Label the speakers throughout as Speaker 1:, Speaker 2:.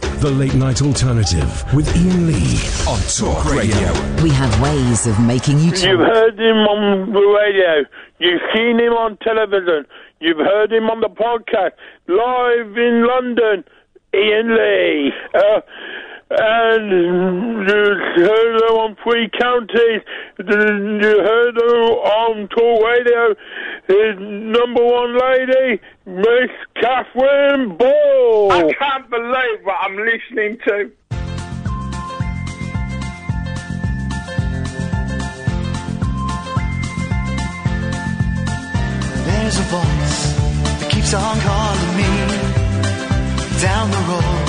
Speaker 1: The Late Night Alternative with Ian Lee on Talk Radio.
Speaker 2: We have ways of making you
Speaker 3: You've
Speaker 2: talk.
Speaker 3: heard him on the radio. You've seen him on television. You've heard him on the podcast. Live in London, Ian Lee. Uh, and you heard him on Free Counties. You heard him on Talk Radio. His number one lady, Miss Catherine Ball.
Speaker 4: I can't believe what I'm listening to.
Speaker 5: There's a voice that keeps on calling me. Down the road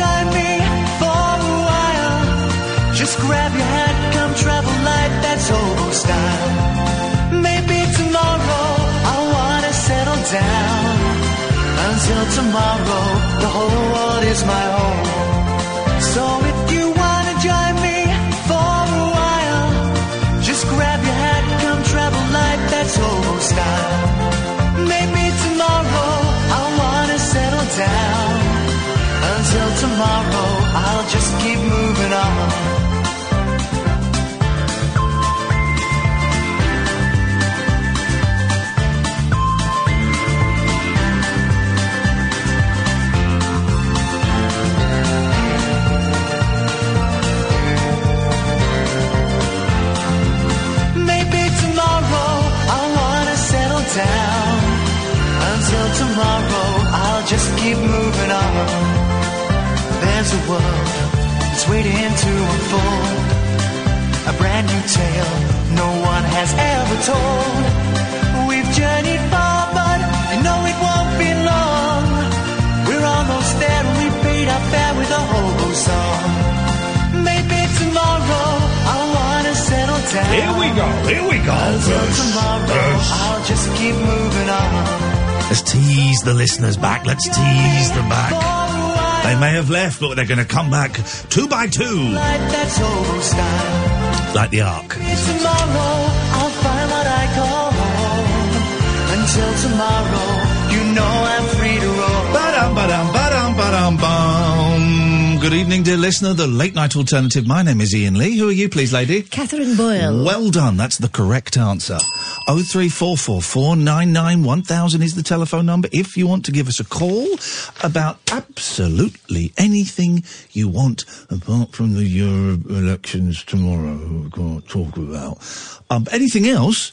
Speaker 5: join me for a while, just grab your hat, come travel like that's hobo style. Maybe tomorrow I wanna settle down. Until tomorrow, the whole world is my home. So if you wanna join me for a while, just grab your hat, come travel like that's hobo style. Maybe tomorrow I wanna settle down. Until tomorrow, I'll just keep moving on. Maybe tomorrow I wanna settle down. Until tomorrow, I'll just keep moving on. There's a world that's waiting to unfold. A brand new tale no one has ever told. We've journeyed far, but you know it won't be long. We're almost there and we paid our fare with a hobo song. Maybe tomorrow I wanna settle down.
Speaker 6: Here we go. Here we go.
Speaker 5: Until tomorrow, I'll just keep moving on.
Speaker 6: Let's tease the listeners back. Let's tease them back. They may have left, but they're going to come back two by two,
Speaker 5: Like that's old style.
Speaker 6: like the Ark.
Speaker 5: Maybe tomorrow, I'll find what I call home. Until tomorrow, you know I'm free to roam.
Speaker 6: Ba-dum, ba-dum, ba-dum, ba-dum, bum. Good evening, dear listener. The late night alternative. My name is Ian Lee. Who are you, please, lady?
Speaker 2: Catherine Boyle.
Speaker 6: Well done. That's the correct answer. Oh three four four four nine nine one thousand is the telephone number. If you want to give us a call about absolutely anything you want, apart from the Euro elections tomorrow, we can't talk about um, anything else.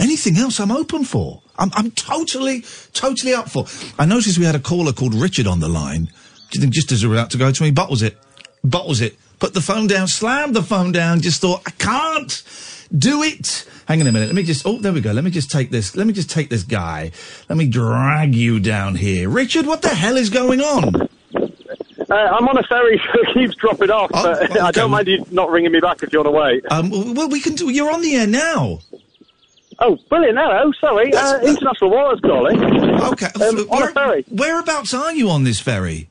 Speaker 6: Anything else I'm open for. I'm, I'm totally, totally up for. I noticed we had a caller called Richard on the line. Do you think just as we were about to go to me, bottles it, bottles it, put the phone down, slammed the phone down, just thought, I can't do it. Hang on a minute. Let me just, oh, there we go. Let me just take this. Let me just take this guy. Let me drag you down here. Richard, what the hell is going on?
Speaker 7: Uh, I'm on a ferry, so it keeps dropping off.
Speaker 6: Oh,
Speaker 7: but
Speaker 6: okay.
Speaker 7: I don't mind you not ringing me back if you want to wait.
Speaker 6: Um, w- well, we can do, you're on the air now.
Speaker 7: Oh, brilliant! Hello, sorry, uh, international waters calling.
Speaker 6: Okay.
Speaker 7: Um, on a ferry.
Speaker 6: Whereabouts are you on this ferry?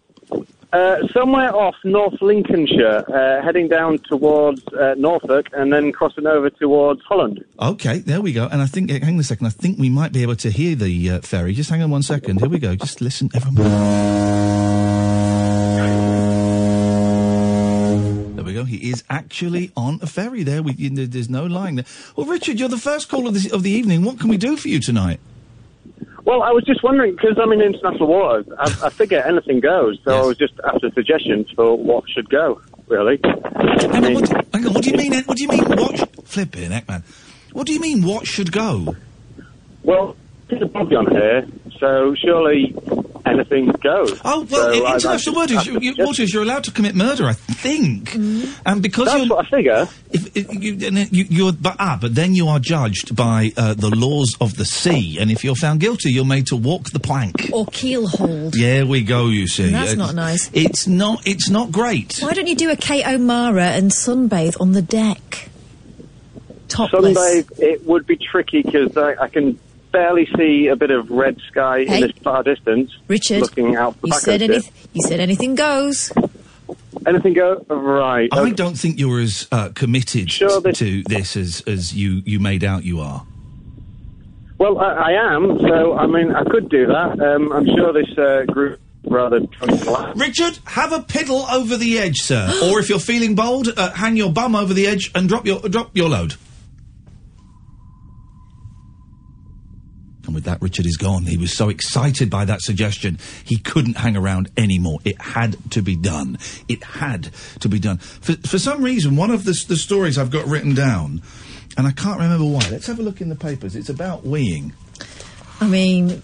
Speaker 7: Uh, somewhere off North Lincolnshire, uh, heading down towards uh, Norfolk, and then crossing over towards Holland.
Speaker 6: Okay, there we go. And I think, eh, hang on a second, I think we might be able to hear the uh, ferry. Just hang on one second. Here we go. Just listen, everyone. There we go. He is actually on a ferry there. We, you, there's no lying there. Well, Richard, you're the first call of, this, of the evening. What can we do for you tonight?
Speaker 7: Well, I was just wondering because I'm in international waters. I, I figure anything goes, so
Speaker 6: Yes.
Speaker 7: I was just after suggestions for what should go. Really? I
Speaker 6: Hang on,
Speaker 7: mean,
Speaker 6: what, hang on, what do you mean? What do you mean? What? sh- Flipping heck, man. What do you mean? What should go?
Speaker 7: well, there's a bobby on here, so surely
Speaker 3: anything goes.
Speaker 6: Oh well,
Speaker 3: So
Speaker 6: in
Speaker 3: I've-
Speaker 6: international
Speaker 3: I've-
Speaker 6: waters, you,
Speaker 3: I've
Speaker 6: you,
Speaker 3: just- Mm-hmm.
Speaker 6: waters, you're allowed to commit murder, I think, and because
Speaker 3: That's
Speaker 6: you're,
Speaker 3: what I figure.
Speaker 6: If, if you, and then you, you're, but ah, but then you are judged by uh, the laws of the sea, and if you're found guilty, you're made to walk the plank.
Speaker 8: Or keel hold.
Speaker 6: Yeah, we go. You see,
Speaker 8: That's
Speaker 6: It's-
Speaker 8: not nice.
Speaker 6: It's not. It's not great.
Speaker 8: Why don't you do a Kate O'Mara and sunbathe on the deck? Topless.
Speaker 3: Sunday, it would be tricky because I, I can barely see a bit of red sky
Speaker 8: Hey.
Speaker 3: in this far distance.
Speaker 8: Richard,
Speaker 3: looking out the
Speaker 8: you
Speaker 3: back
Speaker 8: said
Speaker 3: of it.
Speaker 8: anything. You said anything goes.
Speaker 3: Anything go right?
Speaker 6: I don't think you're as uh, committed
Speaker 3: Sure, this-
Speaker 6: to this as as you you made out you are.
Speaker 3: Well, I, I am. So I mean, I could do that. Um, I'm sure this uh, group rather. drunk a lot.
Speaker 6: Richard, have a piddle over the edge, sir, or if you're feeling bold, uh, hang your bum over the edge and drop your drop your load. And with that, Richard is gone. He was so excited by that suggestion, he couldn't hang around anymore. It had to be done. It had to be done. For, for some reason, one of the, s- the stories I've got written down, and I can't remember why. Let's have a look in the papers. It's about weeing.
Speaker 8: I mean,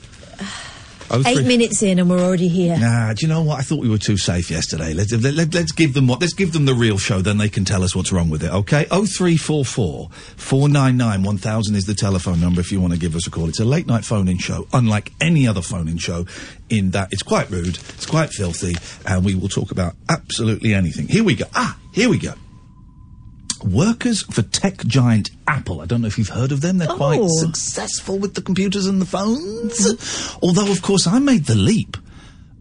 Speaker 6: Oh,
Speaker 8: eight
Speaker 6: three-
Speaker 8: minutes in and we're already here.
Speaker 6: Nah, do you know what? I thought we were too safe yesterday. Let's let, let, let's give them what let's give them the real show. Then they can tell us what's wrong with it. Okay, oh three four four four nine nine one thousand is the telephone number if you want to give us a call. It's a late night phone in show, unlike any other phone in show, in that it's quite rude, it's quite filthy, and we will talk about absolutely anything. Here we go. Ah, here we go. Workers for tech giant Apple. I don't know if you've heard of them. They're quite
Speaker 8: Oh.
Speaker 6: successful with the computers and the phones. Although, of course, I made the leap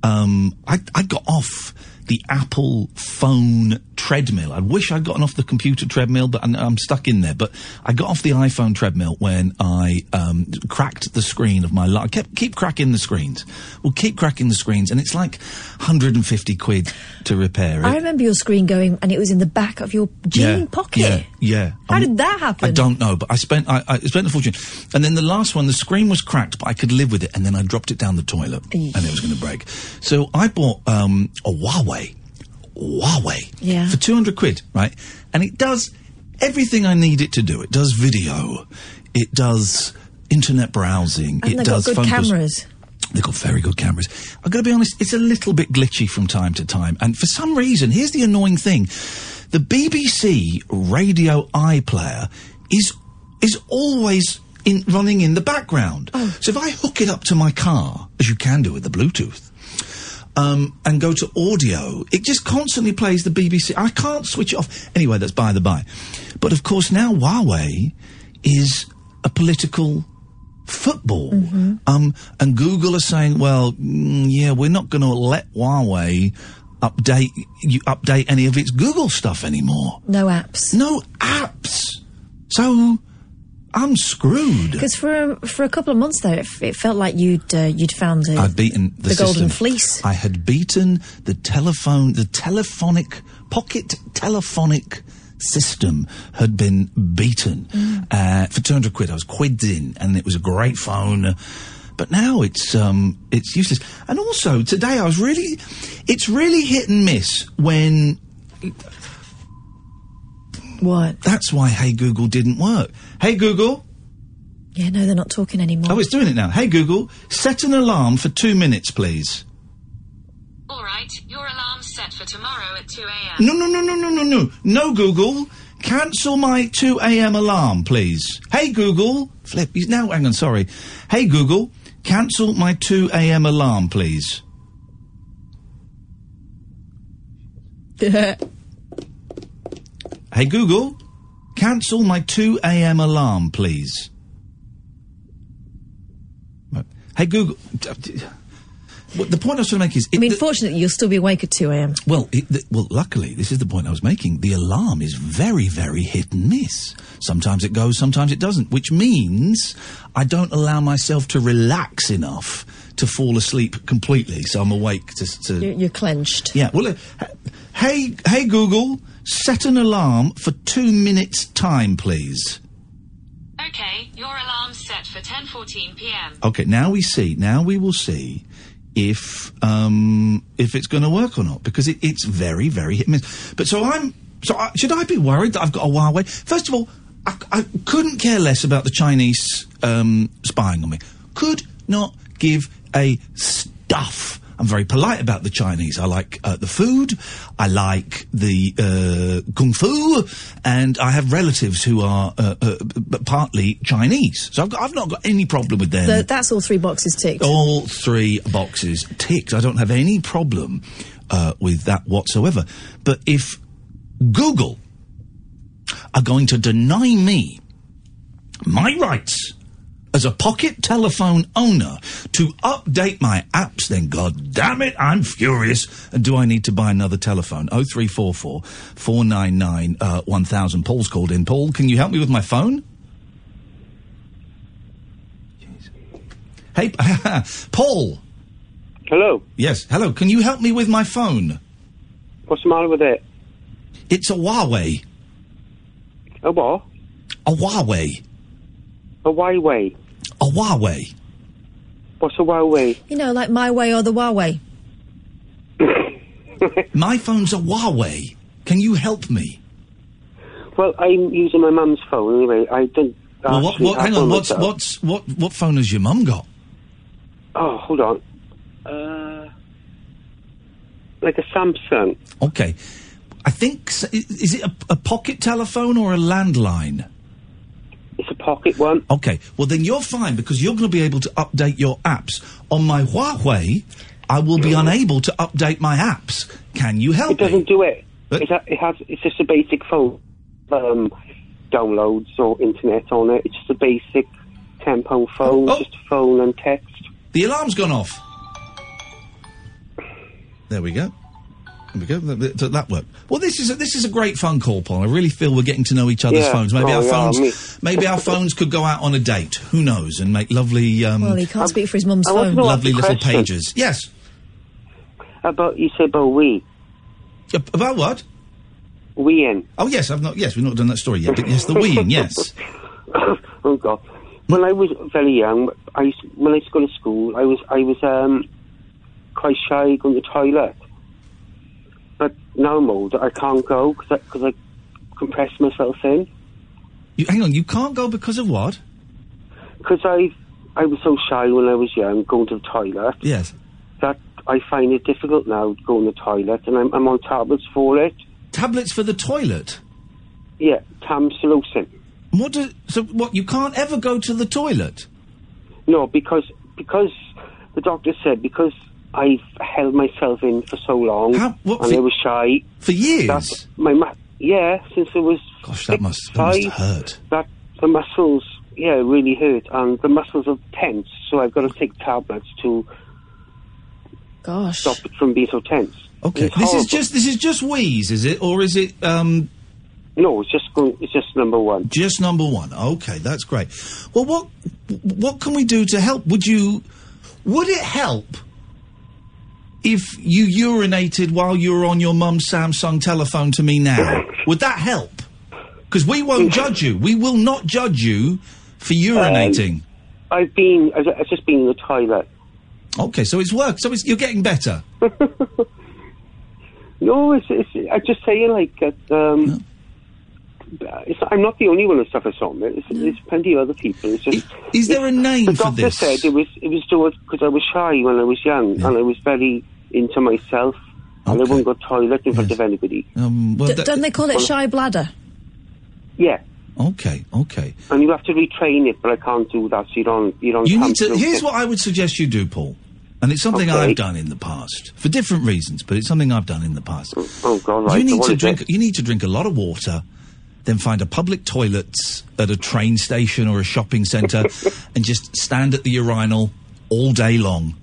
Speaker 6: um, I, I got off the Apple phone treadmill. I wish I'd gotten off the computer treadmill, but I'm, I'm stuck in there. But I got off the iPhone treadmill when I um, cracked the screen of my. Li- I kept keep cracking the screens. Well, keep cracking the screens, and it's like 150 quid to repair it.
Speaker 8: I remember your screen going, and it was in the back of your jean pocket.
Speaker 6: Yeah, yeah.
Speaker 8: How did that happen?
Speaker 6: I don't know, but I spent I, I spent a fortune. And then the last one, the screen was cracked, but I could live with it. And then I dropped it down the toilet,
Speaker 8: Eesh.
Speaker 6: and it was going to break. So I bought um, a Huawei, Huawei,
Speaker 8: Yeah.
Speaker 6: for two hundred quid, right? And it does everything I need it to do. It does video, it does internet browsing,
Speaker 8: And
Speaker 6: it
Speaker 8: they've
Speaker 6: does
Speaker 8: got
Speaker 6: phone
Speaker 8: good
Speaker 6: calls.
Speaker 8: cameras.
Speaker 6: They've got very good cameras. I've got to be honest, it's a little bit glitchy from time to time. And for some reason, here's the annoying thing the BBC radio iPlayer is, is always in, running in the background. So if I hook it up to my car, as you can do with the Bluetooth, um, and go to audio, it just constantly plays the BBC. I can't switch it off. Anyway, that's by the by. But of course, now Huawei is a political football. Um, and Google are saying, well, mm, yeah, we're not going to let Huawei update you update any of its Google stuff anymore.
Speaker 8: No apps.
Speaker 6: No apps. So I'm screwed.
Speaker 8: Because for a, for a couple of months there, it, f- it felt like you'd uh, you'd found a,
Speaker 6: I'd beaten the,
Speaker 8: the golden
Speaker 6: system.
Speaker 8: fleece.
Speaker 6: I had beaten the telephone, the telephonic pocket telephonic system had been beaten
Speaker 8: Mm.
Speaker 6: uh, for 200 quid. I was quids in, and it was a great phone. But now it's um, it's useless. And also today I was really, it's really hit and miss when
Speaker 8: What?
Speaker 6: that's why Hey Google didn't work. Hey Google.
Speaker 8: Yeah, no, they're not talking anymore.
Speaker 6: Oh, it's doing it now. Hey Google, set an alarm for two minutes, please.
Speaker 9: All right, your alarm's set for tomorrow at 2 a.m.
Speaker 6: No, no, no, no, no, no, no. No, Google. Cancel my 2 a.m. alarm, please. Hey, Google. Flip. He's now. Hang on, sorry. Hey, Google. Cancel my 2 a.m. alarm, please. Hey, Google. Cancel my 2 a.m. alarm, please. Hey, Google. What the point I was trying to make is.
Speaker 8: I
Speaker 6: it-
Speaker 8: mean,
Speaker 6: the-
Speaker 8: fortunately, you'll still be awake at 2 a.m.
Speaker 6: well, it, th- well, luckily, this is the point I was making. The alarm is very, very hit and miss. Sometimes it goes, sometimes it doesn't, which means I don't allow myself to relax enough to fall asleep completely. So I'm awake to. to
Speaker 8: You're, you're clenched.
Speaker 6: yeah. Well, uh, hey, hey, Google, set an alarm for two minutes' time, please.
Speaker 9: Okay, your alarm's set for 10:14 p.m.
Speaker 6: Okay, now we see. Now we will see if um, if it's going to work or not because it, it's very very hit and miss. But so I'm so I, should I be worried that I've got a Huawei? First of all, I, I couldn't care less about the Chinese um, spying on me. Could not give a stuff. stuff. I'm very polite about the Chinese. I like uh, the food. I like the uh, kung fu, and I have relatives who are uh, uh, b- partly Chinese. So I've, got, I've not got any problem with them.
Speaker 8: So that's all three boxes ticked.
Speaker 6: All three boxes ticked. I don't have any problem uh, with that whatsoever. But if Google are going to deny me my rights as a pocket telephone owner to update my apps, then god damn it, I'm furious. And do I need to buy another telephone? 0344 499 uh, 1000. Paul's called in. Paul, can you help me with my phone? Hey, Paul.
Speaker 10: Hello.
Speaker 6: Yes, hello. Can you help me with my phone?
Speaker 10: What's the matter with it?
Speaker 6: It's a Huawei.
Speaker 10: A what?
Speaker 6: A Huawei.
Speaker 10: A Huawei.
Speaker 6: A Huawei.
Speaker 10: What's a Huawei?
Speaker 8: You know, like my way or the Huawei.
Speaker 6: my phone's a Huawei. Can you help me?
Speaker 10: Well, I'm using my mum's phone anyway. I don't.
Speaker 6: Well, what,
Speaker 10: actually
Speaker 6: what,
Speaker 10: have
Speaker 6: hang
Speaker 10: one
Speaker 6: on. What's
Speaker 10: myself.
Speaker 6: what's what what phone has your mum got?
Speaker 10: Oh, hold on. Uh, like a Samsung.
Speaker 6: Okay, I think s- i- is it a, a pocket telephone or a landline?
Speaker 10: It's a pocket one.
Speaker 6: Okay, well then you're fine because you're going to be able to update your apps on my Huawei. I will be unable to update my apps. Can you help
Speaker 10: It doesn't do it.
Speaker 6: What?
Speaker 10: It's a, it has. It's just a basic phone. Um, downloads or internet on it. It's just a basic ten pound phone. Just phone and text.
Speaker 6: Oh. The alarm's gone off. There we go. There we go. That, that, that worked. Well, this is a, this is a great phone call, Paul. I really feel we're getting to know each other's
Speaker 11: Yeah.
Speaker 6: phones. Maybe
Speaker 11: Oh,
Speaker 6: our
Speaker 11: yeah,
Speaker 6: phones,
Speaker 11: me.
Speaker 6: maybe our phones could go out on a date. Who knows? And make lovely, um,
Speaker 8: Well, he can't speak for his mum's
Speaker 10: Hmm. I want to
Speaker 8: phone.
Speaker 10: know
Speaker 6: lovely
Speaker 10: what the
Speaker 6: little
Speaker 10: question-
Speaker 6: pages. Yes.
Speaker 10: About you said about we.
Speaker 6: About what?
Speaker 10: We in.
Speaker 6: Oh yes, I've not. Yes, we've not done that story yet. But yes, the weeing. Yes.
Speaker 10: oh God! When I was very young, I used, when I used to go to school, I was I was um, quite shy going to the toilet. But now I'm older, I can't go because I, 'cause I compress myself in
Speaker 6: You, hang on. You can't go because of what?
Speaker 10: because I I was so shy when I was young going to the toilet
Speaker 6: Yes.
Speaker 10: that I find it difficult now going to the toilet, and I'm, I'm on tablets for it.
Speaker 6: Tablets for the toilet.
Speaker 10: Yeah, Tamsulosin.
Speaker 6: What? Do, so what? You can't ever go to the toilet.
Speaker 10: No, because because the doctor said because I've held myself in for so long and I was shy
Speaker 6: for years.
Speaker 10: my mu- yeah, since I was gosh,
Speaker 6: that must that must
Speaker 10: five.
Speaker 6: hurt.
Speaker 10: That the muscles yeah really hurt and the muscles are tense, so I've got to take tablets to
Speaker 8: gosh
Speaker 10: stop it from being so tense.
Speaker 6: Okay. This
Speaker 10: It's
Speaker 6: is
Speaker 10: Mm, horrible.
Speaker 6: just this is just wheeze, is it, or is it? Um,
Speaker 10: no, it's just going, it's just number one.
Speaker 6: Just number one. Okay, that's great. Well, what what can we do to help? Would you would it help if you urinated while you were on your mum's Samsung telephone to me now? would that help? Because we won't judge you. We will not judge you for urinating.
Speaker 10: Um, I've been I've, I've just been in the toilet.
Speaker 6: okay, so it's worked. So it's, you're getting better.
Speaker 10: No, it's, it's I'm just saying like that. Um, it's, I'm not the only one who suffers from it. It's, There's plenty of other people. It's just.
Speaker 6: Is there a name
Speaker 10: the
Speaker 6: for
Speaker 10: doctor
Speaker 6: this?
Speaker 10: said it was it was because I was shy when I was young and I was very into myself and I wouldn't go to the toilet in front of anybody.
Speaker 6: Um, well,
Speaker 8: D-
Speaker 6: that-
Speaker 8: don't they call it shy bladder?
Speaker 10: Yeah,
Speaker 6: Okay, okay.
Speaker 10: and you have to retrain it, but I can't do that. So you don't you don't.
Speaker 6: You
Speaker 10: come
Speaker 6: need to.
Speaker 10: through
Speaker 6: Here's
Speaker 10: it.
Speaker 6: what I would suggest you do, Paul. And it's something
Speaker 10: Okay.
Speaker 6: I've done in the past for different reasons, but it's something I've done in the past.
Speaker 10: Oh God! Right.
Speaker 6: you
Speaker 10: so
Speaker 6: need
Speaker 10: what
Speaker 6: to
Speaker 10: is
Speaker 6: drink.
Speaker 10: It?
Speaker 6: You need to drink a lot of water, then find a public toilet at a train station or a shopping centre, and just stand at the urinal all day long.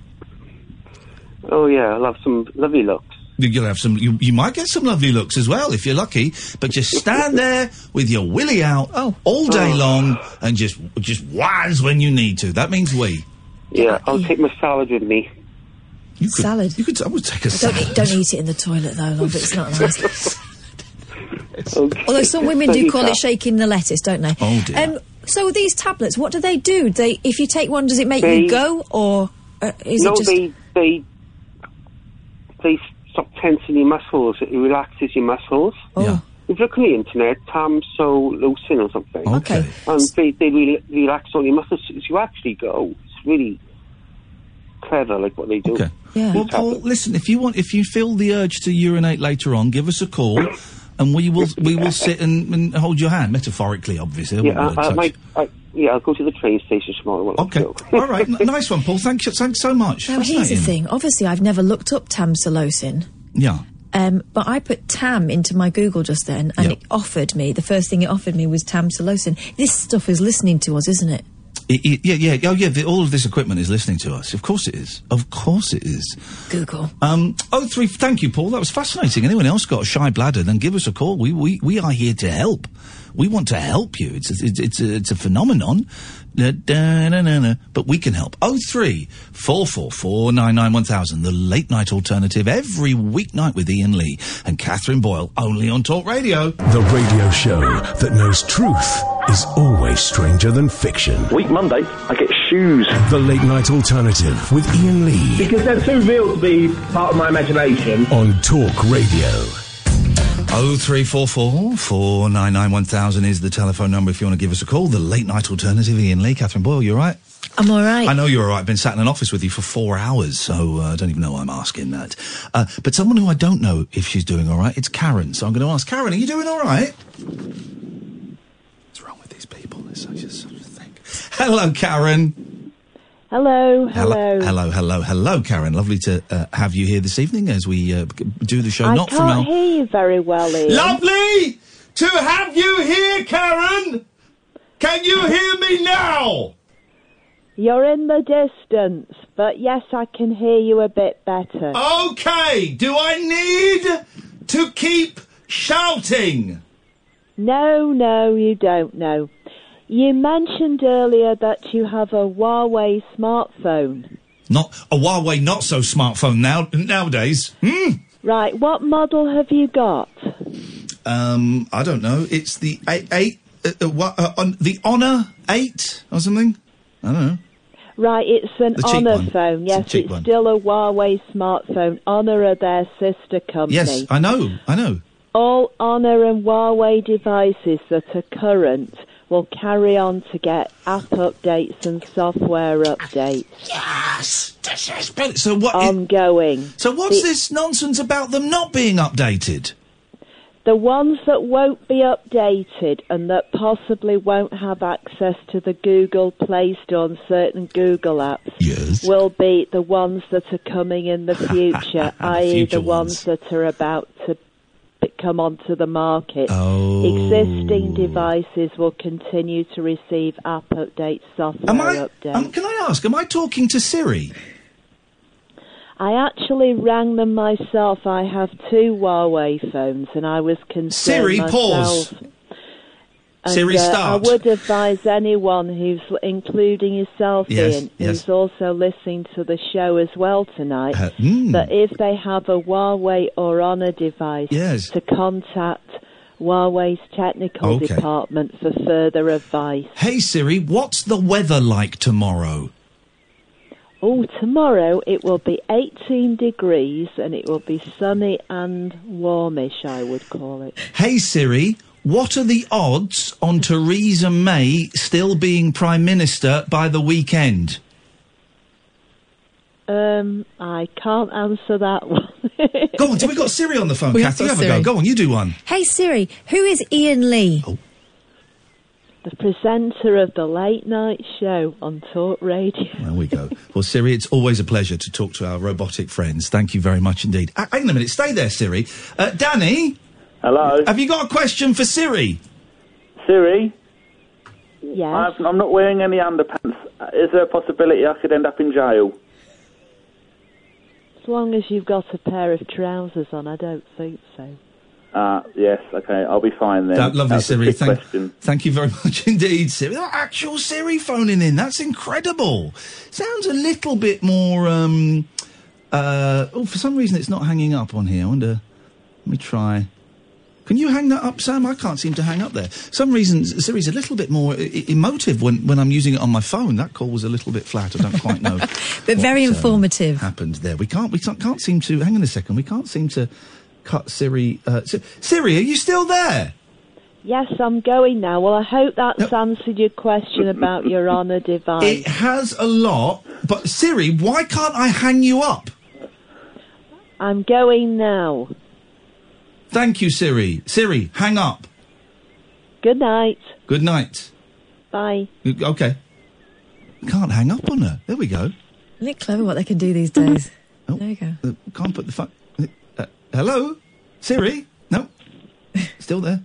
Speaker 10: Oh yeah, I'll have some lovely looks.
Speaker 6: You- You'll have some. You, you might get some lovely looks as well if you're lucky. But just stand there with your willy out all day
Speaker 10: Oh.
Speaker 6: long and just just whiz when you need to. That means we.
Speaker 10: Yeah, I'll take my salad with me.
Speaker 6: You could, salad. You could. I would take a
Speaker 8: Don't
Speaker 6: salad.
Speaker 8: eat, don't eat it in the toilet though, love. It's not nice.
Speaker 10: Okay.
Speaker 8: Although some women do call it shaking the lettuce, don't they?
Speaker 6: Oh, dear.
Speaker 8: Um, so these tablets, what do they do? They, if you take one, does it make
Speaker 10: They-
Speaker 8: you go, or uh, is
Speaker 10: no,
Speaker 8: it just?
Speaker 10: they they they stop tensing your muscles. It relaxes your muscles.
Speaker 6: Oh. Yeah.
Speaker 10: If you look on the internet, Tam So Lucin or something.
Speaker 6: Okay.
Speaker 10: And they, they re- relax all your muscles. So you actually go. It's really clever like what they do. Okay.
Speaker 8: Yeah.
Speaker 6: Well, Paul, listen. If you want, if you feel the urge to urinate later on, give us a call, and we will we will sit and, and hold your hand, metaphorically, obviously. I
Speaker 10: Yeah,
Speaker 6: wouldn't
Speaker 10: I, I
Speaker 6: touch.
Speaker 10: might. I, yeah, I'll go to the train station tomorrow. Well,
Speaker 6: Okay. All right. N- nice one, Paul. Thanks. Thanks so much.
Speaker 8: Now, here's the
Speaker 6: Fascinating.
Speaker 8: thing. Obviously, I've never looked up Tamsulosin,
Speaker 6: Yeah.
Speaker 8: um, but I put Tam into my Google just then, and it offered me, the first thing it offered me was Tamsulosin. This stuff is listening to us, isn't it?
Speaker 6: It- it- yeah, yeah, oh, yeah. The, all of this equipment is listening to us. Of course it is. Of course it is.
Speaker 8: Google.
Speaker 6: Um. Oh, three. Thank you, Paul. That was fascinating. Anyone else got a shy bladder? Then give us a call. We we, we are here to help. We want to help you. It's a, it's it's a, it's a phenomenon. Da, da, na, na, na. But we can help. Oh three four four four nine nine one thousand. The late night alternative every weeknight with Ian Lee and Catherine Boyle only on Talk Radio.
Speaker 1: The radio show that knows truth is always stranger than fiction.
Speaker 11: Week Monday, I get shoes.
Speaker 1: The late night alternative with Ian Lee.
Speaker 11: Because they're too real to be part of my imagination.
Speaker 1: On Talk Radio.
Speaker 6: Oh three four four four nine nine one thousand is the telephone number if you want to give us a call. The late night alternative, Ian Lee, Catherine Boyle, you all right?
Speaker 8: I'm all right.
Speaker 6: I know you're all right. I've been sat in an office with you for four hours, so uh, I don't even know why I'm asking that. Uh, but someone who I don't know if she's doing all right, it's Karen. So I'm going to ask Karen, are you doing all right? What's wrong with these people? There's such a, such a thing. Hello, Karen.
Speaker 12: Hello, hello.
Speaker 6: Hello, hello, hello, Karen. Lovely to uh, have you here this evening as we uh, g- do the show.
Speaker 12: I
Speaker 6: not
Speaker 12: can't
Speaker 6: from our.
Speaker 12: hear you very well, Ian.
Speaker 6: Lovely to have you here, Karen. Can you hear me now?
Speaker 12: You're in the distance, but yes, I can hear you a bit better.
Speaker 6: Oh. Okay, do I need to keep shouting?
Speaker 12: No, no, you don't know. You mentioned earlier that you have a Huawei smartphone.
Speaker 6: Not a Huawei, not so smartphone now nowadays. Hmm.
Speaker 12: Right, what model have you got?
Speaker 6: Um, I don't know. It's the eight, eight uh, uh, what, uh, on, the Honor Eight or something. I don't know.
Speaker 12: Right, it's an
Speaker 6: The cheap
Speaker 12: Honor
Speaker 6: one.
Speaker 12: phone.
Speaker 6: It's a
Speaker 12: Yes,
Speaker 6: cheap
Speaker 12: it's
Speaker 6: one.
Speaker 12: still a Huawei smartphone. Honor are their sister company.
Speaker 6: Yes, I know. I know.
Speaker 12: All Honor and Huawei devices that are current will carry on to get app updates and software updates.
Speaker 6: Yes, this is brilliant. So what?
Speaker 12: Ongoing.
Speaker 6: So what's
Speaker 12: The-
Speaker 6: this nonsense about them not being updated?
Speaker 12: The ones that won't be updated and that possibly won't have access to the Google Play Store and certain Google apps
Speaker 6: Yes.
Speaker 12: will be the ones that are coming in the future, i.e.,
Speaker 6: future
Speaker 12: the ones that are about to b- come onto the market.
Speaker 6: Oh.
Speaker 12: Existing devices will continue to receive app updates, software
Speaker 6: Am I-
Speaker 12: updates.
Speaker 6: Um, can I ask? Am I talking to Siri?
Speaker 12: I actually rang them myself. I have two Huawei phones, and I was concerned.
Speaker 6: Siri, pause.
Speaker 12: myself. And,
Speaker 6: Siri,
Speaker 12: uh,
Speaker 6: start.
Speaker 12: I would advise anyone who's, l- including yourself,
Speaker 6: Yes,
Speaker 12: Ian,
Speaker 6: yes.
Speaker 12: who's also listening to the show as well tonight,
Speaker 6: Uh, mm.
Speaker 12: that if they have a Huawei or Honor device,
Speaker 6: Yes.
Speaker 12: to contact Huawei's technical
Speaker 6: Okay.
Speaker 12: department for further advice.
Speaker 6: Hey Siri, what's the weather like tomorrow?
Speaker 12: Oh, tomorrow it will be 18 degrees and it will be sunny and warmish, I would call it.
Speaker 6: Hey Siri, what are the odds on Theresa May still being Prime Minister by the weekend?
Speaker 12: Um, I can't answer that one.
Speaker 6: Go on, so we got Siri on the phone,
Speaker 8: We have
Speaker 6: Kathy.
Speaker 8: got
Speaker 6: Have a
Speaker 8: Siri.
Speaker 6: go. Go on, you do one.
Speaker 8: Hey Siri, who is Ian Lee?
Speaker 6: Oh.
Speaker 12: The presenter of the late night show on Talk Radio.
Speaker 6: There we go. well, Siri, it's always a pleasure to talk to our robotic friends. Thank you very much indeed. Ah, hang on a minute, stay there, Siri. Uh, Danny?
Speaker 11: Hello.
Speaker 6: Have you got a question for Siri?
Speaker 11: Siri,
Speaker 12: Yes.
Speaker 11: I've, I'm not wearing any underpants. Uh, Is there a possibility I could end up in jail?
Speaker 12: As long as you've got a pair of trousers on, I don't think so.
Speaker 11: Uh, yes, okay, I'll be fine then.
Speaker 6: That lovely
Speaker 11: That's a
Speaker 6: Siri.
Speaker 11: trick
Speaker 6: Thank,
Speaker 11: question.
Speaker 6: thank you very much indeed, Siri. That actual Siri phoning in. That's incredible. Sounds a little bit more. Um, uh, oh, for some reason it's not hanging up on here. I wonder. Let me try. Can you hang that up, Sam? I can't seem to hang up there. For some reason Siri's a little bit more e- emotive when, when I'm using it on my phone. That call was a little bit flat. I don't quite know.
Speaker 8: But very
Speaker 6: what's, um,
Speaker 8: informative.
Speaker 6: happened there. We can't. We can't, can't seem to. Hang on a second. We can't seem to cut Siri. Uh, Si- Siri, are you still there?
Speaker 12: Yes, I'm going now. Well, I hope that's answered your question about your honour
Speaker 6: It
Speaker 12: divine.
Speaker 6: has a lot, but Siri, why can't I hang you up?
Speaker 12: I'm going now.
Speaker 6: Thank you, Siri. Siri, hang up.
Speaker 12: Good night.
Speaker 6: Good night.
Speaker 12: Bye.
Speaker 6: Okay. Can't hang up on her. There we go.
Speaker 8: Isn't it clever what they can do these days? There you go.
Speaker 6: Uh, Can't put the phone. Uh, hello, Siri. No, still there.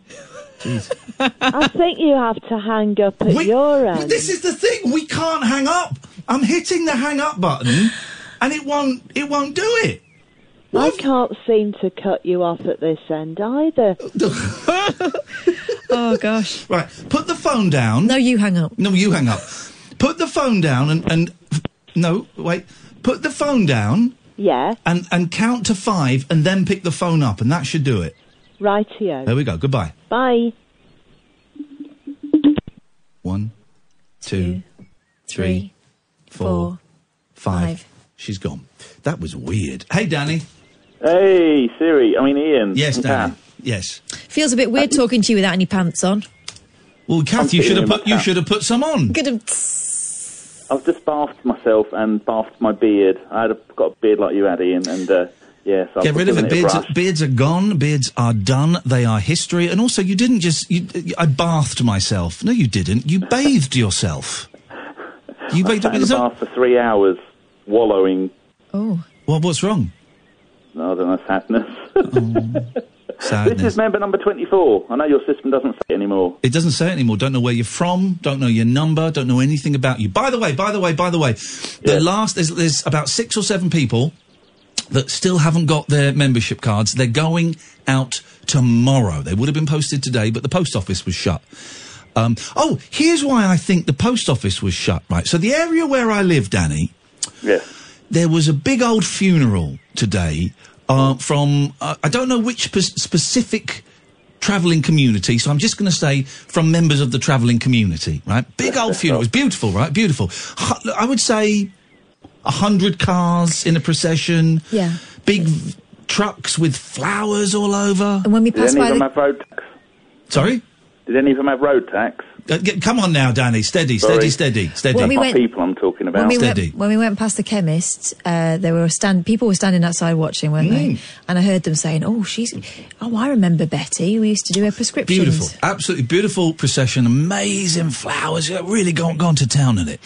Speaker 6: Jeez.
Speaker 12: I think you have to hang up at your end.
Speaker 6: This is the thing. We can't hang up. I'm hitting the hang up button, and it won't. It won't do it.
Speaker 12: I can't seem to cut you off at this end either.
Speaker 8: oh gosh.
Speaker 6: Right. Put the phone down.
Speaker 8: No, you hang up.
Speaker 6: No, you hang up. Put the phone down and and no wait. Put the phone down.
Speaker 12: Yeah.
Speaker 6: And and count to five, and then pick the phone up, and that should do it.
Speaker 12: Rightio.
Speaker 6: There we go. Goodbye.
Speaker 12: Bye.
Speaker 6: One, two, three, four, five. She's gone. That was weird. Hey, Danny.
Speaker 11: Hey, Siri. I mean, Ian.
Speaker 6: Yes, Danny.
Speaker 11: Kath.
Speaker 6: Yes.
Speaker 8: Feels a bit weird talking to you without any pants on.
Speaker 6: Well, Kath, you
Speaker 11: feeling
Speaker 6: should have
Speaker 11: in my
Speaker 6: put you
Speaker 11: cap.
Speaker 6: should have put some on.
Speaker 8: Good. um,
Speaker 11: I've just bathed myself and bathed my beard. I had a, got a beard like you had, Ian, and uh, yes, I've
Speaker 6: Get rid of
Speaker 11: given
Speaker 6: it.
Speaker 11: a
Speaker 6: Beards,
Speaker 11: brush.
Speaker 6: beards are gone. Beards are done. They are history. And also, you didn't just. You, I bathed myself. No, you didn't. You bathed yourself. You
Speaker 11: I
Speaker 6: bathed.
Speaker 11: sat in the
Speaker 6: it's not-
Speaker 11: bath for three hours, wallowing.
Speaker 8: Oh.
Speaker 6: What? What's wrong?
Speaker 11: I don't know sadness.
Speaker 6: Sadness.
Speaker 11: This is member number twenty-four. I know your system doesn't say it anymore.
Speaker 6: It doesn't say it anymore. Don't know where you're from. Don't know your number. Don't know anything about you. By the way, by the way, by the way, the last there's, there's about six or seven people that still haven't got their membership cards. They're going out tomorrow. They would have been posted today, but the post office was shut. Um, oh, here's why I think the post office was shut. Right. So the area where I live, Danny, there was a big old funeral today uh, from uh, I don't know which p- specific travelling community, so I'm just going to say from members of the travelling community. Right, big old funeral. It was beautiful, right? Beautiful. Hu- I would say a hundred cars in a procession.
Speaker 8: Yeah.
Speaker 6: Big v- trucks with flowers all over.
Speaker 8: And when we
Speaker 11: Did any of them have road tax?
Speaker 6: Sorry.
Speaker 11: Did any of them have road tax?
Speaker 6: Uh, g- come on now, Danny. Steady,
Speaker 11: Sorry.
Speaker 6: steady, steady, steady.
Speaker 8: When we went-
Speaker 11: people I'm talking about.
Speaker 8: When we, went, when we went past the chemist, uh, there were stand people were standing outside watching, weren't
Speaker 6: Mm.
Speaker 8: they? And I heard them saying, "Oh, she's oh, I remember Betty. We used to do her prescriptions."
Speaker 6: Beautiful, absolutely beautiful procession, amazing flowers. Yeah, really gone gone to town in it.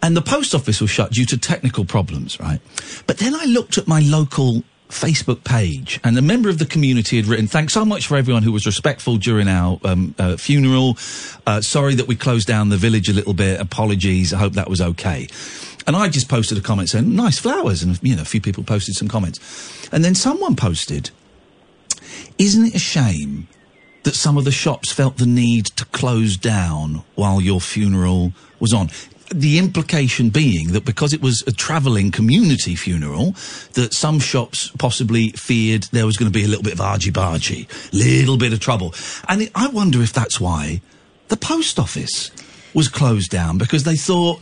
Speaker 6: And the post office was shut due to technical problems, right? But then I looked at my local Facebook page, and a member of the community had written, "Thanks so much for everyone who was respectful during our um, uh, funeral. Uh, sorry that we closed down the village a little bit. Apologies. I hope that was okay." And I just posted a comment saying, "Nice flowers," and you know, a few people posted some comments, and then someone posted. Isn't it a shame that some of the shops felt the need to close down while your funeral was on? The implication being that because it was a travelling community funeral, that some shops possibly feared there was going to be a little bit of argy bargy, little bit of trouble. And it, I wonder if that's why the post office was closed down because they thought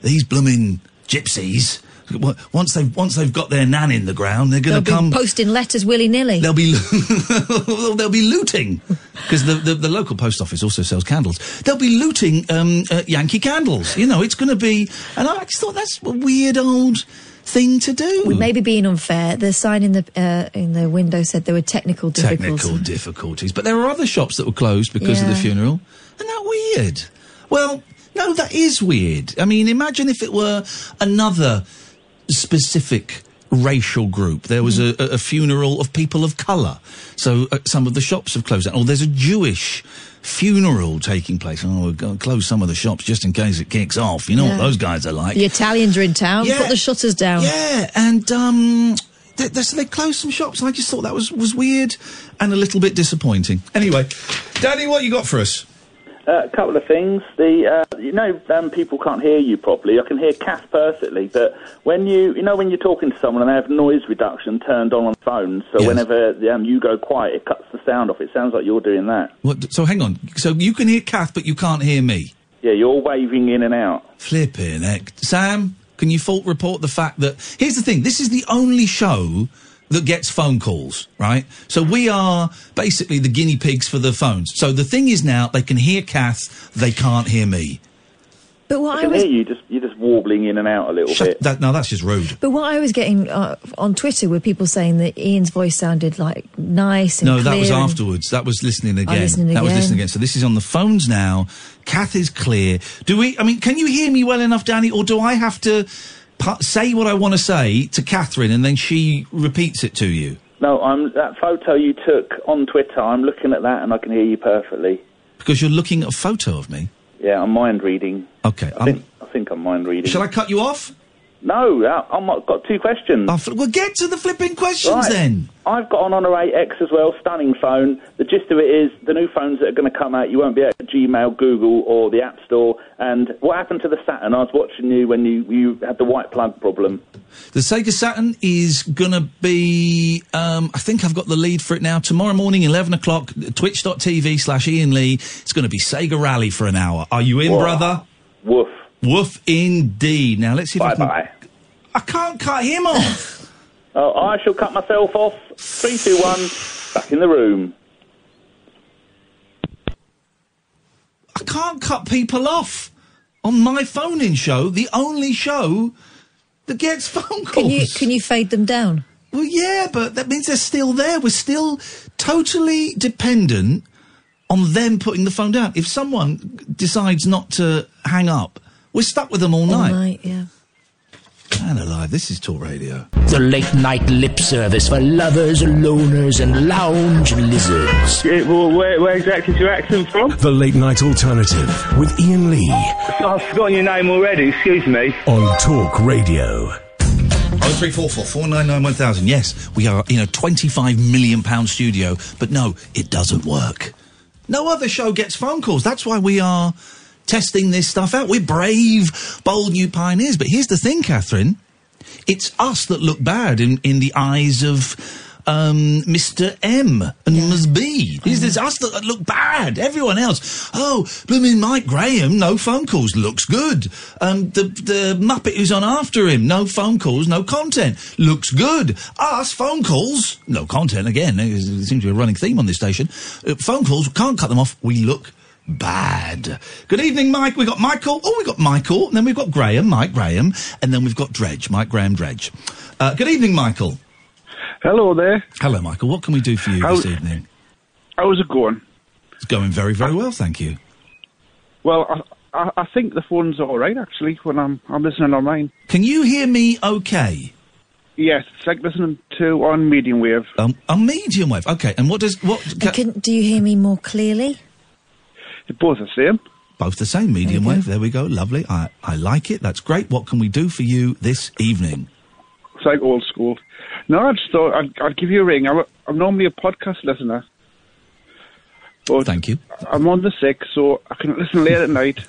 Speaker 6: these blooming gypsies. w- Once they've once they've got their nan in the ground, they're
Speaker 8: They'll
Speaker 6: going to
Speaker 8: be
Speaker 6: come
Speaker 8: posting letters willy nilly.
Speaker 6: They'll be lo- they'll be looting because the, the the local post office also sells candles. They'll be looting um, uh, Yankee candles. You know, it's going to be. And I just thought that's a weird old thing to do.
Speaker 8: We may be being unfair. The sign in the uh, in the window said there were technical difficulties.
Speaker 6: Technical difficulties, but there were other shops that were closed because of the
Speaker 8: Yeah.
Speaker 6: funeral. Isn't that weird? Well, no, that is weird. I mean, imagine if it were another specific racial group. There was
Speaker 8: Hmm.
Speaker 6: a, a, a funeral of people of colour. So uh, some of the shops have closed down. Or there's a Jewish funeral taking place. Oh, we're going to close some of the shops just in case it kicks off. You know
Speaker 8: Yeah.
Speaker 6: what those guys are like.
Speaker 8: The Italians are in town.
Speaker 6: Yeah.
Speaker 8: Put the shutters down.
Speaker 6: Yeah, and um, they, they, so they closed some shops, and I just thought that was, was weird and a little bit disappointing. Anyway, Danny, what you got for us?
Speaker 11: Uh, a couple of things. The uh, you know um, people can't hear you properly. I can hear Kath perfectly, but when you you know when you're talking to someone and they have noise reduction turned on on phones, so
Speaker 6: Yes.
Speaker 11: whenever um, you go quiet, it cuts the sound off. It sounds like you're doing that.
Speaker 6: What, so hang on. So you can hear Kath, but you can't hear me.
Speaker 11: Yeah, you're waving in and out.
Speaker 6: Flipping heck. Sam, can you fault report the fact that. Here's the thing this is the only show that gets phone calls, right? So we are basically the guinea pigs for the phones. So the thing is now they can hear Kath, they can't hear me.
Speaker 8: But what
Speaker 11: I
Speaker 8: I
Speaker 11: can
Speaker 8: was
Speaker 11: hear you. Just you're just warbling in and out a little bit.
Speaker 6: That, no, that's just rude.
Speaker 8: But what I was getting uh, on Twitter were people saying that Ian's voice sounded like nice and
Speaker 6: No, that was
Speaker 8: clear and- Oh,
Speaker 6: afterwards. That was listening again.
Speaker 8: listening
Speaker 6: that was
Speaker 8: again.
Speaker 6: listening again. So this is on the phones now. Kath is clear. Do we? I mean, can you hear me well enough, Danny, or do I have to pu- say what I want to say to Catherine and then she repeats it to you?
Speaker 11: No, I'm that photo you took on Twitter. I'm looking at that and I can hear you perfectly.
Speaker 6: Because you're looking at a photo of me.
Speaker 11: Yeah, I'm mind reading.
Speaker 6: Okay.
Speaker 11: I think, I think I'm mind reading.
Speaker 6: Shall I cut you off? Oh,
Speaker 11: No, I, I'm, I've got two questions.
Speaker 6: well, get to the flipping questions then.
Speaker 11: I've got an Honor 8X as well, stunning phone. The gist of it is the new phones that are going to come out, you won't be able to Gmail, Google, or the App Store. And what happened to the Saturn? I was watching you when you, you had the white plug problem.
Speaker 6: The Sega Saturn is going to be, um, I think I've got the lead for it now. Tomorrow morning, 11 o'clock, twitch.tv slash Ian Lee. It's going to be Sega Rally for an hour. Are you in,
Speaker 11: Whoa.
Speaker 6: brother?
Speaker 11: Woof.
Speaker 6: Woof indeed. Now, let's see if I can... Bye-bye. I can't cut him off.
Speaker 11: Oh, I shall cut myself off. Three, two, one. Back in the room.
Speaker 6: I can't cut people off on my phone-in show, the only show that gets phone calls.
Speaker 8: Can you can you fade them down?
Speaker 6: Well, yeah, but that means they're still there. We're still totally dependent on them putting the phone down. If someone decides not to hang up, we're stuck with them all, night.
Speaker 8: yeah.
Speaker 6: Man alive, this is Talk Radio.
Speaker 13: The late night lip service for lovers, loners, and lounge lizards.
Speaker 14: Yeah, well, where, where exactly is your accent from?
Speaker 1: The Late Night Alternative with Ian Lee
Speaker 14: I've forgotten your name already, excuse me.
Speaker 1: on Talk Radio.
Speaker 6: Oh three four four four nine nine one thousand. Yes, we are in a twenty-five million pound studio, but no, it doesn't work. No other show gets phone calls. That's why we are testing this stuff out. We're brave, bold new pioneers. But here's the thing, Catherine: it's us that look bad in, in the eyes of um, Mr. M and Ms. B. It's, it's us that look bad. Everyone else, oh, blooming Mike Graham, no phone calls, looks good. Um, the the Muppet who's on after him, no phone calls, no content, looks good. Us phone calls, no content again. It seems to be a running theme on this station. Uh, phone calls, can't cut them off. We look bad. Good evening, Mike. We've got Michael. Oh, we've got Michael. And then we've got Graham, Mike Graham. And then we've got Dredge, Mike Graham Dredge. Uh, good evening, Michael.
Speaker 2: Hello there.
Speaker 6: Hello, Michael. What can we do for you
Speaker 2: How-
Speaker 6: this evening?
Speaker 2: How's it going?
Speaker 6: It's going very, very well, thank you.
Speaker 2: Well, I, I, I think the phone's all right actually. When I'm I'm listening on mine.
Speaker 6: Can you hear me? Okay.
Speaker 2: Yes, it's like listening to on medium wave.
Speaker 6: Um, on medium wave. Okay. And what does what?
Speaker 8: And can, do you hear me more clearly?
Speaker 6: Both the same. Both the same. Medium wave. There we go. Lovely. I, I like it. That's great. What can we do for you this evening?
Speaker 2: It's like old school. No, I just thought I'd, I'd give you a ring. I'm, a, I'm normally a podcast listener. But
Speaker 6: Thank you.
Speaker 2: I'm on the sick, so I can listen late at night.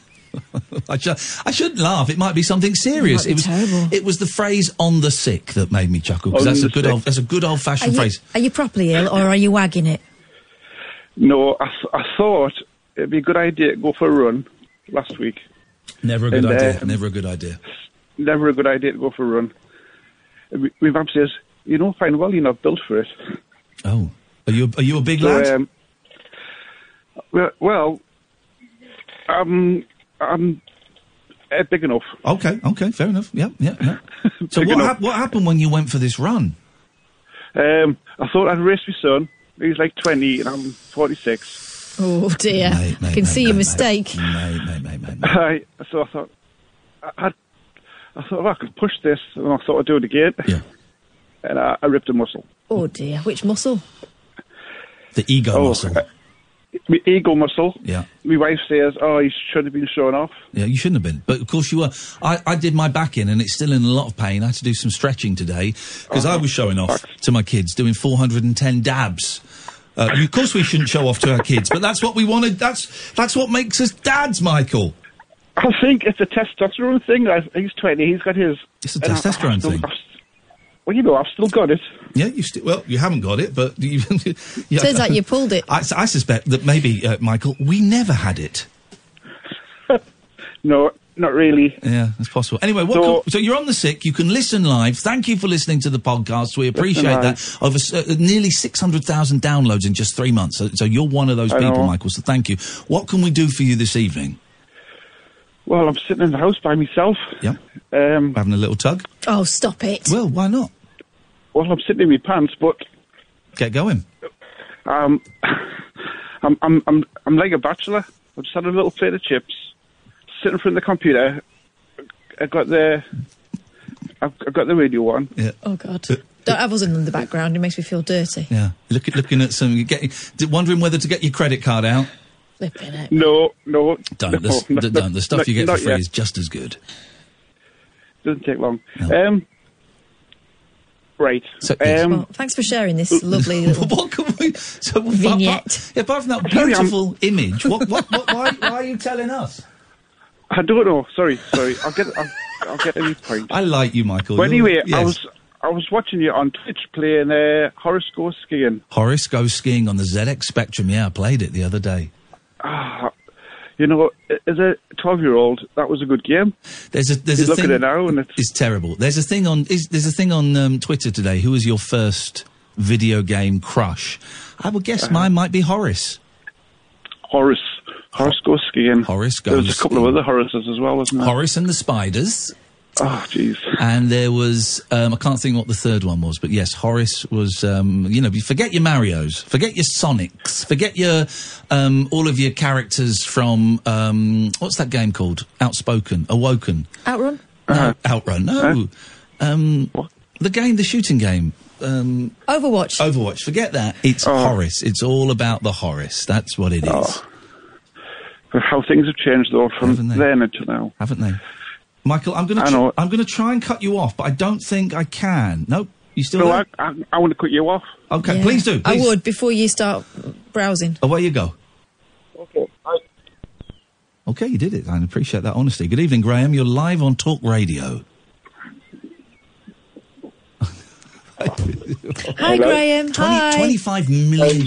Speaker 6: I, ju- I shouldn't laugh. It might be something serious. It,
Speaker 8: It might be
Speaker 6: was
Speaker 8: terrible.
Speaker 6: it was the phrase "on the sick" that made me chuckle because
Speaker 2: On
Speaker 6: that's
Speaker 2: the
Speaker 6: a good
Speaker 2: sick.
Speaker 6: old that's a good old
Speaker 8: Are
Speaker 6: fashioned
Speaker 8: you,
Speaker 6: phrase.
Speaker 8: are you properly ill or are you wagging it?
Speaker 2: No, I, th- I thought it'd be a good idea to go for a run last week.
Speaker 6: Never a good
Speaker 2: And,
Speaker 6: idea.
Speaker 2: uh,
Speaker 6: Never a good idea.
Speaker 2: Never a good idea to go for a run. We, my mum says, you know fine well you're not built for it.
Speaker 6: Oh, are you are you a big
Speaker 2: So,
Speaker 6: lad?
Speaker 2: um, well, well, um, I'm uh, big enough.
Speaker 6: okay, okay, fair enough. Yeah, yeah. yeah. So
Speaker 2: Big
Speaker 6: what
Speaker 2: enough.
Speaker 6: hap- what happened when you went for this run?
Speaker 2: Um, I thought I'd race my son. He's like 20 and I'm 46.
Speaker 8: Oh dear, I can see your mistake.
Speaker 2: I, so I thought, I, I'd- I thought, well, I could push this, and I thought I'd do it again.
Speaker 6: Yeah.
Speaker 2: And I, I ripped a muscle.
Speaker 8: Oh dear, which muscle?
Speaker 6: The ego muscle.
Speaker 2: Oh, My ego muscle.
Speaker 6: Yeah.
Speaker 2: My wife says, oh, you should have been showing off.
Speaker 6: Yeah, you shouldn't have been, but of course you were. I, I did my back in, and it's still in a lot of pain. I had to do some stretching today because I was showing off to my kids doing 410 dabs. Uh, you- of course, we shouldn't show off to our kids, but that's what we wanted. That's that's what makes us dads, Michael.
Speaker 2: I think it's a testosterone thing. I, he's 20, he's got his. It's
Speaker 6: a testosterone thing.
Speaker 2: well, you know, I've still got it.
Speaker 6: Yeah, you still well, you haven't got it, but you, yeah.
Speaker 8: Turns out you pulled it.
Speaker 6: I, I suspect that maybe uh, Michael, we never had it.
Speaker 2: No,
Speaker 14: not really.
Speaker 6: Yeah, that's possible. Anyway, what
Speaker 14: So-
Speaker 6: so, so you're on the sick. You can listen live. Thank you for listening to the podcast. We appreciate
Speaker 14: live.
Speaker 6: that. Over s- uh, nearly 600,000 downloads in just three months. So, so you're one of those
Speaker 14: I
Speaker 6: people,
Speaker 14: know.
Speaker 6: Michael. So thank you. What can we do for you this evening?
Speaker 14: Well, I'm sitting in the house by myself.
Speaker 6: Yeah.
Speaker 14: Um,
Speaker 6: Having a little tug.
Speaker 8: Oh, stop it.
Speaker 6: Well, why not?
Speaker 14: Well, I'm sitting in my pants, but
Speaker 6: get going.
Speaker 14: Um, I'm, I'm, I'm, I'm like a bachelor. I just had a little plate of chips, sitting in front of the computer. I got the, I've, I've got the radio on.
Speaker 6: Yeah.
Speaker 8: Oh God. Don't have us in the background. It makes me feel dirty.
Speaker 6: Yeah. Look, at- looking at some, you're getting, d- wondering whether to get your credit card out.
Speaker 8: Flipping it.
Speaker 14: No, no.
Speaker 6: Don't.
Speaker 14: no,
Speaker 6: the, s-
Speaker 14: no,
Speaker 6: d-
Speaker 14: no,
Speaker 6: don't. The stuff
Speaker 14: not-
Speaker 6: you get for
Speaker 14: not
Speaker 6: free
Speaker 14: yet.
Speaker 6: is just as good.
Speaker 14: Doesn't take long. Um, right. um,
Speaker 6: So,
Speaker 8: well, thanks for sharing this lovely little.
Speaker 6: what can we? So
Speaker 8: vignette.
Speaker 6: Yeah, apart from that
Speaker 14: Sorry, I'm-
Speaker 6: beautiful image, what, what, what, why, why are you telling us?
Speaker 14: I don't know. Sorry, sorry. I'll get. I'll, I'll get to this point.
Speaker 6: I like you, Michael.
Speaker 14: Well,
Speaker 6: You're-
Speaker 14: anyway, I
Speaker 6: yes.
Speaker 14: was I was watching you on Twitch playing uh, horoscope skiing.
Speaker 6: Horace goes skiing on the ZX Spectrum. Yeah, I played it the other day.
Speaker 14: Ah, you know, as a twelve-year-old, that was a good game.
Speaker 6: There's a there's
Speaker 14: you
Speaker 6: a
Speaker 14: look
Speaker 6: thing.
Speaker 14: at it now, and it's
Speaker 6: It's terrible. There's a thing on is, there's a thing on um, Twitter today. Who was your first video game crush? I would guess mine might be Horace.
Speaker 14: Horace. Horace goes skiing.
Speaker 6: Horace goes.
Speaker 14: there was a couple of other Horaces as well, wasn't there?
Speaker 6: Horace and the Spiders.
Speaker 14: Oh, jeez.
Speaker 6: And there was, um, I can't think what the third one was, but yes, Horace was, um, you know, you forget your Marios, forget your Sonics, forget your, um, all of your characters from, um, what's that game called? Outspoken, Awoken.
Speaker 8: Outrun.
Speaker 14: Uh-huh.
Speaker 6: No, Outrun, no. Um, the game, the shooting game. Um,
Speaker 8: Overwatch.
Speaker 6: Overwatch, forget that. It's
Speaker 14: Oh.
Speaker 6: Horace. It's all about the Horace. That's what it is.
Speaker 14: How things have changed though from then until now.
Speaker 6: Haven't they? Michael, I'm going
Speaker 14: I
Speaker 6: to
Speaker 14: know.
Speaker 6: I'm going to try and cut you off, but I don't think I can. Nope. You still
Speaker 14: No,
Speaker 6: there?
Speaker 14: I, I, I want to cut you off.
Speaker 6: Okay,
Speaker 8: Yeah.
Speaker 6: please do.
Speaker 8: I
Speaker 6: please.
Speaker 8: would before you start browsing.
Speaker 6: Away Oh, you go.
Speaker 14: Okay.
Speaker 6: Okay, you did it. I appreciate that honesty. Good evening, Graham. You're live on Talk Radio.
Speaker 8: Hi,
Speaker 6: Hello.
Speaker 8: Graham.
Speaker 6: 20
Speaker 8: Hi.
Speaker 6: 25 million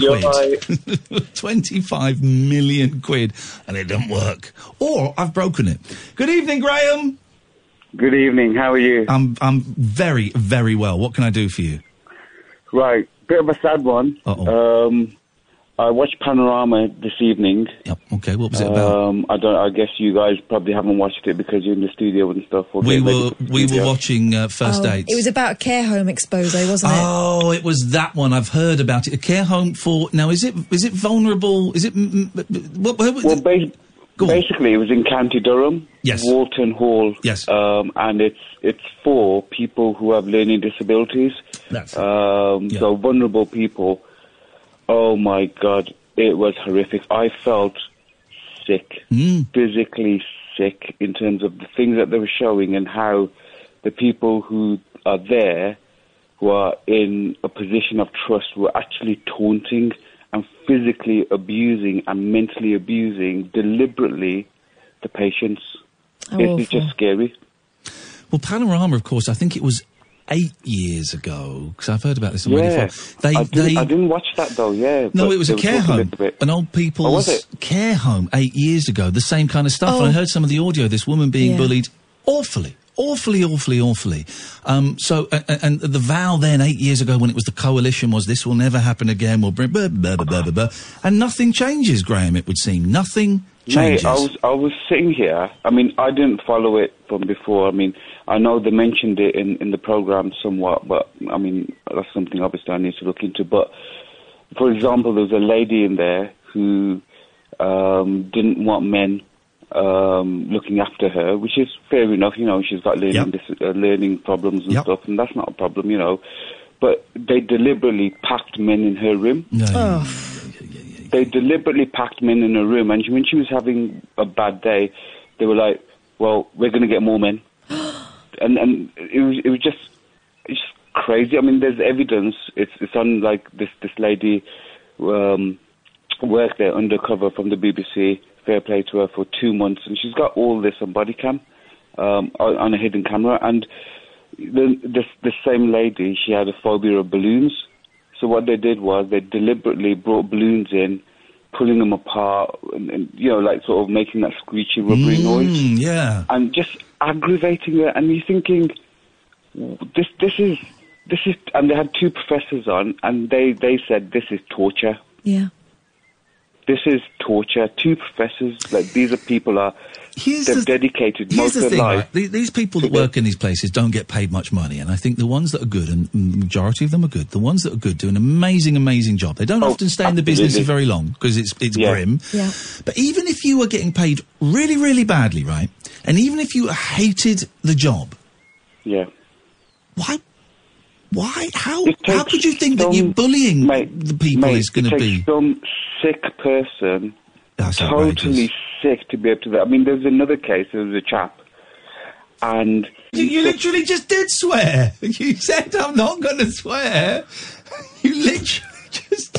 Speaker 6: quid. 25 million quid, and it didn't work. Or I've broken it. Good evening, Graham.
Speaker 15: Good evening. How are you?
Speaker 6: I'm, I'm very, very well. What can I do for you?
Speaker 15: Right, bit of a sad one. Um, I watched Panorama this evening.
Speaker 6: Yep. Okay. What was it about?
Speaker 15: Um, I don't. I guess you guys probably haven't watched it because you're in the studio and stuff. or
Speaker 6: we
Speaker 15: getting ready
Speaker 6: were
Speaker 15: for the
Speaker 6: we were
Speaker 15: studio.
Speaker 6: watching uh, First
Speaker 8: Oh,
Speaker 6: Dates.
Speaker 8: It was about a care home expose, wasn't it?
Speaker 6: Oh, it was that one. I've heard about it. A care home for now. Is it is it vulnerable? Is it? mm, mm, mm, What, what,
Speaker 15: Well, bas- basically, it was in County Durham, yes. Walton Hall. Yes. Um, and it's it's for people who have learning disabilities.
Speaker 6: That's
Speaker 15: um, So vulnerable people. Oh my God, it was horrific. I felt sick,
Speaker 6: Hmm.
Speaker 15: physically sick, in terms of the things that they were showing and how the people who are there, who are in a position of trust, were actually taunting and physically abusing and mentally abusing deliberately the patients.
Speaker 6: How
Speaker 15: It is
Speaker 6: awful.
Speaker 15: just scary.
Speaker 6: Well, Panorama, of course. I think it was eight years ago because I've heard about this on Radio
Speaker 15: Yeah,
Speaker 6: Four. They
Speaker 15: I, didn't,
Speaker 6: they
Speaker 15: I didn't watch that though. Yeah,
Speaker 6: no,
Speaker 15: but
Speaker 6: it was a
Speaker 15: they were
Speaker 6: care
Speaker 15: talking
Speaker 6: home,
Speaker 15: little bit.
Speaker 6: an old people's
Speaker 15: Oh, was it?
Speaker 6: care home eight years ago. The same kind of stuff. And I
Speaker 15: Oh.
Speaker 6: heard some of the audio. This woman being
Speaker 15: Yeah.
Speaker 6: bullied awfully. Awfully, awfully, awfully. Um, so, and, and the vow then eight years ago when it was the coalition was this will never happen again. We'll bring blah, blah, blah, blah, blah, blah. and nothing changes, Graham. It would seem nothing changes.
Speaker 15: Mate, I was I was sitting here. I mean, I didn't follow it from before. I mean, I know they mentioned it in in the program somewhat, but I mean, that's something obviously I need to look into. But for example, there was a lady in there who um, didn't want men um, looking after her, which is fair enough. You know, she's got learning dis- uh, learning problems and stuff, and that's not a problem. You know, but they deliberately packed men in her room Oh. they deliberately packed men in a room, and when she was having a bad day, they were like, "Well, we're going to get more men," and and it was it was just it's just crazy. I mean, there's evidence. It's it's on like this this lady um, worked there undercover from the BBC. Fair play to her for two months, and she's got all this on body cam, um, on, on a hidden camera, and the, this this same lady, she had a phobia of balloons. So what they did was they deliberately brought balloons in, pulling them apart and, and you know, like sort of making that screechy, rubbery noise
Speaker 6: Mm, yeah.
Speaker 15: and just aggravating it. And you're thinking, this, this is, this is. And they had two professors on, and they they said this is torture.
Speaker 8: Yeah.
Speaker 15: This is torture. Two professors, like these are people are
Speaker 6: Here's
Speaker 15: they've
Speaker 6: the-
Speaker 15: dedicated
Speaker 6: Here's
Speaker 15: most
Speaker 6: the
Speaker 15: of
Speaker 6: thing:
Speaker 15: their life.
Speaker 6: right? The- these people that work in these places don't get paid much money, and I think the ones that are good, and the majority of them are good, the ones that are good do an amazing, amazing job. They don't often stay in the business for
Speaker 15: Oh, absolutely.
Speaker 6: very long because it's it's grim.
Speaker 8: Yeah.
Speaker 6: But even if you were getting paid really, really badly, right, and even if you hated the job,
Speaker 15: yeah,
Speaker 6: why, why, how, how could you think that you bullying the people
Speaker 15: Mate,
Speaker 6: is going
Speaker 15: it
Speaker 6: to
Speaker 15: takes
Speaker 6: be?
Speaker 15: some sick person, totally sick, to be able to. do that. I mean, there was another case. There was a chap, and
Speaker 6: You, you literally just did swear. You said I'm not going to swear. You literally just.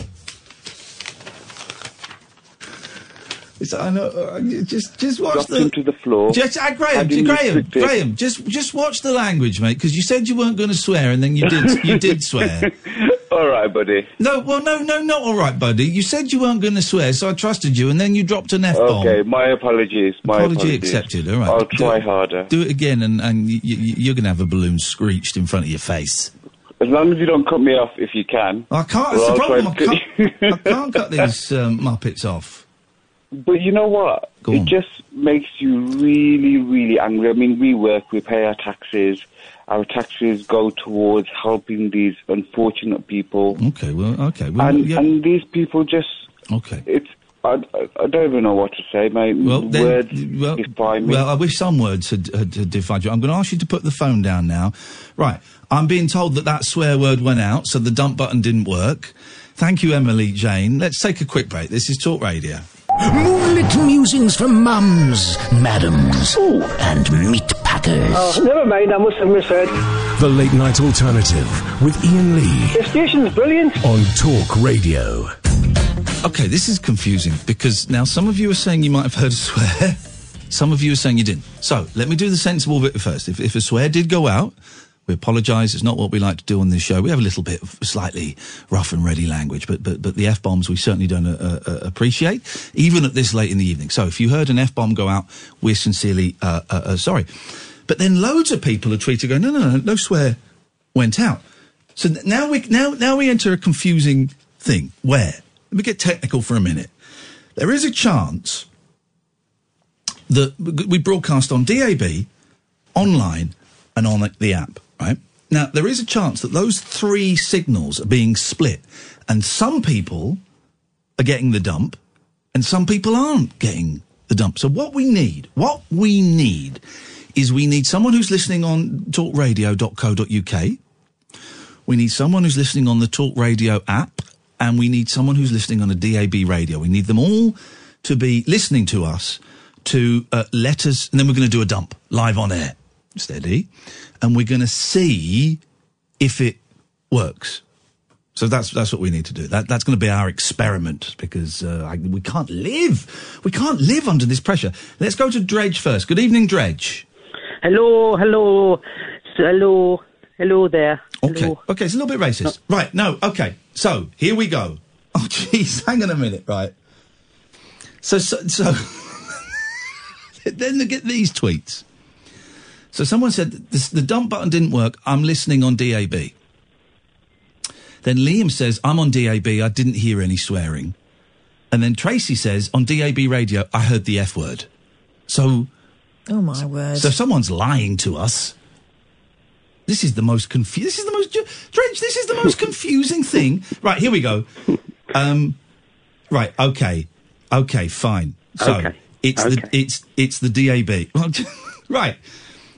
Speaker 6: It's, I know. uh, you Just, just watch
Speaker 15: dropped
Speaker 6: the.
Speaker 15: him to the floor.
Speaker 6: Just, ah, Graham,
Speaker 15: had him
Speaker 6: Graham,
Speaker 15: restricted.
Speaker 6: Graham, just, just watch the language, mate, because you said you weren't going to swear, and then you did, you did swear.
Speaker 15: All right, buddy.
Speaker 6: No, well, no, no, not all right, buddy. You said you weren't going to swear, so I trusted you, and then you dropped an f bomb.
Speaker 15: Okay, my apologies. My
Speaker 6: Apology
Speaker 15: apologies.
Speaker 6: accepted, all right.
Speaker 15: I'll
Speaker 6: Do
Speaker 15: try
Speaker 6: it.
Speaker 15: harder.
Speaker 6: Do it again, and, and you, you, you're going to have a balloon screeched in front of your face.
Speaker 15: As long as you don't cut me off, if you can.
Speaker 6: I can't. That's
Speaker 15: Or
Speaker 6: the
Speaker 15: I'll
Speaker 6: problem. I
Speaker 15: try and
Speaker 6: can't, I can't cut these um, muppets off.
Speaker 15: But you know what? it just makes you really, really angry. I mean, we work, we pay our taxes. Our taxes go towards helping these unfortunate people.
Speaker 6: Okay, well, okay. Well,
Speaker 15: and,
Speaker 6: yeah.
Speaker 15: and these people just.
Speaker 6: Okay.
Speaker 15: It's. I, I- I don't even know what to say, mate.
Speaker 6: Well, then-
Speaker 15: Words
Speaker 6: well,
Speaker 15: define me.
Speaker 6: Well, I wish some words had, had, had defied you. I'm going to ask you to put the phone down now. Right. I'm being told that that swear word went out, so the dump button didn't work. Thank you, Emily Jane. Let's take a quick break. This is Talk Radio.
Speaker 13: Moonlit musings from mums, madams, and meat packers.
Speaker 16: Oh, never mind, I must have misheard.
Speaker 1: The Late Night Alternative with Ian Lee
Speaker 16: The station's brilliant.
Speaker 1: on Talk Radio.
Speaker 6: Okay, this is confusing because now some of you are saying you might have heard a swear, some of you are saying you didn't. So let me do the sensible bit first. If, if a swear did go out, we apologise. It's not what we like to do on this show. We have a little bit of slightly rough and ready language, but but but the f bombs we certainly don't uh, uh, appreciate, even at this late in the evening. So if you heard an f bomb go out, we're sincerely uh, uh, uh, sorry. But then loads of people are tweeting, going, no, no, no, no swear went out. So th- now we now now we enter a confusing thing. Where let me get technical for a minute. There is a chance that we broadcast on DAB, online, and on the app. Right now, there is a chance that those three signals are being split, and some people are getting the dump, and some people aren't getting the dump. So what we need, what we need, is we need someone who's listening on talkradio.co.uk. We need someone who's listening on the Talk Radio app, and we need someone who's listening on a DAB radio. We need them all to be listening to us to uh, let us, and then we're going to do a dump live on air. Steady. And we're going to see if it works. So that's that's what we need to do. That that's going to be our experiment because uh, I, we can't live, we can't live under this pressure. Let's go to Dredge first. Good evening, Dredge.
Speaker 17: Hello, hello, s- hello, hello there.
Speaker 6: Okay. Okay, it's a little bit racist. Right, no, okay. So, here we go. Oh, jeez, hang on a minute, right. So, so, so then they get these tweets. So, someone said, this, the dump button didn't work. I'm listening on DAB. Then Liam says, I'm on DAB. I didn't hear any swearing. And then Tracy says, on DAB radio, I heard the F word. So,
Speaker 8: Oh my word.
Speaker 6: so someone's lying to us. This is the most confusing. This is the most ju- Drench. This is the most confusing thing. Right here we go. Um, right. Okay. Okay. Fine. So
Speaker 18: Okay.
Speaker 6: it's the it's it's the DAB. Well, right.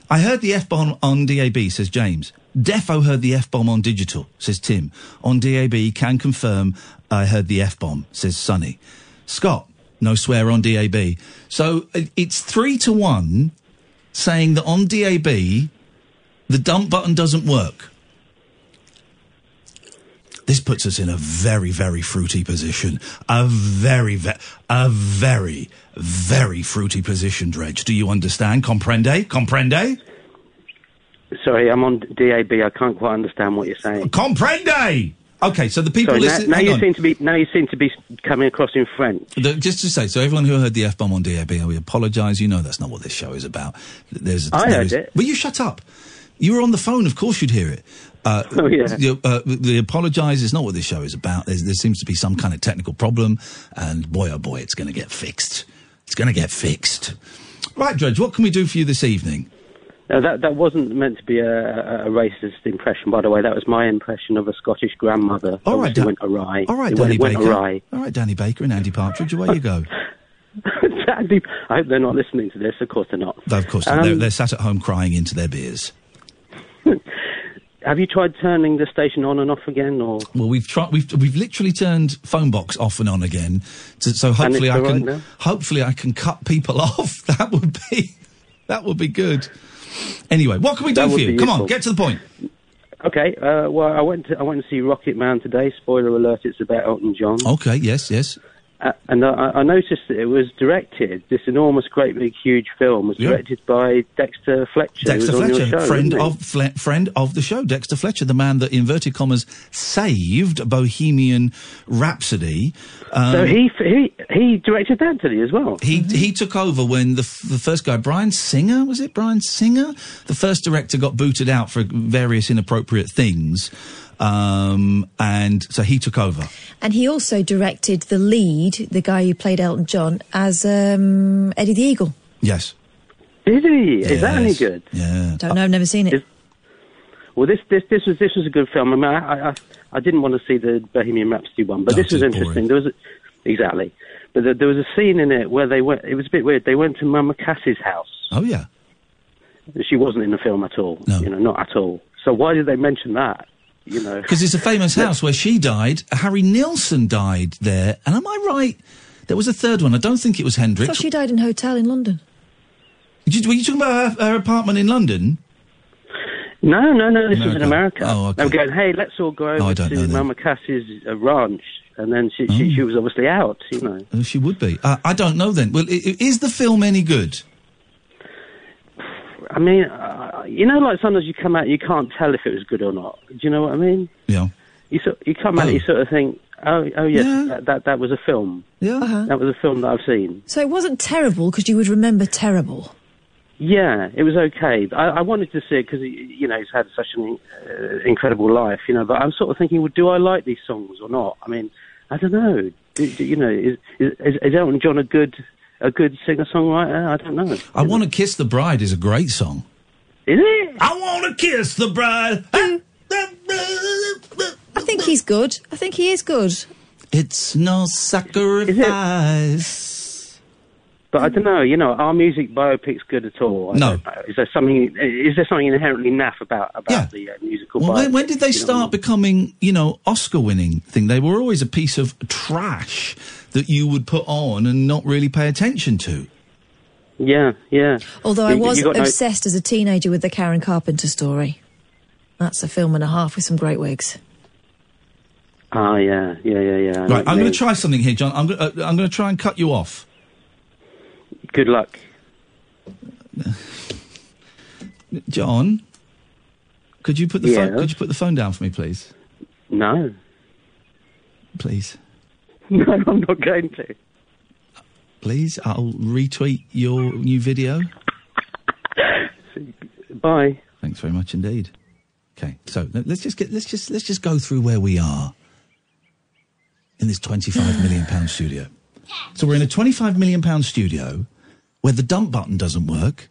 Speaker 6: I heard the f bomb on DAB. Says James. Defo heard the f bomb on digital. Says Tim. On DAB can confirm. uh, I heard the f bomb. Says Sonny. Scott. No swear on DAB. So it- it's three to one saying that on DAB, the dump button doesn't work. This puts us in a very, very fruity position. A very, ve- a very, very fruity position, Dredge. Do you understand? Comprende? Comprende?
Speaker 17: Sorry, I'm on DAB. I can't quite understand what you're saying.
Speaker 6: Comprende! Okay, so the people
Speaker 18: Sorry,
Speaker 6: listening.
Speaker 18: now, now
Speaker 6: hang
Speaker 18: you
Speaker 6: on.
Speaker 18: seem to be now you seem to be coming across in French.
Speaker 6: The- just to say, so everyone who heard the F bomb on DAB, we apologise. You know that's not what this show is about. There's,
Speaker 18: I
Speaker 6: there
Speaker 18: heard
Speaker 6: is-
Speaker 18: it.
Speaker 6: Will you shut up? You were on the phone. Of course, you'd hear it. Uh,
Speaker 18: Oh, yeah.
Speaker 6: you- uh, the apologise is not what this show is about. There's, there seems to be some kind of technical problem, and boy, oh boy, it's going to get fixed. It's going to get fixed. Right, Dredge, what can we do for you this evening?
Speaker 18: Now, that that wasn't meant to be a, a- a racist impression, by the way. That was my impression of a Scottish grandmother.
Speaker 6: All right,
Speaker 18: Obviously
Speaker 6: Dan-
Speaker 18: went awry.
Speaker 6: All right,
Speaker 18: it
Speaker 6: Danny
Speaker 18: went, went
Speaker 6: Baker.
Speaker 18: awry.
Speaker 6: All right, Danny Baker and Andy Partridge, away you go.
Speaker 18: Dandy- I hope they're not listening to this. Of course they're not.
Speaker 6: Though, of course,
Speaker 18: Um,
Speaker 6: they're, they're sat at home crying into their beers.
Speaker 18: Have you tried turning the station on and off again, or
Speaker 6: Well, we've tried. We've we've literally turned phone box off and on again. To, so
Speaker 18: And it's
Speaker 6: hopefully I
Speaker 18: all right
Speaker 6: can.
Speaker 18: now?
Speaker 6: hopefully I can cut people off. That would be. That would be good. Anyway, what can we do
Speaker 18: That
Speaker 6: for
Speaker 18: would
Speaker 6: you?
Speaker 18: be
Speaker 6: Come on,
Speaker 18: useful.
Speaker 6: get to the point.
Speaker 18: okay? Uh, well, I went to, I went to see Rocket Man today. Spoiler alert! It's about Elton John.
Speaker 6: Okay. Yes. Yes.
Speaker 18: Uh, and I, I noticed that it was directed. This enormous, great big, huge film was
Speaker 6: Yeah.
Speaker 18: directed by Dexter Fletcher. who
Speaker 6: Dexter
Speaker 18: was on your
Speaker 6: Fletcher,
Speaker 18: show,
Speaker 6: friend
Speaker 18: wasn't he?
Speaker 6: of Fle- friend of the show. Dexter Fletcher, the man that inverted commas saved Bohemian Rhapsody. Um,
Speaker 18: so he he he directed that, did he as well? Mm-hmm.
Speaker 6: He he took over when the f- the first guy Brian Singer was it Brian Singer the first director got booted out for various inappropriate things, um, and so he took over.
Speaker 8: And he also directed the lead, the guy who played Elton John, as um, Eddie the Eagle.
Speaker 6: Yes.
Speaker 18: Did he? Is that any
Speaker 6: Yes.
Speaker 18: good?
Speaker 6: Yeah.
Speaker 8: Don't know, I've never seen it.
Speaker 18: Well, this this this was this was a good film. I mean, I I, I didn't want to see the Bohemian Rhapsody one, but this was interesting. There was a, exactly, but there, there was a scene in it where they went. It was a bit weird. They went to Mama Cassie's house.
Speaker 6: Oh yeah.
Speaker 18: She wasn't in the film at all. No. You know, not at all. So why did they mention that? You know,
Speaker 6: Because it's a famous house where she died. Harry Nilsson died there, and am I right? There was a third one. I don't think it was
Speaker 8: I
Speaker 6: Hendrix.
Speaker 8: thought she died in a hotel in London.
Speaker 6: Did- Were you talking about her, her apartment in London?
Speaker 18: No, no, no. This was in
Speaker 6: America.
Speaker 18: America.
Speaker 6: Oh, okay.
Speaker 18: They were going, hey, let's all go
Speaker 6: Oh, I
Speaker 18: over
Speaker 6: don't know Oh.
Speaker 18: to
Speaker 6: then.
Speaker 18: Mama Cassie's uh, ranch, and then she, she she was obviously out. You know,
Speaker 6: Oh, she would be. Uh, I don't know then. Well, i- i- is the film any good?
Speaker 18: I mean, uh, you know, like sometimes you come out, you can't tell if it was good or not. Do you know what I mean?
Speaker 6: Yeah.
Speaker 18: You sort you come out, you sort of think, oh, oh yes, that, that that was a film.
Speaker 6: Yeah.
Speaker 18: That was a film that I've seen.
Speaker 8: So it wasn't terrible because you would remember terrible.
Speaker 18: Yeah, it was okay. I, I wanted to see it because you know he's had such an uh, incredible life, you know. But I'm sort of thinking, well, do I like these songs or not? I mean, I don't know. Do, do, you know, is, is is Elton John a good a good singer songwriter? I don't know.
Speaker 6: I want to kiss the bride is a great song.
Speaker 18: Is it?
Speaker 6: I want to kiss the bride.
Speaker 8: I think he's good. I think he is good.
Speaker 6: It's no sacrifice.
Speaker 18: But I don't know. You know, are music biopics good at all? I
Speaker 6: Mm-hmm. No.
Speaker 18: don't know. Is there something? Is there something inherently naff about about the uh, musical?
Speaker 6: Well,
Speaker 18: biopic?
Speaker 6: when, when did they
Speaker 18: You know what I mean?
Speaker 6: start becoming, you know, Oscar-winning thing? They were always a piece of trash that you would put on and not really pay attention to.
Speaker 18: Yeah, yeah.
Speaker 8: Although I
Speaker 6: You- you
Speaker 8: was
Speaker 6: got no-
Speaker 8: obsessed as a teenager with the Karen Carpenter story. That's a film and a half with some great wigs.
Speaker 18: Ah, yeah, yeah, yeah, yeah. I know
Speaker 6: Right,
Speaker 18: what
Speaker 6: I'm
Speaker 18: you
Speaker 6: going
Speaker 18: mean.
Speaker 6: to try something here, John. I'm, go- uh, I'm going to try and cut you off.
Speaker 18: Good luck,
Speaker 6: John. Could you put the phone?
Speaker 18: Yes.
Speaker 6: Could you put the phone down for me, please?
Speaker 18: No.
Speaker 6: Please,
Speaker 18: No, I'm not going to.
Speaker 6: please. I'll retweet your new video.
Speaker 18: Bye.
Speaker 6: Thanks very much indeed. Okay, so let- let's just get let's just let's just go through where we are in this twenty-five million pound studio. So we're in a twenty-five million pound studio where the dump button doesn't work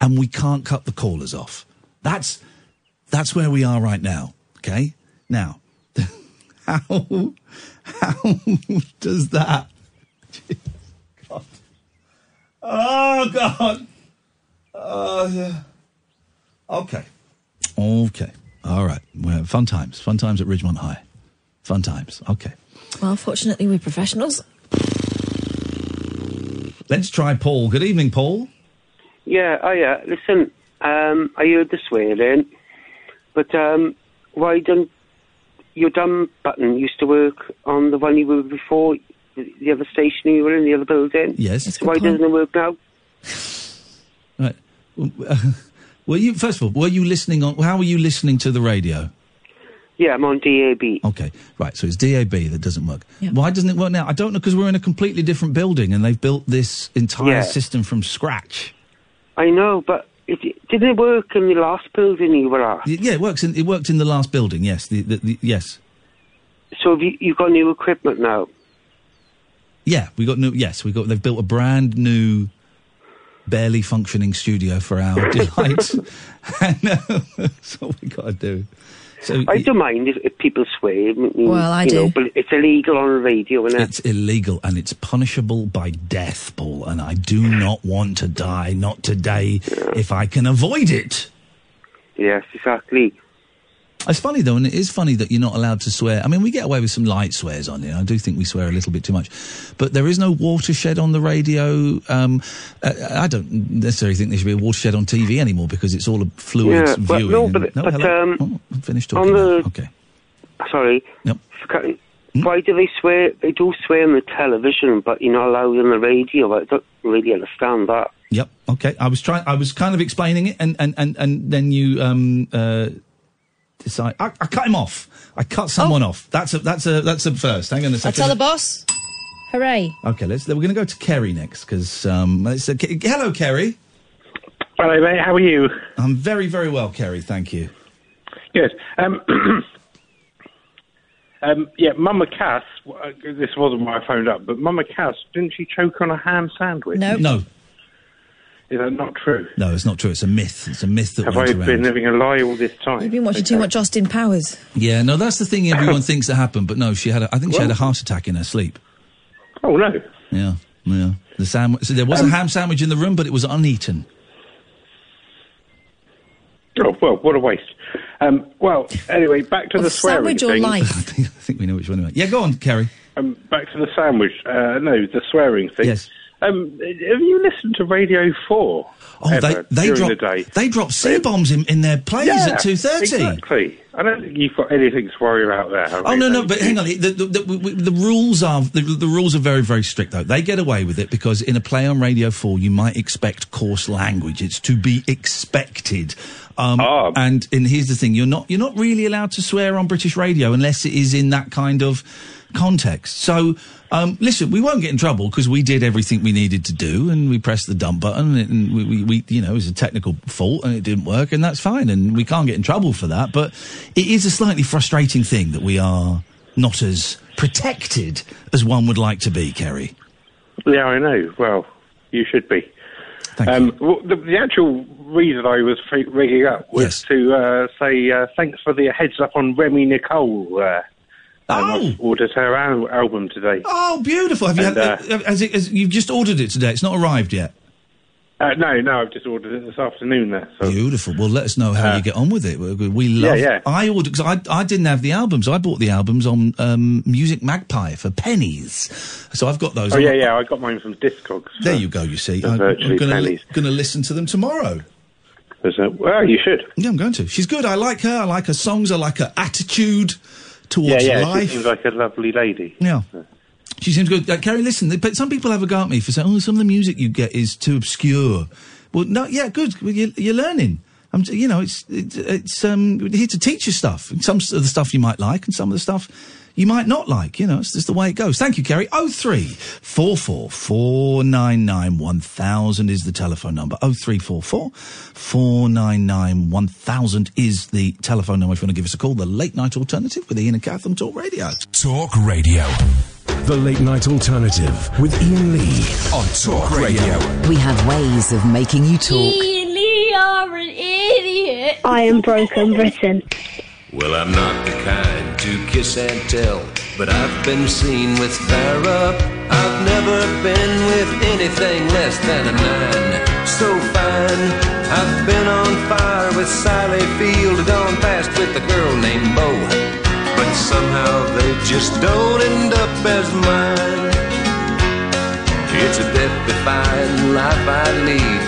Speaker 6: and we can't cut the callers off. That's that's where we are right now. Okay, now how how does that? God. Oh God. Oh yeah. Okay. Okay. All right. Well, fun times. Fun times at Ridgemont High. Fun times. Okay.
Speaker 8: Well, fortunately, we're professionals.
Speaker 6: Let's try Paul. Good evening, Paul.
Speaker 10: Yeah, oh yeah. Listen, um, I heard the swearing, but um, why don't your dumb button used to work on the one you were before, the the other station you were in, the other building?
Speaker 6: Yes. That's a
Speaker 10: So
Speaker 6: good
Speaker 10: why
Speaker 6: point.
Speaker 10: doesn't it work now?
Speaker 6: Right. Were you first of all? Were you listening on? How were you listening to the radio?
Speaker 10: Yeah, I'm on DAB.
Speaker 6: Okay, right. So it's DAB that doesn't work. Why doesn't it work now? I don't know because we're in a completely different building and they've built this entire
Speaker 10: Yeah.
Speaker 6: system from scratch.
Speaker 10: I know, but it, didn't it work in the last building you were at?
Speaker 6: Y- Yeah, it works. In, it worked in the last building. Yes, the, the, the, yes,
Speaker 10: So have you, you've got new equipment now.
Speaker 6: yeah. We got new. Yes, we got. They've built a brand new, barely functioning studio for our delight. and uh, that's what we got to do. So
Speaker 10: I don't mind if, if people swear. m- m-
Speaker 6: Well, I
Speaker 10: you Know,
Speaker 6: do.
Speaker 10: but it's illegal on the radio, isn't it?
Speaker 6: It's illegal and it's punishable by death, Paul. And I do not want to die, not today, if I can avoid it.
Speaker 10: Yes, exactly.
Speaker 6: It's funny though, and it is funny that you're not allowed to swear. I mean, we get away with some light swears on here. I do think we swear a little bit too much, but there is no watershed on the radio. Um, uh, I don't necessarily think there should be a watershed on TV anymore because it's all a fluid
Speaker 10: Yeah, but
Speaker 6: viewing.
Speaker 10: no,
Speaker 6: and-
Speaker 10: but- but,
Speaker 6: hello?
Speaker 10: um,
Speaker 6: Oh, I'm finished
Speaker 10: on
Speaker 6: talking.
Speaker 10: the-
Speaker 6: now. okay.
Speaker 10: Sorry.
Speaker 6: Yep. Hmm?
Speaker 10: Forgotten. Why do they swear? They do swear on the television, but you're not allowed on the radio. I don't really understand that.
Speaker 6: Yep. Okay. I was trying. I was kind of explaining it, and and and and then you um uh decide. I, I cut him off. I cut someone off. That's a that's a that's a first. Hang on a
Speaker 19: I
Speaker 6: second.
Speaker 19: tell the boss. Hooray.
Speaker 6: Okay, let's. We're going to go to Kerry next because um, it's a, Ke- hello, Kerry.
Speaker 20: Hello, mate. How are you?
Speaker 6: I'm very, very well, Kerry. Thank you.
Speaker 20: Good. Um, um, yeah, Mama Cass. uh, This wasn't why I phoned up, but Mama Cass didn't she choke on a ham sandwich?
Speaker 6: No,
Speaker 20: Is that not true?
Speaker 6: no, it's not true. It's a myth. It's a myth that
Speaker 20: Have I
Speaker 6: went
Speaker 20: been
Speaker 6: around.
Speaker 20: living a lie all this time?
Speaker 8: You've been watching too much Austin Powers.
Speaker 6: yeah, no, that's the thing everyone thinks that happened, but no, she had. A, I think she had a heart attack in her sleep.
Speaker 20: Oh no. Um,
Speaker 6: Yeah, yeah. The sandwich. So there was a ham sandwich in the room, but it was uneaten.
Speaker 20: Oh well, what a waste. Um, well, anyway, back to the swearing thing.
Speaker 6: I think, I think we know which one. we meant. Yeah, go on, Kerry.
Speaker 20: Um, back to the sandwich. Uh, no, the swearing thing.
Speaker 6: Yes.
Speaker 20: Um, have you listened to Radio Four?
Speaker 6: Oh,
Speaker 20: ever
Speaker 6: they they
Speaker 20: during
Speaker 6: drop
Speaker 20: the day?
Speaker 6: they drop c bombs in, in their plays
Speaker 20: Yeah,
Speaker 6: at two thirty.
Speaker 20: Exactly. I don't think you've got anything to worry about there. have
Speaker 6: Oh
Speaker 20: you?
Speaker 6: no, no, but hang on. The, the, the, the, the rules are the, the rules are very, very strict though. They get away with it because in a play on Radio Four, you might expect coarse language. It's to be expected. Um, And and here's the thing: you're not you're not really allowed to swear on British radio unless it is in that kind of context. So. Um, listen, we won't get in trouble because we did everything we needed to do, and we pressed the dump button, and, and we, we, we, you know, it was a technical fault, and it didn't work, and that's fine, and we can't get in trouble for that. But it is a slightly frustrating thing that we are not as protected as one would like to be, Kerry.
Speaker 20: Yeah, I know. Well, you should be. um, well, the, the actual reason I was f- ringing up was to uh, say uh, thanks for the heads up on Remy Nicole. Uh, um, I've ordered her al- album today.
Speaker 6: Oh, beautiful! Have you
Speaker 20: And,
Speaker 6: had, has it, has, you've just ordered it today? It's not arrived yet.
Speaker 20: Uh, no, no, I've just ordered it this afternoon. There.
Speaker 6: Beautiful. Well, let us know how you get on with it. We- We love.
Speaker 20: yeah.
Speaker 6: I ordered because I, I didn't have the albums. I bought the albums on um, Music Magpie for pennies. So I've got those.
Speaker 20: Oh
Speaker 6: I'm-
Speaker 20: yeah, yeah. I got mine from Discogs.
Speaker 6: There you go. You see,
Speaker 20: They're virtually
Speaker 6: gonna
Speaker 20: pennies.
Speaker 6: gonna listen to them tomorrow.
Speaker 20: So, well, you should.
Speaker 6: Yeah, I'm going to. She's good. I like her. I like her songs. I like her attitude towards
Speaker 20: yeah, yeah. She
Speaker 6: life.
Speaker 20: seems like a lovely lady.
Speaker 6: Yeah. She seems good. Uh, Kerry, listen, th- but some people have a go at me for saying, oh, some of the music you get is too obscure. Well, no, yeah, good. Well, you're, you're learning. I'm, t- you know, it's, it's, it's um, we're here to teach you stuff. And some of the stuff you might like and some of the stuff you might not like. You know, it's just the way it goes. Thank you, Kerry. 0344 499 1000 is the telephone number. 0344 499 1000 is the telephone number if you want to give us a call. The late night alternative with Ian and Kath on Talk Radio.
Speaker 1: Talk Radio. The Late Night Alternative with Ian Lee on Talk Radio.
Speaker 19: We have ways of making you talk.
Speaker 21: Really are an idiot.
Speaker 22: I am broken Britain.
Speaker 23: Well, I'm not the kind to kiss and tell, but I've been seen with Farrah. I've never been with anything less than a nine. So fine, I've been on fire with Sally Field, gone fast with a girl named Bo. But somehow they just don't end up as mine. It's a death-defying life I lead.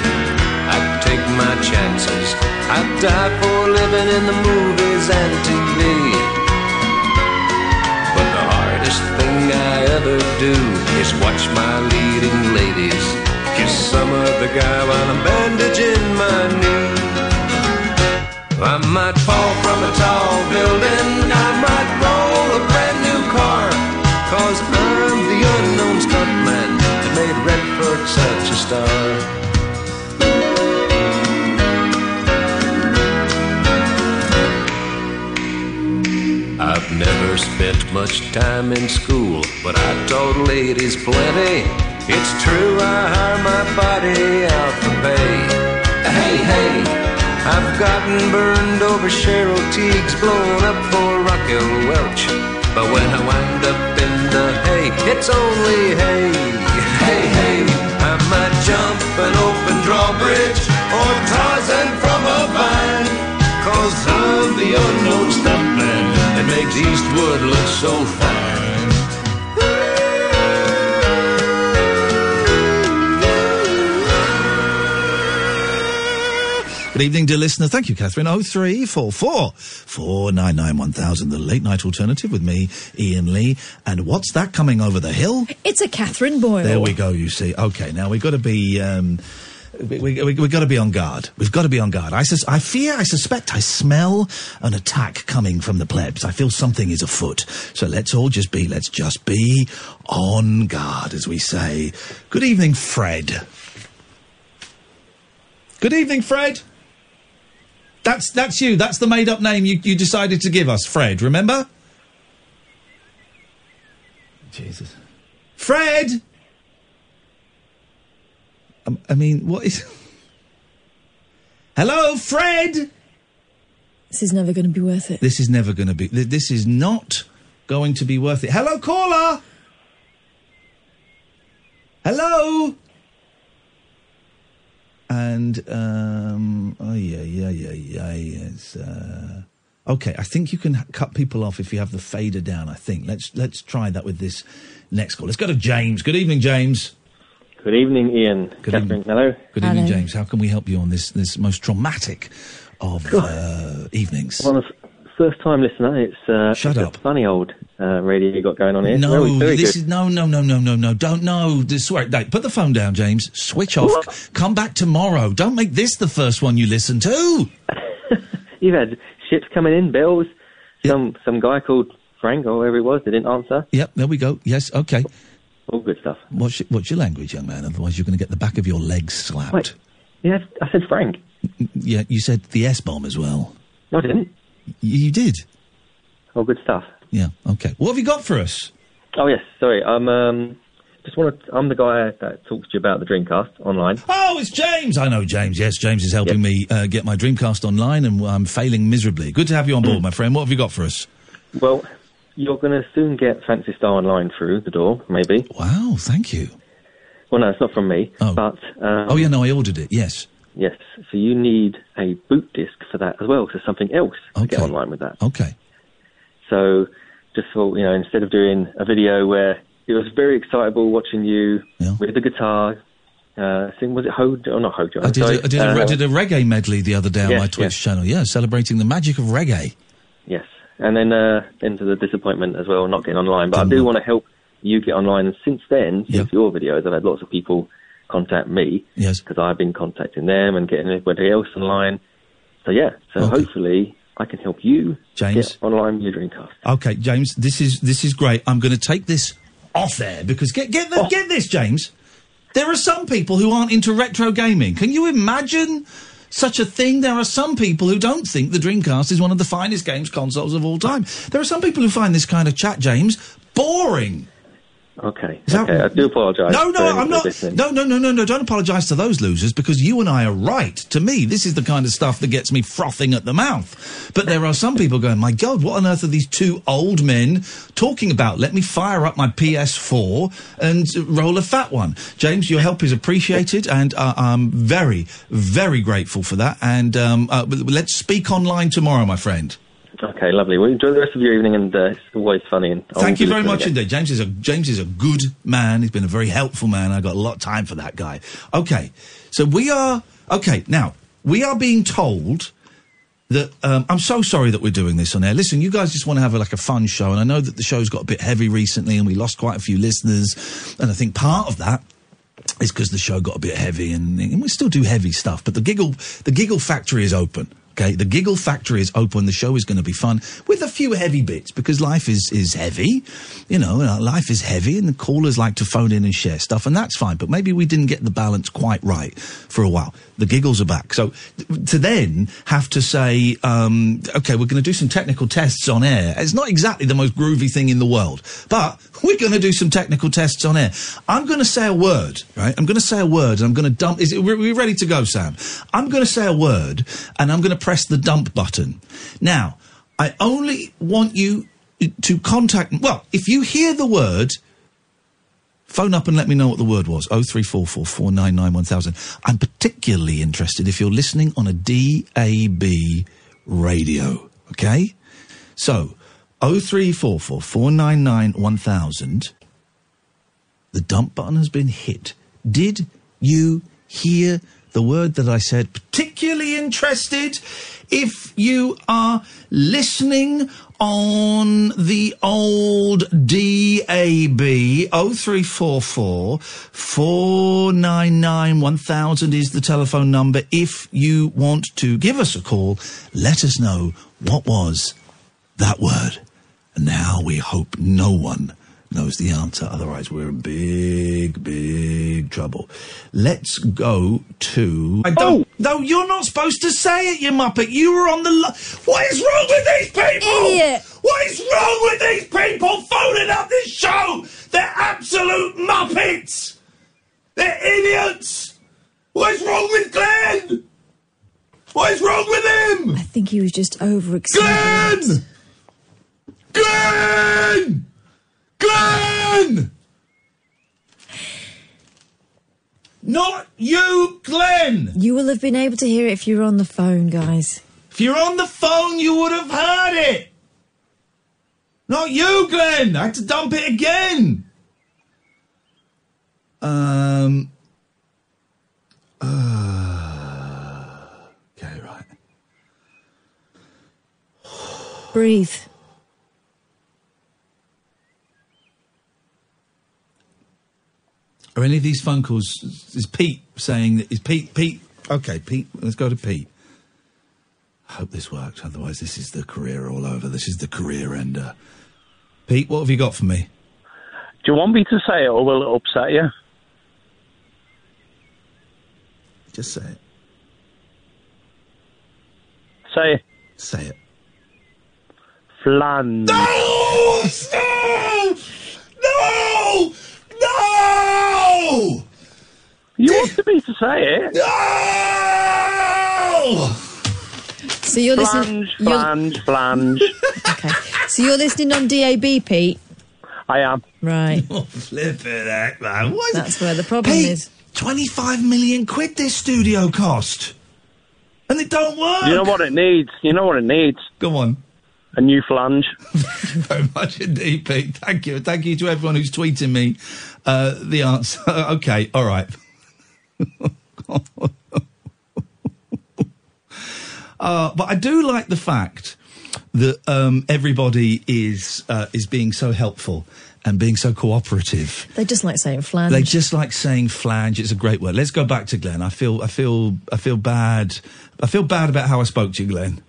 Speaker 23: I take my chances. I die for living in the movies and TV. But the hardest thing I ever do is watch my leading ladies kiss some other guy while I'm bandaging my knee. I might fall from a tall building. I might roll a brand new car. Cause I'm the unknown stuntman that made Redford such a star. I've never spent much time in school, but I taught ladies plenty. It's true, I hire my body out for pay. Hey, hey, I've gotten burned over Cheryl Teagues, blown up for Raquel Welch. But when I wind up in the hay, it's only hay. Hey, hey, I might jump an open drawbridge or Tarzan from a vine. Cause I'm the unknown stuntman that makes Eastwood look so fine.
Speaker 6: Good evening, dear listener. Thank you, Catherine. 0344 499 1000, the late night alternative with me, Ian Lee. And what's that coming over the hill?
Speaker 8: It's a Catherine Boyle.
Speaker 6: There we go, you see. Okay, now we've got to be. Um, we, we, we, we've got to be on guard. We've got to be on guard. I, sus- I fear, I suspect, I smell an attack coming from the plebs. I feel something is afoot. So let's all just be, let's just be on guard, as we say. Good evening, Fred. Good evening, Fred. That's that's you. That's the made up name you, you decided to give us, Fred. Remember? Jesus. Fred. Um, I mean, what is? Hello, Fred.
Speaker 8: This is never going to be worth it.
Speaker 6: This is never going to be. th- This is not going to be worth it. Hello, caller. Hello. And um, oh yeah, yeah, yeah, yeah. It's, uh, okay, I think you can h- cut people off if you have the fader down. I think let's let's try that with this next call. Let's go to James. Good evening, James.
Speaker 24: Good evening, Ian.
Speaker 6: Good
Speaker 24: Catherine,
Speaker 6: evening.
Speaker 24: hello.
Speaker 6: Good evening, James. How can we help you on this this most traumatic of uh, evenings?
Speaker 24: Well, I'm a f- first time listener. It's uh,
Speaker 6: Shut
Speaker 24: it's a
Speaker 6: up.
Speaker 24: funny old uh, radio you got going on here.
Speaker 6: No,
Speaker 24: Very- very
Speaker 6: this
Speaker 24: good.
Speaker 6: is no, no, no, no, no, no. Don't no. This, swear, no, put the phone down, James. Switch off. Come back tomorrow. Don't make this the first one you listen to.
Speaker 24: You've had ships coming in, bills. Some some guy called Frank or whoever it was that didn't answer.
Speaker 6: Yep, there we go. Yes, okay.
Speaker 24: All good stuff.
Speaker 6: What's your, what's your language, young man? Otherwise, you're going to get the back of your legs slapped. Mm,
Speaker 24: Wait, yeah, I said Frank.
Speaker 6: Yeah, you said the S bomb as well.
Speaker 24: No, I didn't.
Speaker 6: You did.
Speaker 24: All good stuff.
Speaker 6: Yeah. Okay. What have you got for us?
Speaker 24: Oh yes, sorry. I'm um, just want to. I'm the guy that talks to you about the Dreamcast online.
Speaker 6: Oh, it's James. I know James. Yes, James is helping me uh, get my Dreamcast online, and I'm failing miserably. Good to have you on board, my friend. What have you got for us?
Speaker 24: Well, you're going to soon get Fancy Star Online through the door, maybe.
Speaker 6: Wow, thank you.
Speaker 24: Well, no, it's not from me.
Speaker 6: Oh.
Speaker 24: But um,
Speaker 6: oh, yeah, no, I ordered it. Yes.
Speaker 24: Yes, so you need a boot disk for that as well, so something else to get online with that.
Speaker 6: Okay.
Speaker 24: So just thought, you know, instead of doing a video where it was very excitable watching you with the guitar, uh, sing, was it Hod or not Hojo?
Speaker 6: I did,
Speaker 24: sorry.
Speaker 6: a, I, did a,
Speaker 24: Uh,
Speaker 6: I did a reggae medley the other day on
Speaker 24: Yes,
Speaker 6: my Twitch channel. Yeah, celebrating the magic of reggae.
Speaker 24: Yes, and then uh, into the disappointment as well, not getting online. But I do want to help you get online. And since then, since your videos, I've had lots of people contact me
Speaker 6: Yes.
Speaker 24: because I've been contacting them and getting everybody else online. So yeah, so hopefully I can help you
Speaker 6: James?
Speaker 24: get online with your Dreamcast.
Speaker 6: Okay, James, this is this is great. I'm going to take this off there because get get the, get this, James. There are some people who aren't into retro gaming. Can you imagine such a thing? There are some people who don't think the Dreamcast is one of the finest games consoles of all time. There are some people who find this kind of chat, James, boring.
Speaker 24: Okay,
Speaker 6: Is that-
Speaker 24: okay, I do apologise.
Speaker 6: No,
Speaker 24: for
Speaker 6: no, I'm
Speaker 24: anyone
Speaker 6: not.
Speaker 24: listening.
Speaker 6: No, no, no, no, no. Don't apologise to those losers because you and I are right. To me, this is the kind of stuff that gets me frothing at the mouth. But there are some people going, my God, what on earth are these two old men talking about? Let me fire up my PS4 and roll a fat one. James, your help is appreciated and uh, I'm very, very grateful for that. And um, uh, but let's speak online tomorrow, my friend.
Speaker 24: Okay, lovely. Well, enjoy the rest of your evening, and uh, it's always funny. And I'll
Speaker 6: Thank
Speaker 24: be
Speaker 6: you very
Speaker 24: listening
Speaker 6: much
Speaker 24: again.
Speaker 6: indeed. James is a James is a good man. He's been a very helpful man. I got a lot of time for that guy. Okay, so we are okay now. We are being told that um, I'm so sorry that we're doing this on air. Listen, you guys just want to have a, like a fun show, and I know that the show's got a bit heavy recently, and we lost quite a few listeners, and I think part of that is because the show got a bit heavy, and, and we still do heavy stuff. But the giggle, the giggle factory is open. Okay, the Giggle Factory is open. The show is going to be fun with a few heavy bits because life is is heavy. You know, uh, life is heavy, and the callers like to phone in and share stuff, and that's fine. But maybe we didn't get the balance quite right for a while. The giggles are back, so th- to then have to say, um, okay, we're going to do some technical tests on air. It's not exactly the most groovy thing in the world, but we're going to do some technical tests on air. I'm going to say a word, right? I'm going to say a word, and I'm going to dump. Is it? Are we ready to go, Sam? I'm going to say a word, and I'm going to press the dump button. Now, I only want you to contact. Well, if you hear the word. Phone up and let me know what the word was. 0344 499 1000. I'm particularly interested if you're listening on a DAB radio. Okay? So, 0344 499 1000. The dump button has been hit. Did you hear the word that I said? Particularly interested if you are listening on the old DAB 0344 499 1000 is the telephone number. If you want to give us a call, let us know what was that word. And now we hope no one knows the answer. Otherwise, we're in big, big trouble. Let's go to. I don't. No, you're not supposed to say it, you muppet. You were on the. Li- what is wrong with these people?
Speaker 5: Idiot.
Speaker 6: What is wrong with these people phoning up this show? They're absolute muppets. They're idiots. What is wrong with Glenn? What is wrong with him?
Speaker 8: I think he was just overexcited. Glenn!
Speaker 6: Glenn! Glenn! Not you, Glenn!
Speaker 8: You will have been able to hear it if you were on the phone, guys.
Speaker 6: If you're on the phone, you would have heard it. Not you, Glenn. I had to dump it again. Um. uh, okay, right.
Speaker 8: Breathe.
Speaker 6: Are any of these phone calls? Is Pete saying that? Is Pete? Pete? Okay, Pete. Let's go to Pete. I hope this works. Otherwise, this is the career all over. This is the career ender. Pete, what have you got for me?
Speaker 22: Do you want me to say it or will it upset you?
Speaker 6: Just say it.
Speaker 22: Say it.
Speaker 6: Say it.
Speaker 22: Flan.
Speaker 6: No! Stop! No! No!
Speaker 22: You wanted me to say it.
Speaker 6: No!
Speaker 8: So you're listening.
Speaker 22: Flange,
Speaker 8: you're-
Speaker 22: flange, flange.
Speaker 8: okay. So you're listening on DAB, Pete.
Speaker 22: I am.
Speaker 8: Right.
Speaker 6: Flip it, heck, man. What is
Speaker 8: That's where the problem
Speaker 6: Pete,
Speaker 8: is.
Speaker 6: 25 million quid this studio cost. And it don't work.
Speaker 22: You know what it needs? You know what it needs?
Speaker 6: Go on.
Speaker 22: A new flange.
Speaker 6: very much indeed, Pete. Thank you. Thank you to everyone who's tweeting me uh, the answer. okay, all right. uh, but I do like the fact that um, everybody is uh, is being so helpful and being so cooperative.
Speaker 8: They just like saying flange.
Speaker 6: They just like saying flange. It's a great word. Let's go back to Glenn. I feel, I feel, I feel bad. I feel bad about how I spoke to you, Glenn.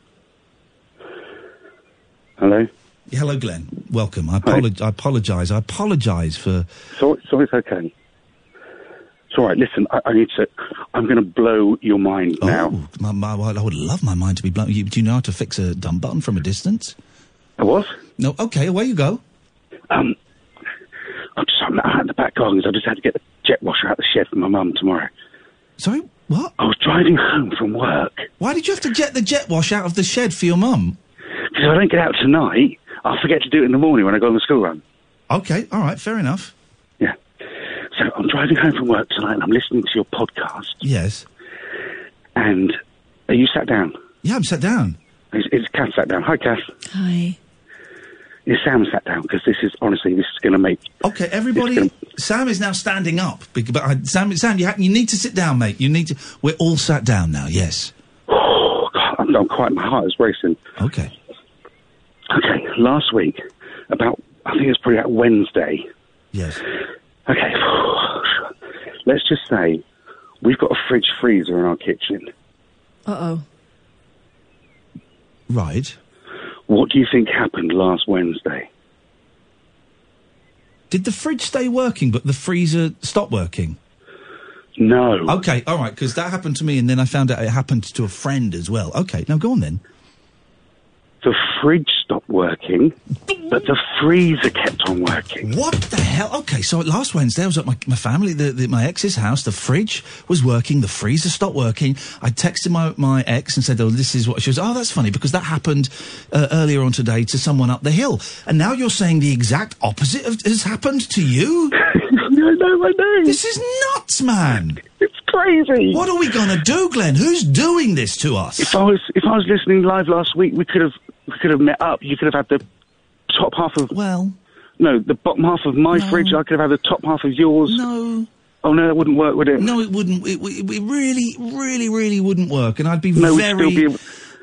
Speaker 22: Hello.
Speaker 6: Hello, Glenn. Welcome. I, apolog- I apologise. I apologise for.
Speaker 22: So, so it's okay.
Speaker 2: It's all right. Listen, I, I need to. I'm going to blow your mind now.
Speaker 6: My, my, I would love my mind to be blown. You, do you know how to fix a dumb button from a distance?
Speaker 2: I was.
Speaker 6: No. Okay. Away you go. Oh.
Speaker 2: Um, I'm just I'm out in the back gardens. I just had to get the jet washer out of the shed for my mum tomorrow.
Speaker 6: Sorry, what?
Speaker 2: I was driving home from work
Speaker 6: Why did you have to jet the jet wash out of the shed for your mum?
Speaker 2: because if I don't get out tonight, I'll forget to do it in the morning when I go on the school run.
Speaker 6: Okay. All right. Fair enough.
Speaker 2: So I'm driving home from work tonight and I'm listening to your podcast.
Speaker 6: Yes.
Speaker 2: And are you sat down?
Speaker 6: Yeah, I'm sat down.
Speaker 2: Is, is Kath sat down? Hi, Kath.
Speaker 8: Hi.
Speaker 2: Is Sam sat down? Because this is honestly, this is going to make
Speaker 6: Okay, everybody. Sam is now standing up, bec- but I, Sam, Sam, you, ha- you need to sit down, mate. You need to. We're all sat down now. Yes.
Speaker 2: I'm, I'm quite, my heart is racing.
Speaker 6: Okay.
Speaker 2: Okay, last week, about, I think it was probably about Wednesday.
Speaker 6: Yes.
Speaker 2: Okay, let's just say we've got a fridge freezer in our kitchen.
Speaker 8: Uh oh.
Speaker 6: Right.
Speaker 20: What do you think happened last Wednesday?
Speaker 6: Did the fridge stay working, but the freezer stopped working?
Speaker 20: No.
Speaker 6: Okay, all right, because that happened to me, and then I found out it happened to a friend as well. Okay, now go on then.
Speaker 20: The fridge stopped working, but the freezer kept on working.
Speaker 6: What the hell? Okay, so last Wednesday I was at my, my family, the, the, my ex's house. The fridge was working, the freezer stopped working. I texted my, my ex and said, "Oh, this is what." She was, "Oh, that's funny because that happened uh, earlier on today to someone up the hill, and now you're saying the exact opposite of, has happened to you."
Speaker 20: no, no, I know.
Speaker 6: This is nuts, man.
Speaker 20: It's crazy.
Speaker 6: What are we gonna do, Glenn? Who's doing this to us?
Speaker 20: If I was if I was listening live last week, we could have we could have met up. You could have had the top half of
Speaker 6: well,
Speaker 20: no, the bottom half of my
Speaker 6: No.
Speaker 20: fridge. I could have had the top half of yours.
Speaker 6: No.
Speaker 20: Oh no, that wouldn't work, would it?
Speaker 6: No, it wouldn't. It, it, it really, really, really wouldn't work. And I'd be
Speaker 20: No, we'd still
Speaker 6: very,
Speaker 20: be able-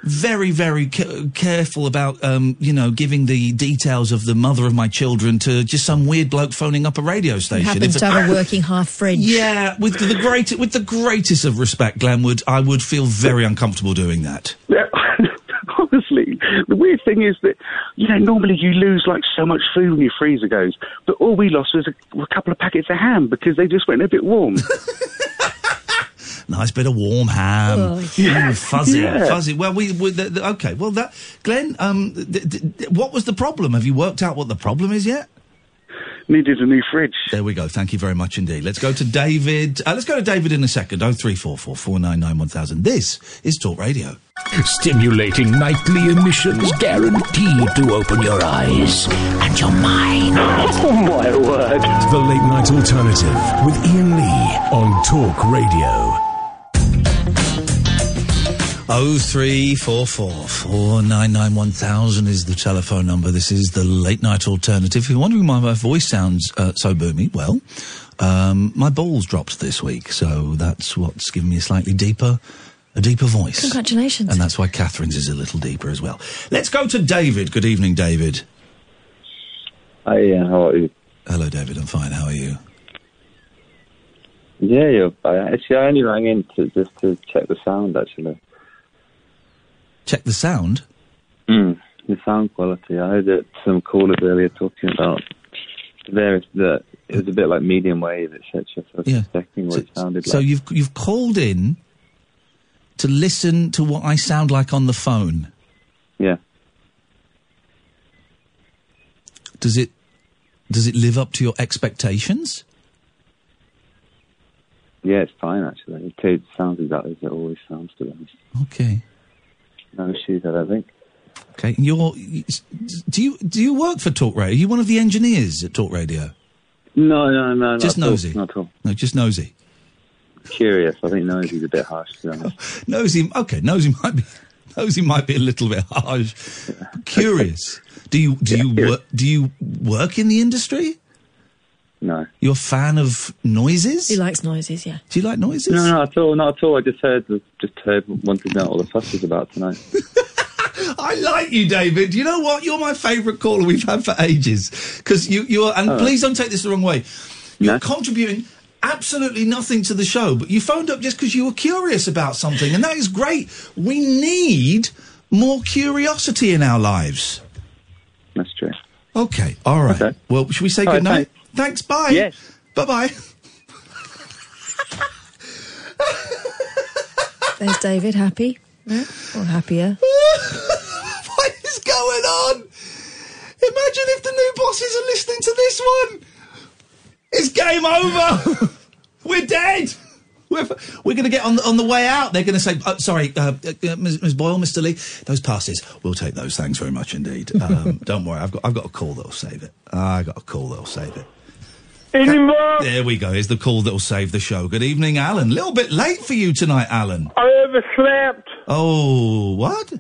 Speaker 6: very, very ca- careful about, um, you know, giving the details of the mother of my children to just some weird bloke phoning up a radio
Speaker 8: Who
Speaker 6: station.
Speaker 8: happens
Speaker 6: If
Speaker 8: to
Speaker 6: it-
Speaker 8: have a working half fridge.
Speaker 6: Yeah, with the great, with the greatest of respect, Glenwood, I would feel very uncomfortable doing that.
Speaker 20: Yeah, Honestly, the weird thing is that you know normally you lose like so much food when your freezer goes, but all we lost was a, a couple of packets of ham because they just went a bit warm.
Speaker 6: Nice bit of warm ham.
Speaker 20: Oh,
Speaker 6: Ooh, fuzzy,
Speaker 20: Yeah.
Speaker 6: fuzzy. Well, we, we the, the, okay. Well, that Glenn, um, th- th- th- what was the problem? Have you worked out what the problem is yet?
Speaker 20: Needed a new fridge.
Speaker 6: There we go. Thank you very much indeed. Let's go to David. Uh, let's go to David in a second. Oh three four four four nine nine one thousand. This is Talk Radio.
Speaker 25: Stimulating nightly emissions guaranteed to open your eyes and your mind.
Speaker 1: My word. The Late Night Alternative with Ian Lee on Talk Radio.
Speaker 6: Oh three four four four nine nine one thousand is the telephone number. This is the late night alternative. If you're wondering why my voice sounds uh, so boomy, well, um, my balls dropped this week, so that's what's given me a slightly deeper, a deeper voice.
Speaker 8: Congratulations.
Speaker 6: And that's why Catherine's is a little deeper as well. Let's go to David. Good evening, David.
Speaker 26: Hi, Ian. How are you?
Speaker 6: Hello, David. I'm fine. How are you?
Speaker 26: Yeah, you're fine. Actually, I only rang in to just to check the sound. Actually,
Speaker 6: Check the sound.
Speaker 26: mm. the sound quality. I heard that some callers earlier talking about there that it was a bit like medium wave, etc. So I was
Speaker 6: Yeah.
Speaker 26: just checking what it sounded
Speaker 6: So
Speaker 26: like.
Speaker 6: you've you've called in to listen to what I sound like on the phone.
Speaker 26: Yeah.
Speaker 6: Does it does it live up to your expectations?
Speaker 26: Yeah, it's fine actually. It it sounds exactly as it always sounds to them.
Speaker 6: Okay.
Speaker 26: No issues, I don't think.
Speaker 6: Okay. And you're you- do you do you work for Talk Radio? Are you one of the engineers at Talk Radio?
Speaker 26: No, Oh, no, no. not
Speaker 6: Just
Speaker 26: at all,
Speaker 6: nosy.
Speaker 26: Not at all.
Speaker 6: No, just nosy.
Speaker 26: Curious. I think nosy's a bit harsh. To be honest.
Speaker 6: Nosy. Okay. Nosy might be nosy might be a little bit harsh. Curious. Do you do you work do you work in the industry?
Speaker 26: No.
Speaker 6: You're a fan of noises. He
Speaker 8: likes noises. Yeah.
Speaker 6: Do you like noises?
Speaker 26: No, not at all. Not at all. I just heard, just heard, wanted to know what the fuss was about tonight.
Speaker 6: I like you, David. You know what? You're my favourite caller we've had for ages. Because you, you are, and
Speaker 26: Oh.
Speaker 6: please don't take this the wrong way. You're contributing absolutely nothing to the show, but you phoned up just because you were curious about something, and that is great. We need more curiosity in our lives.
Speaker 26: That's true.
Speaker 6: Okay. All right. Well, should we say
Speaker 26: All right,
Speaker 6: good night? Thanks. Bye. Yes. Bye bye.
Speaker 8: There's David. Happy. Yeah. Or happier.
Speaker 6: what is going on? Imagine if the new bosses are listening to this one. It's game over. We're dead. We're, f- we're going to get on the, on the way out. They're going to say, oh, "Sorry, uh, uh, uh, Ms. Ms. Boyle, Mr. Lee, those passes. We'll take those. Thanks very much indeed. Um, don't worry, I've got I've got a call that'll save it. I got a call that'll save it. There we go. Here's the call that'll save the show. Good evening, Alan. Little bit late for you tonight, Alan.
Speaker 3: I overslept.
Speaker 6: Oh, what?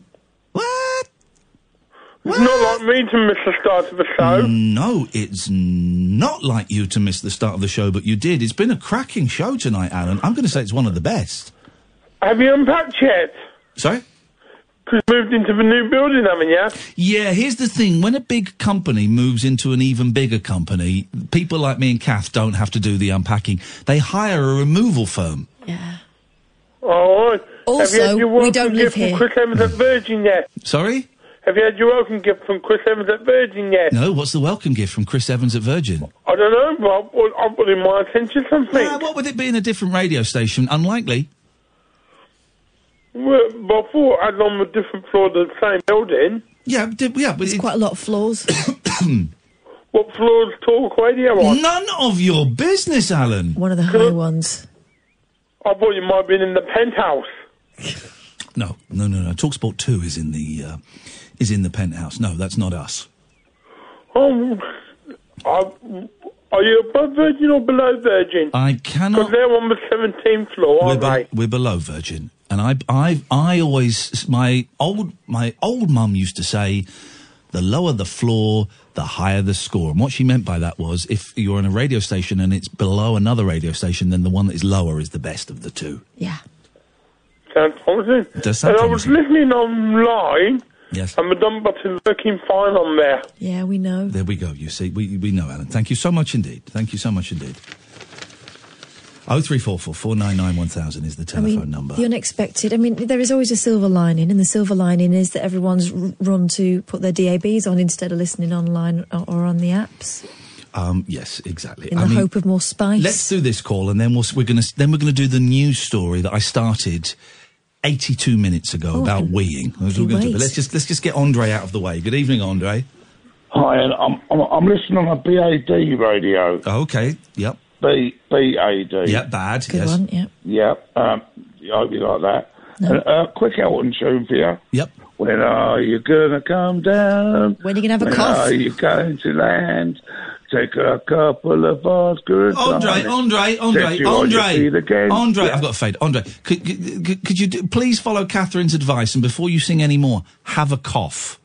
Speaker 3: It's not like me to miss the start of the show.
Speaker 6: No, it's not like you to miss the start of the show, but you did. It's been a cracking show tonight, Alan. I'm going to say it's one of the best.
Speaker 3: Have you unpacked yet?
Speaker 6: Sorry?
Speaker 3: Because moved into the new building, haven't you?
Speaker 6: Yeah, here's the thing. When a big company moves into an even bigger company, people like me and Kath don't have to do the unpacking. They hire a removal firm.
Speaker 8: All
Speaker 3: Oh, Have you
Speaker 8: also,
Speaker 3: had your
Speaker 8: we
Speaker 3: welcome
Speaker 8: don't live
Speaker 3: gift from
Speaker 8: here.
Speaker 3: Chris Evans at Virgin yet?
Speaker 6: Sorry?
Speaker 3: Have you had your welcome gift from Chris Evans at Virgin yet?
Speaker 6: No, what's the welcome gift from Chris Evans at Virgin?
Speaker 3: I don't know, Bob. I- I'm putting my attention to something.
Speaker 6: Ah, what would it be in a different radio station? Unlikely.
Speaker 3: Well, Bob thought I was on a different floor of the same building.
Speaker 6: Yeah, yeah, but
Speaker 8: it's quite a lot of floors.
Speaker 3: what floors talk radio on?
Speaker 6: None of your business, Alan.
Speaker 8: One of the high ones.
Speaker 3: I thought you might have been in the penthouse.
Speaker 6: No, no, no, no. Talksport Two is in the uh, is in the penthouse. No, that's not us.
Speaker 3: Oh, I, are you above Virgin or below Virgin?
Speaker 6: I cannot.
Speaker 3: Because they're on the 17th floor,
Speaker 6: we're,
Speaker 3: aren't
Speaker 6: be-
Speaker 3: they?
Speaker 6: we're below Virgin, and I, I, I always my old my old mum used to say, the lower the floor, the higher the score. And what she meant by that was, if you're in a radio station and it's below another radio station, then the one that is lower is the best of the two.
Speaker 3: Sounds promising.
Speaker 6: does sound
Speaker 3: and I was listening online.
Speaker 6: Yes.
Speaker 3: And the dumb button's working fine on there.
Speaker 8: Yeah, we know.
Speaker 6: There we go. You see, we we know, Alan. Thank you so much indeed. Thank you so much indeed. Oh three four four four nine nine one thousand is the telephone
Speaker 8: I mean,
Speaker 6: number.
Speaker 8: The unexpected. I mean, there is always a silver lining, and the silver lining is that everyone's r- run to put their DABs on instead of listening online or, or on the apps
Speaker 6: Um, yes, exactly.
Speaker 8: in
Speaker 6: I
Speaker 8: the
Speaker 6: mean,
Speaker 8: hope of more spice.
Speaker 6: Let's do this call, and then we'll, we're going to then we're going to do the news story that I started. 82 minutes ago
Speaker 8: Oh,
Speaker 6: about
Speaker 8: I can-
Speaker 6: weeing. That's what we're
Speaker 8: can
Speaker 6: gonna do. But
Speaker 8: wait.
Speaker 6: let's just let's just get Andre out of the way. Good evening, Andre.
Speaker 9: Hi, and I'm, I'm I'm listening on a BAD radio.
Speaker 6: Oh, Okay. Yep.
Speaker 9: B BAD.
Speaker 6: Yep. Bad. yes.
Speaker 8: Yep.
Speaker 9: Yep. Um, I hope you like that. And, uh, quick Elton tune for you.
Speaker 6: Yep.
Speaker 9: When are you gonna come down?
Speaker 8: When are you gonna have a
Speaker 9: when
Speaker 8: cough?
Speaker 9: Are you going to land? Take a couple of vodka. and
Speaker 6: Andre,
Speaker 9: tonic.
Speaker 6: Andre,
Speaker 9: Set
Speaker 6: Andre,
Speaker 9: you on your feet
Speaker 6: Andre,
Speaker 9: again.
Speaker 6: Andre.
Speaker 9: Yeah.
Speaker 6: I've got to fade. Andre, could, could, could- could you do, please follow Catherine's advice and before you sing any more, have a cough.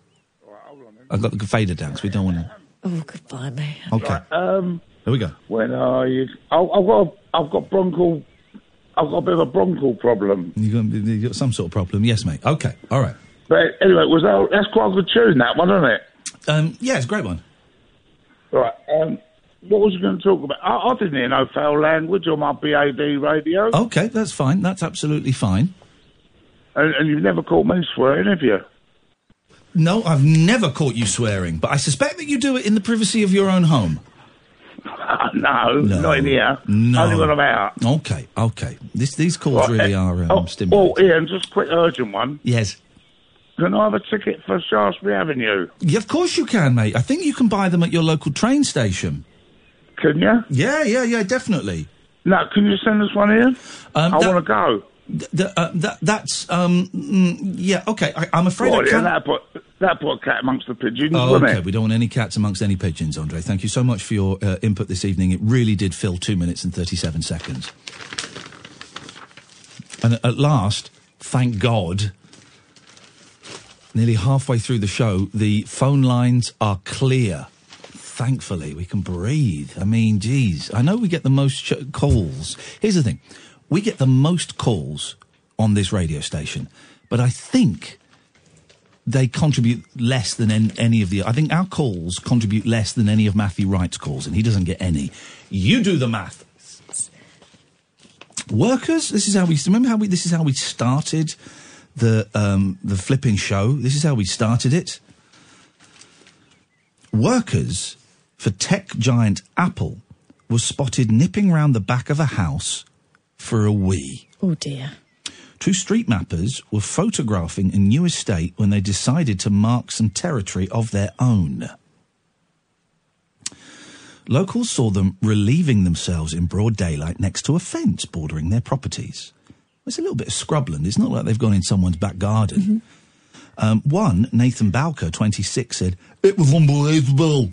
Speaker 6: I've got the fader down, so we don't want to.
Speaker 8: Oh, goodbye, mate.
Speaker 6: Okay,
Speaker 9: Um,
Speaker 6: here we go.
Speaker 9: when are you? I, I've got a, I've got bronchial. I've got a bit of a bronchial problem.
Speaker 6: You got, you got some sort of problem, yes, mate. Okay, all right.
Speaker 9: But anyway, was that that's quite a good tune that one, isn't it?
Speaker 6: Um, yeah, it's a great one.
Speaker 9: Right. Um, what was you going to talk about? I, I didn't hear no foul language on my BAD radio,
Speaker 6: Okay, that's fine. That's absolutely fine.
Speaker 9: and, and you've never caught me swearing, have you?
Speaker 6: No, I've never caught you swearing, but I suspect that you do it in the privacy of your own home.
Speaker 9: no, not in here.
Speaker 6: No.
Speaker 9: Only when I'm out.
Speaker 6: Okay, okay. This, these
Speaker 9: Right,
Speaker 6: calls really
Speaker 9: eh,
Speaker 6: are um,
Speaker 9: oh,
Speaker 6: stimulating.
Speaker 9: Oh, Ian, just a quick urgent one.
Speaker 6: Yes.
Speaker 9: Can I have a ticket for Shaftesbury Avenue?
Speaker 6: Yeah, of course you can, mate. I think you can buy them at your local train station.
Speaker 9: Can you?
Speaker 6: Yeah, yeah, yeah, definitely.
Speaker 9: No, can you send us one in?
Speaker 6: Um,
Speaker 9: I want to go.
Speaker 6: Th- uh, that, that's um, mm, yeah okay. I, I'm afraid
Speaker 9: Right,
Speaker 6: I
Speaker 9: yeah,
Speaker 6: can't.
Speaker 9: that put that put a cat amongst the pigeons,
Speaker 6: Oh,
Speaker 9: wouldn't
Speaker 6: okay.
Speaker 9: it?
Speaker 6: We don't want any cats amongst any pigeons, Andre. Thank you so much for your uh, input this evening. It really did fill two minutes and thirty-seven seconds. And at last, thank God, nearly halfway through the show, the phone lines are clear. Thankfully, we can breathe. I mean, geez, I know we get the most ch- calls. Here's the thing we get the most calls on this radio station, but I think they contribute less than an- any of the. I think our calls contribute less than any of Matthew Wright's calls, and he doesn't get any. You do the math. Workers, this is how we remember how we. This is how we started the um, the flipping show. This is how we started it. Workers for tech giant Apple was spotted nipping round the back of a house for a wee.
Speaker 8: Oh, dear.
Speaker 6: Two street mappers were photographing a new estate when they decided to mark some territory of their own. Locals saw them relieving themselves in broad daylight next to a fence bordering their properties. It's a little bit of scrubland. It's not like they've gone in someone's back garden. Um, one, Nathan Bowker, 26, said, It was unbelievable.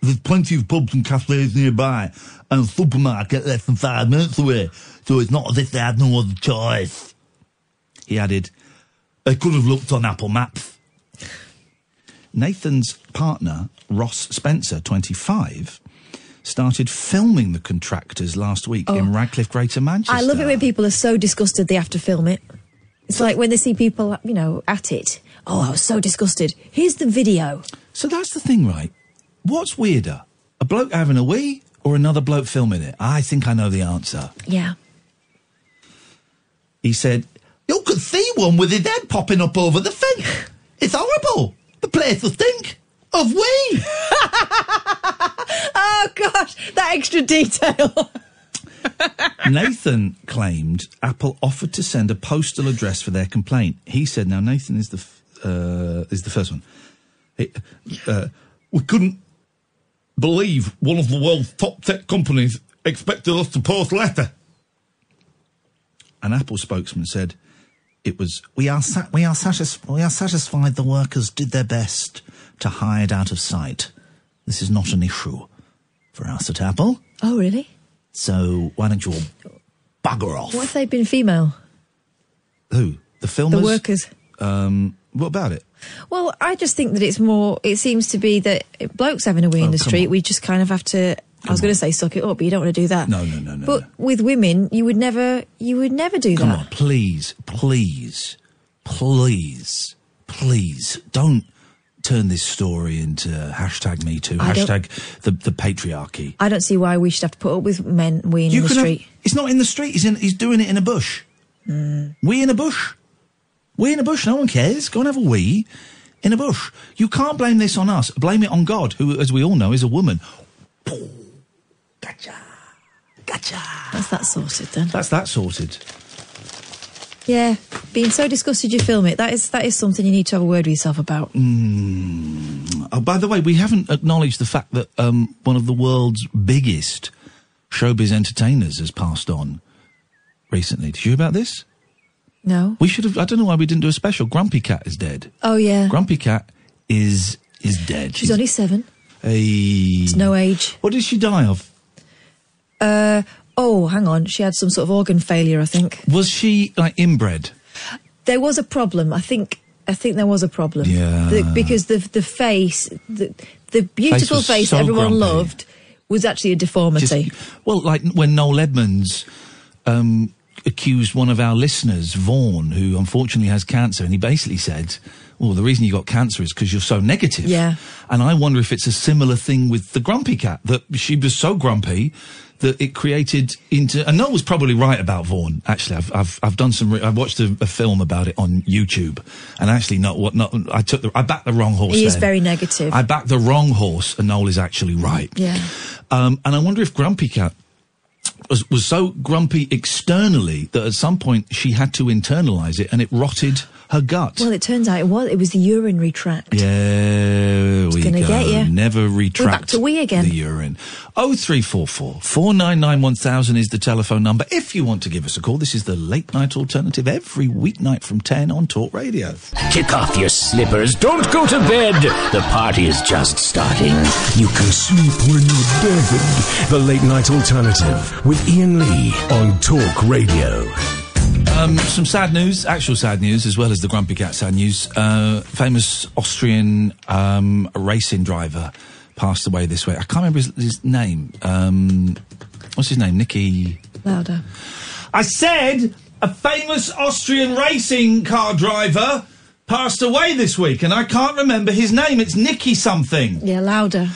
Speaker 6: There's plenty of pubs and cafes nearby, and a supermarket less than five minutes away, so it's not as if they had no other choice. He added, They could have looked on Apple Maps. Nathan's partner, Ross Spencer, 25, started filming the contractors last week in Radcliffe, Greater Manchester.
Speaker 8: I love it when people are so disgusted they have to film it. It's like when they see people, you know, at it. Oh, I was so disgusted. Here's the video.
Speaker 6: So that's the thing, right? What's weirder, a bloke having a wee or another bloke filming it? I think I know the answer.
Speaker 8: Yeah.
Speaker 6: He said, You could see one with his head popping up over the fence. It's horrible. The place will stink of wee.
Speaker 8: oh gosh, that extra detail.
Speaker 6: Nathan claimed Apple offered to send a postal address for their complaint. He said, "Now Nathan is the f- uh, is the first one. It, uh, we couldn't believe one of the world's top tech companies expected us to post a letter." An Apple spokesman said, "It was
Speaker 11: We are sa- we are satis- we are satisfied the workers did their best to hide out of sight. This is not an issue for us at Apple.
Speaker 8: oh, really?
Speaker 11: So why don't you all bugger off?
Speaker 8: What if they've been female?
Speaker 6: who the filmers,
Speaker 8: The workers.
Speaker 6: Um, what about it?
Speaker 8: Well, I just think that it's more. It seems to be that blokes having a wee
Speaker 6: Oh,
Speaker 8: in the street, we just kind of have to. I was going to say suck it up, but you don't want to do that.
Speaker 6: No, no, no, no.
Speaker 8: but with women, you would never, you would never do
Speaker 6: Come
Speaker 8: that.
Speaker 6: on, please, please, please, please don't turn this story into hashtag me too,
Speaker 8: I don't-
Speaker 6: hashtag the, the patriarchy.
Speaker 8: I don't see why we should have to put up with men weeing in the
Speaker 6: can have-
Speaker 8: street.
Speaker 6: it's not in the street, he's, in, he's doing it in a bush.
Speaker 8: Mm.
Speaker 6: We in a bush. We in a bush, no one cares. Go and have a wee in a bush. You can't blame this on us. Blame it on God, who, as we all know, is a woman.
Speaker 8: That's that sorted then.
Speaker 6: That's that sorted.
Speaker 8: Yeah, being so disgusted you film it. That is that is something you need to have a word with yourself about.
Speaker 6: Mm. Oh, by the way, we haven't acknowledged the fact that um, one of the world's biggest showbiz entertainers has passed on recently. Did you hear about this?
Speaker 8: No.
Speaker 6: We should have. I don't know why we didn't do a special. Grumpy Cat is dead.
Speaker 8: Oh yeah.
Speaker 6: Grumpy Cat is is dead.
Speaker 8: She's only seven.
Speaker 6: Hey.
Speaker 8: It's no age.
Speaker 6: What did she die of?
Speaker 8: Uh oh, hang on. She had some sort of organ failure, I think.
Speaker 6: Was she like inbred?
Speaker 8: There was a problem. I think I think there was a problem.
Speaker 6: Yeah.
Speaker 8: The- because the the face, the the beautiful
Speaker 6: was
Speaker 8: face,
Speaker 6: so
Speaker 8: everyone
Speaker 6: grumpy.
Speaker 8: loved was actually a deformity.
Speaker 6: Well, like when Noel Edmonds um, accused one of our listeners, Vaughan, who unfortunately has cancer, and he basically said, "Well, the reason you got cancer is because you're so negative."
Speaker 8: Yeah.
Speaker 6: And I wonder if it's a similar thing with the grumpy cat that she was so grumpy that it created into. And Noel was probably right about Vaughan. Actually, I've I've, I've done some. Re- I watched a, a film about it on YouTube, and actually, not what not. I took the I backed the wrong horse.
Speaker 8: He is
Speaker 6: then.
Speaker 8: very negative.
Speaker 6: I backed the wrong horse, and Noel is actually right.
Speaker 8: yeah.
Speaker 6: Um, and I wonder if Grumpy Cat was, was so grumpy externally that at some point she had to internalize it and it rotted her gut.
Speaker 8: Well, it turns out it was it was the urinary tract.
Speaker 6: yeah, we
Speaker 8: gonna
Speaker 6: go.
Speaker 8: get ya.
Speaker 6: Never
Speaker 8: We're
Speaker 6: retract
Speaker 8: back to we again.
Speaker 6: the urine. 0344 499 1000 is the telephone number. If you want to give us a call, this is the late night alternative every weeknight from 10 on Talk Radio.
Speaker 13: Kick off your slippers. Don't go to bed. The party is just starting.
Speaker 1: You can sleep when you're dead. The late night alternative with Ian Lee on Talk Radio.
Speaker 6: Um, some sad news, actual sad news, as well as the Grumpy Cat sad news. Uh, famous Austrian um, racing driver passed away this way. I can't remember his, his name. Um, what's his name? Nicky.
Speaker 8: Louder.
Speaker 6: I said a famous Austrian racing car driver passed away this week, and I can't remember his name. It's Nicky something.
Speaker 8: Yeah, louder.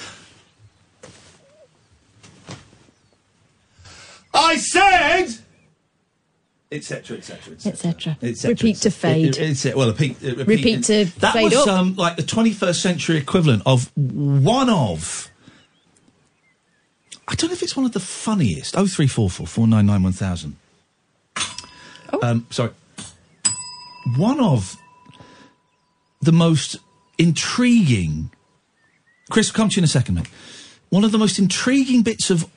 Speaker 6: I said. Etc. Etc.
Speaker 8: Etc.
Speaker 6: It's
Speaker 8: Repeat to fade.
Speaker 6: It- it- it's- well, a peak- a repeat,
Speaker 8: Repeat to
Speaker 6: that
Speaker 8: fade
Speaker 6: was
Speaker 8: up.
Speaker 6: Um, like the 21st century equivalent of one of. I don't know if it's one of the funniest. Oh three four four four nine nine one thousand. Um, sorry, one of the most intriguing. Chris, we'll come to you in a second, mate. One of the most intriguing bits of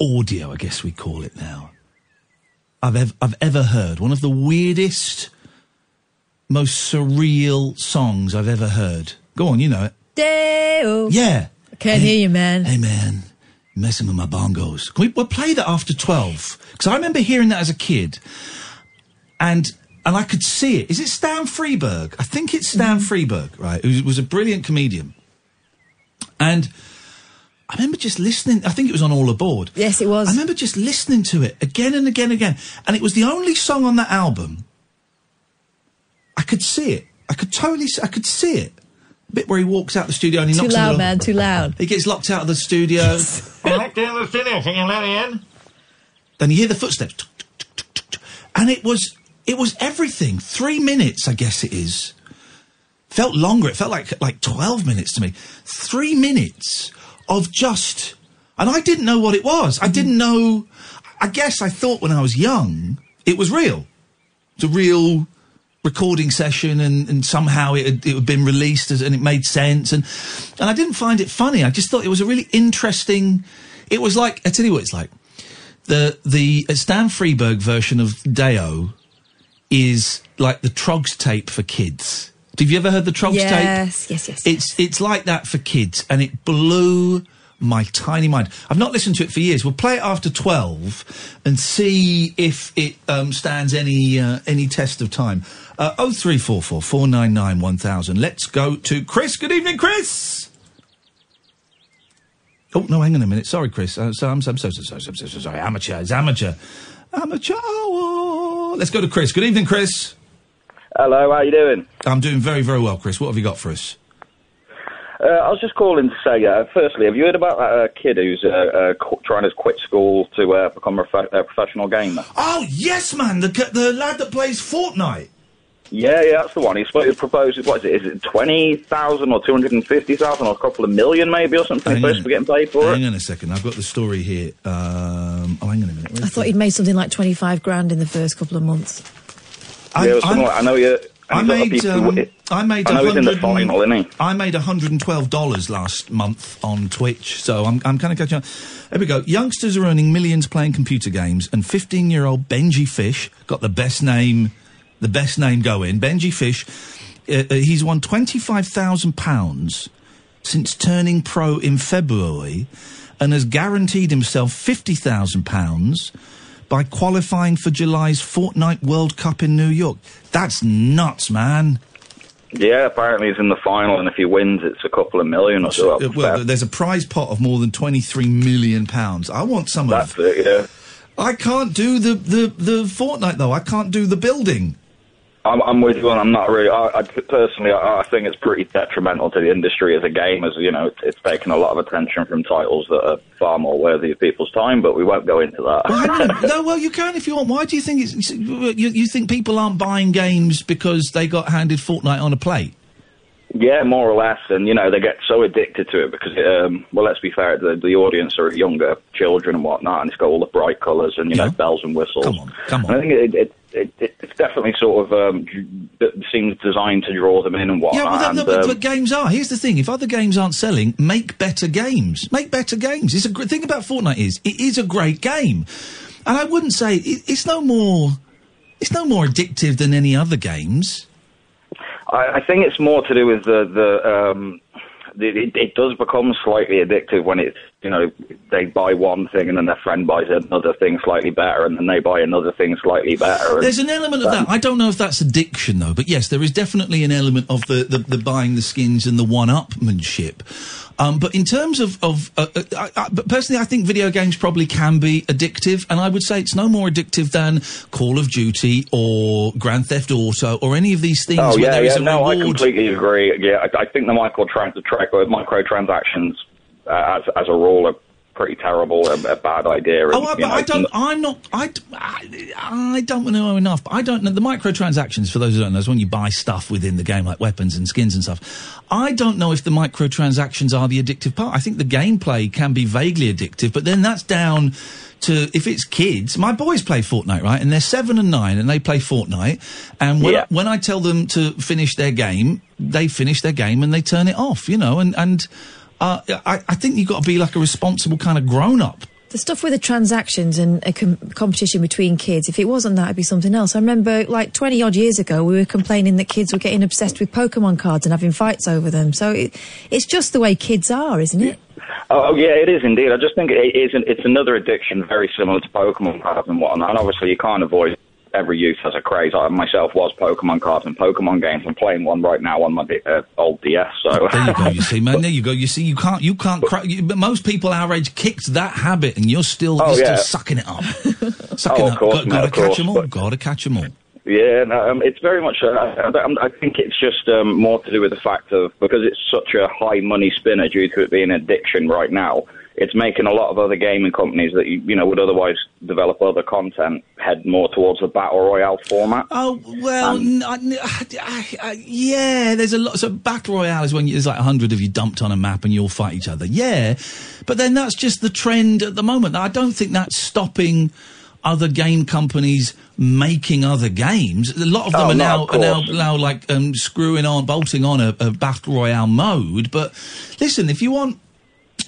Speaker 6: audio, I guess we call it now, I've ever, I've ever heard. One of the weirdest, most surreal songs I've ever heard. Go on, you know it.
Speaker 8: Deo.
Speaker 6: Yeah.
Speaker 8: I can't hear you, man.
Speaker 6: Hey, man, you're messing with my bongos. Can we, we'll play that after 12. Because I remember hearing that as a kid. And and I could see it. Is it Stan Freeberg? I think it's Stan
Speaker 8: Mm-hmm.
Speaker 6: Freeberg, right? Who was a brilliant comedian. And I remember just listening. I think it was on All Aboard.
Speaker 8: Yes, it was.
Speaker 6: I remember just listening to it again and again and again. And it was the only song on that album. I could see it. I could totally. See, I could see it. The bit where he walks out the studio and he
Speaker 8: Too
Speaker 6: knocks on the
Speaker 8: loud,
Speaker 6: door.
Speaker 8: man. Too loud.
Speaker 6: He gets locked out of the studio. I'm locked out of the studio. Can you let me in? Then you hear the footsteps. And it was It was everything. Three minutes, I guess it is. Felt longer. It felt like like twelve minutes to me. Three minutes of just, and I didn't know what it was. I didn't know. I guess I thought when I was young it was real. It's a real recording session, and, and somehow it had, it had been released as, and it made sense. And and I didn't find it funny. I just thought it was a really interesting. It was like I tell you what it's like. The the uh, Stan Freeberg version of Deo is like the Trogs tape for kids. Have you ever heard the Trogs tape?
Speaker 8: yes, yes, yes.
Speaker 6: It's it's like that for kids, and it blew my tiny mind. I've not listened to it for years. We'll play it after twelve and see if it um, stands any uh, any test of time. Oh three four four four nine nine one thousand. Let's go to Chris. Good evening, Chris. Oh no, hang on a minute. Sorry, Chris. Uh, so, I'm, I'm so so so so so so sorry. Amateur. It's amateur. Amateur hour. Let's go to Chris. Good evening, Chris.
Speaker 14: Hello, how you doing?
Speaker 6: I'm doing very very well, Chris. What have you got for us?
Speaker 14: Uh, I was just calling to say, uh, firstly, have you heard about that uh, kid who's uh, uh, qu- trying to quit school to uh, become a prof- uh, professional gamer?
Speaker 6: Oh yes, man. The c- the lad that plays Fortnite.
Speaker 14: Yeah, yeah, that's the one. He's supposed to propose, what is it, is it 20,000 or 250,000 or a couple of million maybe or something? Supposed to be getting paid for it?
Speaker 6: Hang on a second. I've got the story here. Um, oh, hang on a minute.
Speaker 8: I thought he'd made something like 25 grand in the first couple of months.
Speaker 6: I-
Speaker 14: yeah, it was
Speaker 6: I'm-
Speaker 14: something like, I know you.
Speaker 6: I made, um, I made.
Speaker 14: I know he's in the
Speaker 6: 100
Speaker 14: final, isn't he?
Speaker 6: I made 112 dollars last month on Twitch, so I'm I'm kind of catching up. Here we go. Youngsters are earning millions playing computer games, and 15 year old Benji Fish got the best name, the best name going. Benji Fish, uh, uh, he's won 25,000 pounds since turning pro in February, and has guaranteed himself 50,000 pounds by qualifying for July's Fortnite World Cup in New York. That's nuts, man.
Speaker 14: Yeah, apparently he's in the final, and if he wins, it's a couple of million or so.
Speaker 6: Uh, well, there's a prize pot of more than 23 million pounds. I want some
Speaker 14: That's
Speaker 6: of.
Speaker 14: it, yeah.
Speaker 6: I can't do the, the, the Fortnite though. I can't do the building.
Speaker 14: I'm, I'm with you, and I'm not really. I, I personally, I, I think it's pretty detrimental to the industry as a game, as you know, it's, it's taken a lot of attention from titles that are far more worthy of people's time. But we won't go into
Speaker 6: Well,
Speaker 14: that.
Speaker 6: hang on. no, well, you can if you want. Why do you think it's, it's- you, you think people aren't buying games because they got handed Fortnite on a plate?
Speaker 14: yeah, more or less, and you know, they get so addicted to it because, um, well, let's be fair, the, the audience are younger children and whatnot, and it's got all the bright colours and you know bells and whistles. Come on,
Speaker 6: come
Speaker 14: on. I think it, it, it, it, it's definitely sort of um, d- d- seems designed to draw them in and whatnot.
Speaker 6: yeah, well, that,
Speaker 14: and,
Speaker 6: that, but,
Speaker 14: um,
Speaker 6: but games are. Here's the thing: if other games aren't selling, make better games. Make better games. It's a gr- thing about Fortnite is it is a great game, and I wouldn't say it, it's no more. It's no more addictive than any other games.
Speaker 14: I, I think it's more to do with the the. Um, the- it, it does become slightly addictive when it's you know they buy one thing and then their friend buys another thing slightly better and then they buy another thing slightly better. and-
Speaker 6: There's an element of that. I don't know if that's addiction though, but yes, there is definitely an element of the the, the buying the skins and the one-upmanship. Um, but in terms of of, uh, uh, I, I, but personally, I think video games probably can be addictive, and I would say it's no more addictive than Call of Duty or Grand Theft Auto or any of these things.
Speaker 14: Oh
Speaker 6: where
Speaker 14: yeah,
Speaker 6: there is
Speaker 14: yeah.
Speaker 6: a
Speaker 14: No, I
Speaker 6: reward.
Speaker 14: completely agree. Yeah, I, I think the micro trans- track or microtransactions uh, as as a rule are pretty terrible, a, a bad idea. and,
Speaker 6: Oh, I,
Speaker 14: you
Speaker 6: but I
Speaker 14: know,
Speaker 6: don't. I'm not. I, d- I- I don't know enough. But I don't know the microtransactions. For those who don't know, is when you buy stuff within the game, like weapons and skins and stuff. I don't know if the microtransactions are the addictive part. I think the gameplay can be vaguely addictive, but then that's down to if it's kids. My boys play Fortnite, right? And they're seven and nine, and they play Fortnite. And when
Speaker 14: Yeah.
Speaker 6: when I tell them to finish their game, they finish their game and they turn it off. You know, and and. Uh, I, I think you've got to be like a responsible kind of grown up
Speaker 8: The stuff with the transactions and a com- competition between kids, if it wasn't that, it'd be something else. I remember like 20 odd years ago, we were complaining that kids were getting obsessed with Pokemon cards and having fights over them. So it, it's just the way kids are, isn't it?
Speaker 14: Oh yeah, it is indeed. I just think it is. An, it's another addiction, very similar to Pokemon cards and whatnot. And obviously, you can't avoid. Every youth has a craze. I myself was Pokemon cards and Pokemon games. I'm playing one right now on my D- uh, old DS. So
Speaker 6: There you go. You see, man. There you go. You see, you can't. You can't. Cra- you, but most people our age kicked that habit, and you're still.
Speaker 14: Oh,
Speaker 6: you're
Speaker 14: yeah.
Speaker 6: still sucking it up. sucking
Speaker 14: Oh,
Speaker 6: it
Speaker 14: of
Speaker 6: up.
Speaker 14: course,
Speaker 6: Got,
Speaker 14: mate,
Speaker 6: gotta
Speaker 14: of
Speaker 6: catch
Speaker 14: course,
Speaker 6: them
Speaker 20: Oh.
Speaker 6: all. Gotta catch them all.
Speaker 14: Yeah, no, um, it's very much. Uh, I, I'm- I think it's just um, more to do with the fact of because it's such a high money spinner due to it being an addiction right now. It's making a lot of other gaming companies that you, you know would otherwise develop other content head more towards the battle royale format.
Speaker 6: Oh well,
Speaker 14: Um,
Speaker 6: n- I- n- I- I- yeah. There's a lot. So battle royale is when there's like hundred of you dumped on a map and you all fight each other. Yeah, but then that's just the trend at the moment. I don't think that's stopping other game companies making other games. A lot of them
Speaker 14: Oh,
Speaker 6: are,
Speaker 14: no,
Speaker 6: now,
Speaker 14: of
Speaker 6: are now now like um, screwing on, bolting on a, a battle royale mode. But listen, if you want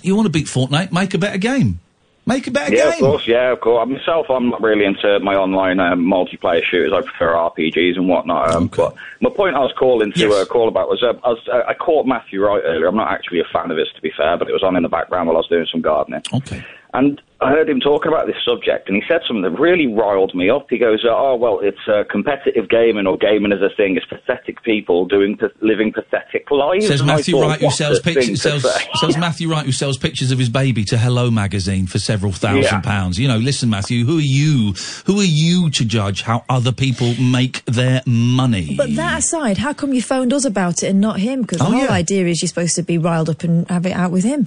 Speaker 6: you want to beat Fortnite, make a better game. Make a better
Speaker 14: yeah,
Speaker 6: game.
Speaker 14: of course. Yeah, of course. Myself, I'm not really into my online um, multiplayer shooters. I prefer RPGs and whatnot. Um, But my point I was calling to uh, call about was um, I, was, uh, I caught Matthew Wright earlier. I'm not actually a fan of his, to be fair, but it was on in the background while I was doing some gardening.
Speaker 6: Okay.
Speaker 14: And I heard him talking about this subject, and he said something that really riled me up. He goes, "Oh well, it's uh, competitive gaming or gaming as a thing is pathetic people doing pa- living pathetic lives."
Speaker 6: Says
Speaker 14: And I
Speaker 6: Matthew
Speaker 14: thought,
Speaker 6: Wright, who
Speaker 14: what
Speaker 6: sells
Speaker 14: a thing to
Speaker 6: pictures. Sells,
Speaker 14: say.
Speaker 6: sells Matthew Wright, who sells pictures of his baby to Hello magazine for several thousand
Speaker 14: Yeah.
Speaker 6: pounds. You know, listen, Matthew, who are you? Who are you to judge how other people make their money?
Speaker 8: But that aside, how come you phoned us about it and not him? Because the
Speaker 6: Oh,
Speaker 8: whole
Speaker 6: yeah.
Speaker 8: idea is you're supposed to be riled up and have it out with him.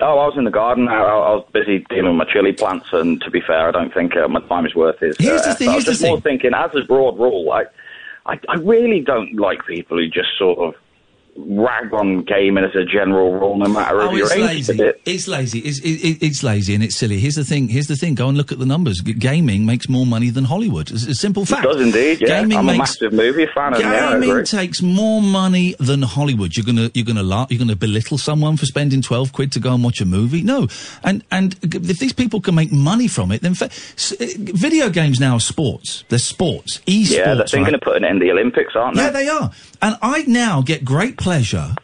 Speaker 14: Oh, I was in the garden. I, I was busy dealing with my chili plants, and to be fair, I don't think uh, my time is worth it.
Speaker 6: Here's the
Speaker 14: Uh,
Speaker 6: thing,
Speaker 14: so I
Speaker 6: here's
Speaker 14: was
Speaker 6: the
Speaker 14: just more thinking, as a broad rule, I, I, I really don't like people who just sort of rag on gaming as a general rule, no matter
Speaker 6: Oh,
Speaker 14: if you're
Speaker 6: it's
Speaker 14: into
Speaker 6: lazy.
Speaker 14: it.
Speaker 6: It's lazy. It's, it, it, it's lazy and it's silly. Here's the thing. Here's the thing. Go and look at the numbers. G- gaming makes more money than Hollywood. It's a simple fact.
Speaker 14: It does indeed. Yeah,
Speaker 6: Gaming
Speaker 14: I'm a
Speaker 6: makes
Speaker 14: massive movie fan, and yeah, I
Speaker 6: Gaming
Speaker 14: agree.
Speaker 6: takes more money than Hollywood. You're gonna you're gonna laugh, you're gonna belittle someone for spending twelve quid to go and watch a movie. No, and and if these people can make money from it, then fa- s- uh, video games now are sports. They're sports, esports.
Speaker 14: yeah, they're thinking
Speaker 6: right?
Speaker 14: of putting it in the Olympics, aren't they?
Speaker 6: Yeah, they are. And I now get great pleasure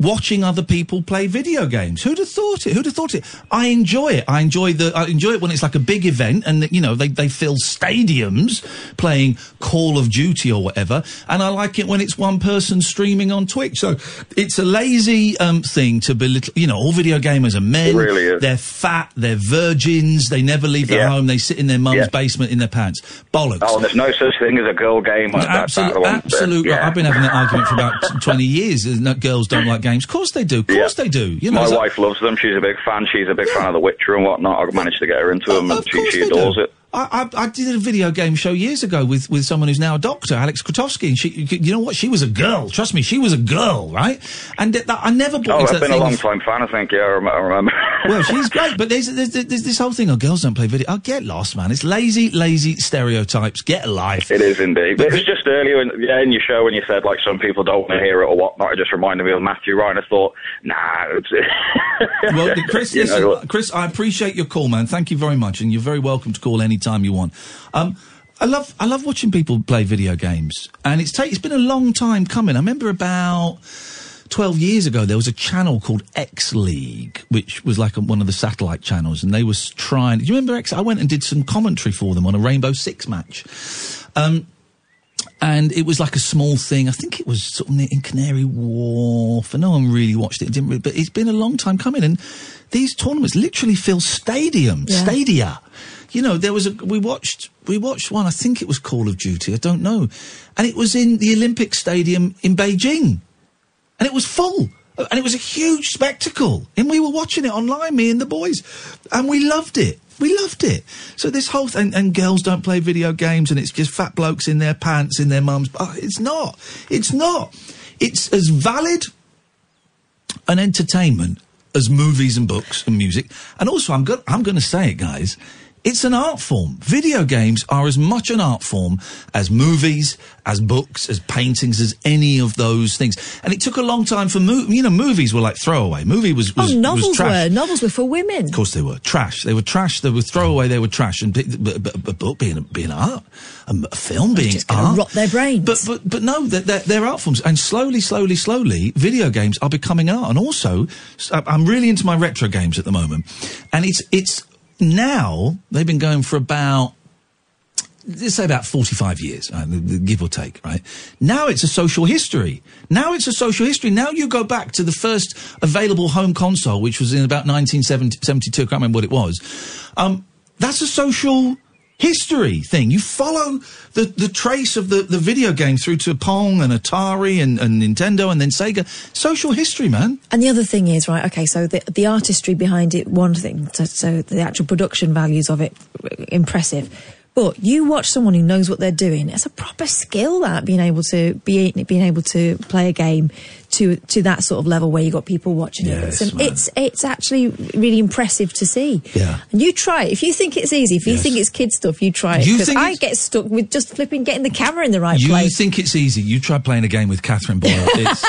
Speaker 6: watching other people play video games. Who'd have thought it? Who'd have thought it? I enjoy it. I enjoy the. I enjoy it when it's like a big event, and you know they they fill stadiums playing Call of Duty or whatever. And I like it when it's one person streaming on Twitch. So it's a lazy um, thing to belittle. You know, all video gamers are men.
Speaker 14: It really is.
Speaker 6: They're fat. They're virgins. They never leave their
Speaker 14: Yeah.
Speaker 6: home. They sit in their mum's
Speaker 14: Yeah.
Speaker 6: basement in their pants. Bollocks.
Speaker 14: Oh, there's no such thing as a girl game. Like that, that
Speaker 6: Absolute,
Speaker 14: one, but,
Speaker 6: absolute. right.
Speaker 14: yeah.
Speaker 6: I've been having that argument for about 20 years. is that girls don't like games. Of course they do. Of course they do. You know,
Speaker 14: My
Speaker 6: it's like-
Speaker 14: wife loves them. She's a big fan. She's a big fan of The Witcher and whatnot. I managed to get her
Speaker 6: Oh,
Speaker 14: into them, and she, she adores it.
Speaker 6: I, I, I did a video game show years ago with, with someone who's now a doctor, Alex Krotowski, and she, you know what? She was a girl. Trust me, she was a girl, right? And th- that, I never bought
Speaker 14: Oh,
Speaker 6: into
Speaker 14: I've
Speaker 6: that
Speaker 14: been a
Speaker 6: thing
Speaker 14: long
Speaker 6: of-
Speaker 14: time fan. I think yeah, I rem- I remember.
Speaker 6: well, she's great, but there's, there's, there's this whole thing of girls don't play video. I get lost, man. It's lazy, lazy stereotypes. Get a life.
Speaker 14: It is indeed. But it was just earlier in, yeah, in your show when you said like some people don't want to hear it or whatnot. It just reminded me of Matthew Ryan. I thought, nah. It's,
Speaker 6: well, Chris,
Speaker 14: You know,
Speaker 6: listen,
Speaker 14: look.
Speaker 6: Chris, I appreciate your call, man. Thank you very much, and you're very welcome to call any time you want. Um, I love I love watching people play video games, and it's ta- it's been a long time coming. I remember about. 12 years ago, there was a channel called X League, which was like a, one of the satellite channels, and they was trying. Do you remember X? I went and did some commentary for them on a Rainbow Six match. Um, and it was like a small thing. I think it was sort of near- in Canary Wharf, and no one really watched it. It Didn't, really, but it's been a long time coming, and these tournaments literally fill stadium,
Speaker 11: Yeah.
Speaker 6: stadia. You know, there was a we watched we watched one. I think it was Call of Duty. I don't know, and it was in the Olympic Stadium in Beijing, and it was full. And it was a huge spectacle. And we were watching it online, me and the boys. And we loved it. We loved it. So this whole thing, and girls don't play video games and it's just fat blokes in their pants, in their mums. Oh, it's not. It's not. It's as valid an entertainment as movies and books and music. And also, I'm going I'm going to say it, guys. It's an art form. Video games are as much an art form as movies, as books, as paintings, as any of those things. And it took a long time for mo- you know movies were like throwaway. Movie was, was was
Speaker 8: oh, novels
Speaker 6: trash.
Speaker 8: were. Novels were for women.
Speaker 6: Of course they were trash. They were trash. They were throwaway. They were trash. And bi- b- b- a book being being art, a, m- a film being
Speaker 8: just gonna
Speaker 6: art,
Speaker 8: rot their brains.
Speaker 6: But but but no, they're, they're, they're art forms. And slowly, slowly, slowly, video games are becoming art. And also, s- I- I'm really into my retro games at the moment. And it's it's now they've been going for about let's say about 45 years, uh, th- th- give or take, right? Now it's a social history. Now it's a social history. Now you go back to the first available home console, which was in about 1972. I can't remember what it was. Um, that's a social history thing. You follow the, the trace of the, the video game through to Pong and Atari and, and Nintendo and then Sega. Social history, man.
Speaker 8: And the other thing is, right, okay, so the, the artistry behind it, one thing, so, so the actual production values of it, impressive. But you watch someone who knows what they're doing. It's a proper skill that being able to be being able to play a game to to that sort of level where you have got people watching it.
Speaker 12: Yes,
Speaker 8: it's,
Speaker 12: man.
Speaker 8: it's it's actually really impressive to see.
Speaker 12: Yeah.
Speaker 8: And you try it. If you think it's easy, if you
Speaker 12: Yes.
Speaker 8: think it's kid stuff, you try it.
Speaker 6: You
Speaker 8: Because
Speaker 6: think
Speaker 8: I get stuck with just flipping getting the camera in the right
Speaker 6: you
Speaker 8: place.
Speaker 6: think it's easy. You try playing a game with Catherine Boyle. It's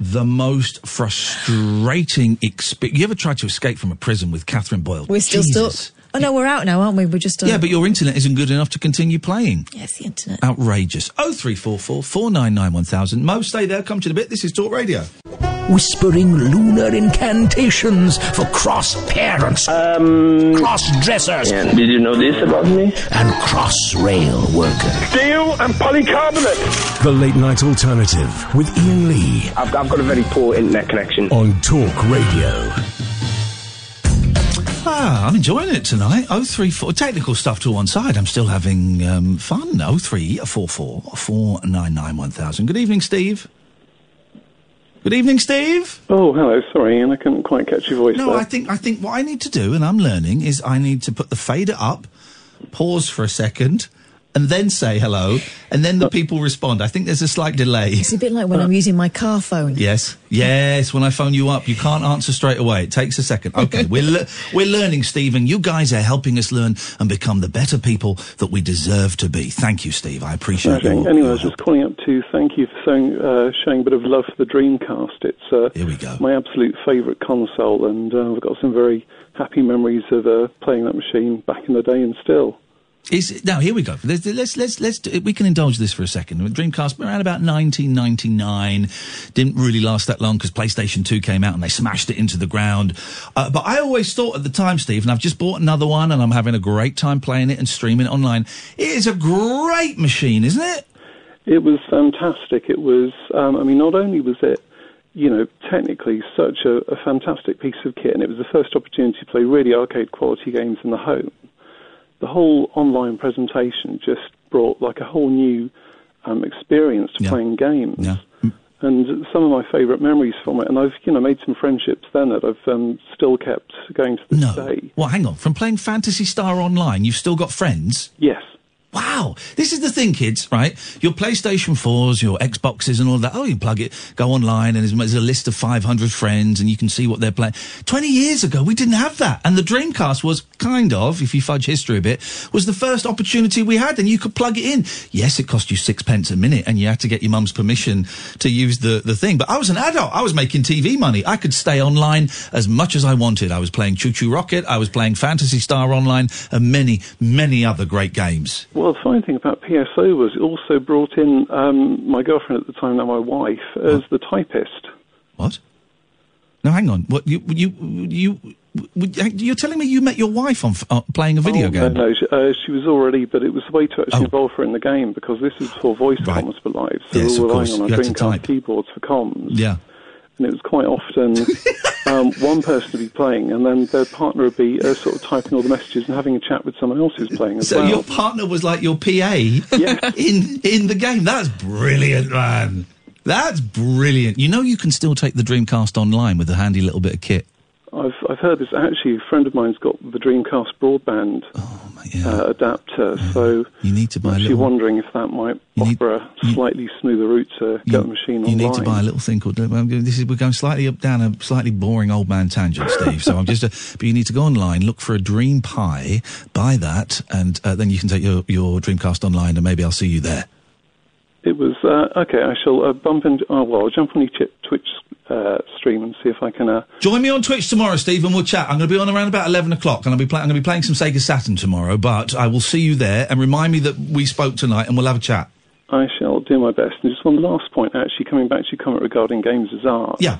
Speaker 6: the most frustrating experience. You ever tried to escape from a prison with Catherine Boyle?
Speaker 8: We're still
Speaker 6: Jesus.
Speaker 8: stuck. Oh no, we're out now, aren't we? We're just
Speaker 6: Yeah, but your internet isn't good enough to continue playing.
Speaker 8: Yes, the internet.
Speaker 6: Outrageous. 0344 499 1000. Mo, stay there. Come to the bit. This is Talk Radio.
Speaker 7: Whispering lunar incantations for cross parents, um, cross dressers,
Speaker 27: Did you know this about me?
Speaker 7: and cross rail workers.
Speaker 27: Steel and polycarbonate.
Speaker 1: The Late Night Alternative with Ian Lee
Speaker 27: I've, I've got a very poor internet connection.
Speaker 1: on Talk Radio.
Speaker 6: Ah, I'm enjoying it tonight. 034 technical stuff to one side. I'm still having um, fun. 0344 499 1000. Good evening, Steve. Good evening, Steve.
Speaker 13: Oh, hello. Sorry, Ian. I couldn't quite catch your voice.
Speaker 6: No,
Speaker 13: there.
Speaker 6: I think I think what I need to do, and I'm learning, is I need to put the fader up, pause for a second, and then say hello, and then the people respond. I think there's a slight delay.
Speaker 8: It's a bit like when
Speaker 6: Uh,
Speaker 8: I'm using my car phone.
Speaker 6: Yes, yes. When I phone you up, you can't answer straight away. It takes a second. Okay, we're le- we're learning, Stephen. You guys are helping us learn and become the better people that we deserve to be. Thank you, Steve. I appreciate
Speaker 13: Okay.
Speaker 6: it.
Speaker 13: Anyway, I was just calling up to thank you for showing, uh, showing a bit of love for the Dreamcast. It's uh,
Speaker 6: Here we go.
Speaker 13: my absolute favourite console, and uh, I've got some very happy memories of uh, playing that machine back in the day and still.
Speaker 6: Is now here we go. Let's let's let's, let's do, we can indulge this for a second. Dreamcast around about 1999 didn't really last that long because PlayStation 2 came out and they smashed it into the ground. Uh, but I always thought at the time, Steve, and I've just bought another one and I'm having a great time playing it and streaming it online. It is a great machine, isn't it?
Speaker 13: It was fantastic. It was, um, I mean, not only was it, you know, technically such a, a fantastic piece of kit, and it was the first opportunity to play really arcade quality games in the home. The whole online presentation just brought like a whole new um, experience to playing games. And some of my favourite memories from it, and I've you know made some friendships then that I've um, still kept going to this day.
Speaker 6: Well, hang on. From playing Fantasy Star Online, you've still got friends.
Speaker 13: Yes.
Speaker 6: Wow. This is the thing, kids, right? Your PlayStation 4s, your Xboxes, and all that. Oh, you plug it, go online, and there's- there's a list of 500 friends, and you can see what they're playing. 20 years ago, we didn't have that. And the Dreamcast was kind of, if you fudge history a bit, was the first opportunity we had, and you could plug it in. Yes, it cost you sixpence a minute, and you had to get your mum's permission to use the, the thing. But I was an adult. I was making TV money. I could stay online as much as I wanted. I was playing Choo Choo Rocket, I was playing Fantasy Star Online, and many, many other great games.
Speaker 13: Well, the fine thing about PSO was it also brought in um, my girlfriend at the time, now my wife, as the typist.
Speaker 6: What? No, hang on. What you you you you- you're telling me you met your wife on f- uh, playing a video
Speaker 13: oh,
Speaker 6: game?
Speaker 13: No, no she, uh, she was already, but it was the way to actually involve her in the game because this is before voice comms were live, so
Speaker 6: Oh. Yes,
Speaker 13: we
Speaker 6: of
Speaker 13: were relying
Speaker 6: course.
Speaker 13: on our
Speaker 6: You had to type.
Speaker 13: Dreamcast keyboards for comms.
Speaker 6: Yeah.
Speaker 13: And it was quite often um, one person would be playing, and then their partner would be uh, sort of typing all the messages and having a chat with someone else who's playing as
Speaker 6: So
Speaker 13: well.
Speaker 6: your partner was like your PA in in the game. That's brilliant, man. That's brilliant. You know you can still take the Dreamcast online with a handy little bit of kit.
Speaker 13: I've I've heard this actually. A friend of mine's got the Dreamcast broadband
Speaker 6: Oh,
Speaker 13: uh, adapter, so
Speaker 6: you need to buy.
Speaker 13: I'm
Speaker 6: a
Speaker 13: actually
Speaker 6: little-
Speaker 13: wondering if that might offer a slightly smoother route to get the machine
Speaker 6: You
Speaker 13: online.
Speaker 6: need to buy a little thing called. well, This is we're going slightly up down a slightly boring old man tangent, Steve. so I'm just. uh but you need to go online, look for a Dream Pie, buy that, and uh, then you can take your your Dreamcast online, and maybe I'll see you there.
Speaker 13: It was uh, okay. I shall uh, bump into. Oh well, I'll jump on your chip, Twitch uh, stream and see if I can. Uh,
Speaker 6: Join me on Twitch tomorrow, Steve, and we'll chat. I'm going to be on around about eleven o'clock, and I'll be play- I'm going to be playing some Sega Saturn tomorrow. But I will see you there, and remind me that we spoke tonight, and we'll have a chat.
Speaker 13: I shall do my best. And just one last point, actually, coming back to your comment regarding games as art.
Speaker 6: Yeah.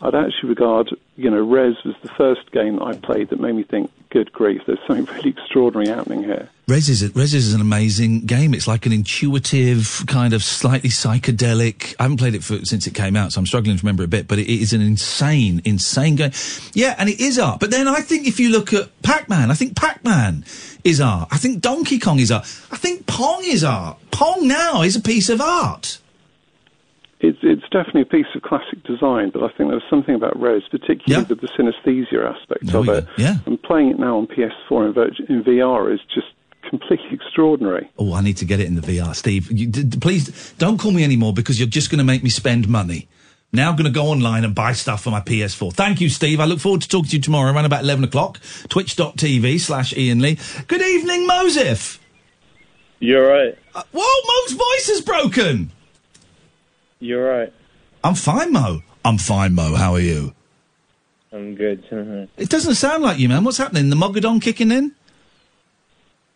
Speaker 13: I'd actually regard, you know, Res was the first game that I played that made me think, good grief, there's something really extraordinary happening here.
Speaker 6: Res is, Res is an amazing game. It's like an intuitive, kind of slightly psychedelic. I haven't played it for, since it came out, so I'm struggling to remember a bit, but it is an insane, insane game. Yeah, and it is art. But then I think if you look at Pac Man, I think Pac Man is art. I think Donkey Kong is art. I think Pong is art. Pong now is a piece of art.
Speaker 13: It's, it's definitely a piece of classic design, but I think there was something about Res, particularly with the synesthesia aspect of it.
Speaker 6: Yeah.
Speaker 13: And playing it now on PS4 in, vir- in VR is just completely extraordinary.
Speaker 6: Oh, I need to get it in the VR, Steve. You, d- d- please don't call me anymore because you're just going to make me spend money. Now I'm going to go online and buy stuff for my PS4. Thank you, Steve. I look forward to talking to you tomorrow around about 11 o'clock. Twitch.tv slash Ian Lee. Good evening, Mosif. Uh,
Speaker 26: You're right.
Speaker 6: whoa, Mo's voice is broken.
Speaker 26: You're right.
Speaker 6: I'm fine, Mo. I'm fine, Mo. How are you?
Speaker 26: I'm good.
Speaker 6: It doesn't sound like you, man. What's happening? The Mogadon kicking in?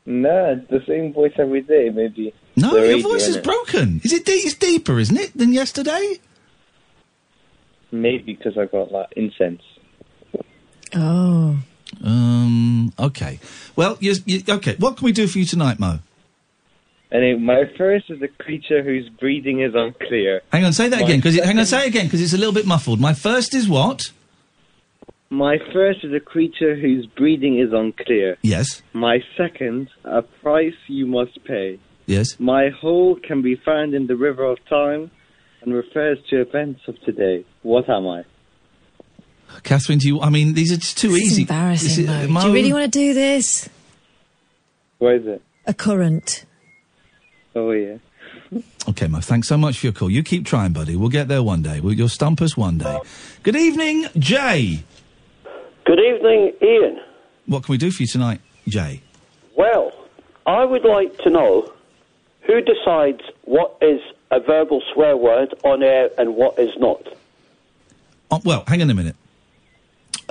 Speaker 26: Nah, it's the same voice every day, maybe.
Speaker 6: No,
Speaker 26: The
Speaker 6: your
Speaker 26: radio,
Speaker 6: voice is
Speaker 26: innit?
Speaker 6: broken. Is it de- it's deeper, isn't it, than yesterday?
Speaker 26: Maybe because I got like incense.
Speaker 8: Oh.
Speaker 6: Um. Okay. Well, you, you, okay. What can we do for you tonight, Mo?
Speaker 26: Anyway, my first is a creature whose breeding is unclear.
Speaker 6: Hang on, say that
Speaker 26: My
Speaker 6: again. Because hang on, say it again because it's a little bit muffled. My first is what?
Speaker 26: My first is a creature whose breeding is unclear.
Speaker 6: Yes.
Speaker 26: My second, a price you must pay.
Speaker 6: Yes.
Speaker 26: My whole can be found in the river of time and refers to events of today. What am I?
Speaker 6: Catherine, do you? I mean, these are just too
Speaker 8: This is
Speaker 6: easy.
Speaker 8: embarrassing,
Speaker 6: This is-
Speaker 8: Mo.
Speaker 6: Mo,
Speaker 8: Do you really want to do this?
Speaker 26: What is it?
Speaker 8: A current.
Speaker 26: Oh, yeah.
Speaker 6: Okay, Mo. Thanks so much for your call. You keep trying, buddy. We'll get there one day. We'll, you'll stump us one day. Good evening, Jay.
Speaker 7: Good evening, Ian.
Speaker 6: What can we do for you tonight, Jay?
Speaker 7: Well, I would like to know who decides what is a verbal swear word on air and what is not.
Speaker 6: Oh, well, hang on a minute.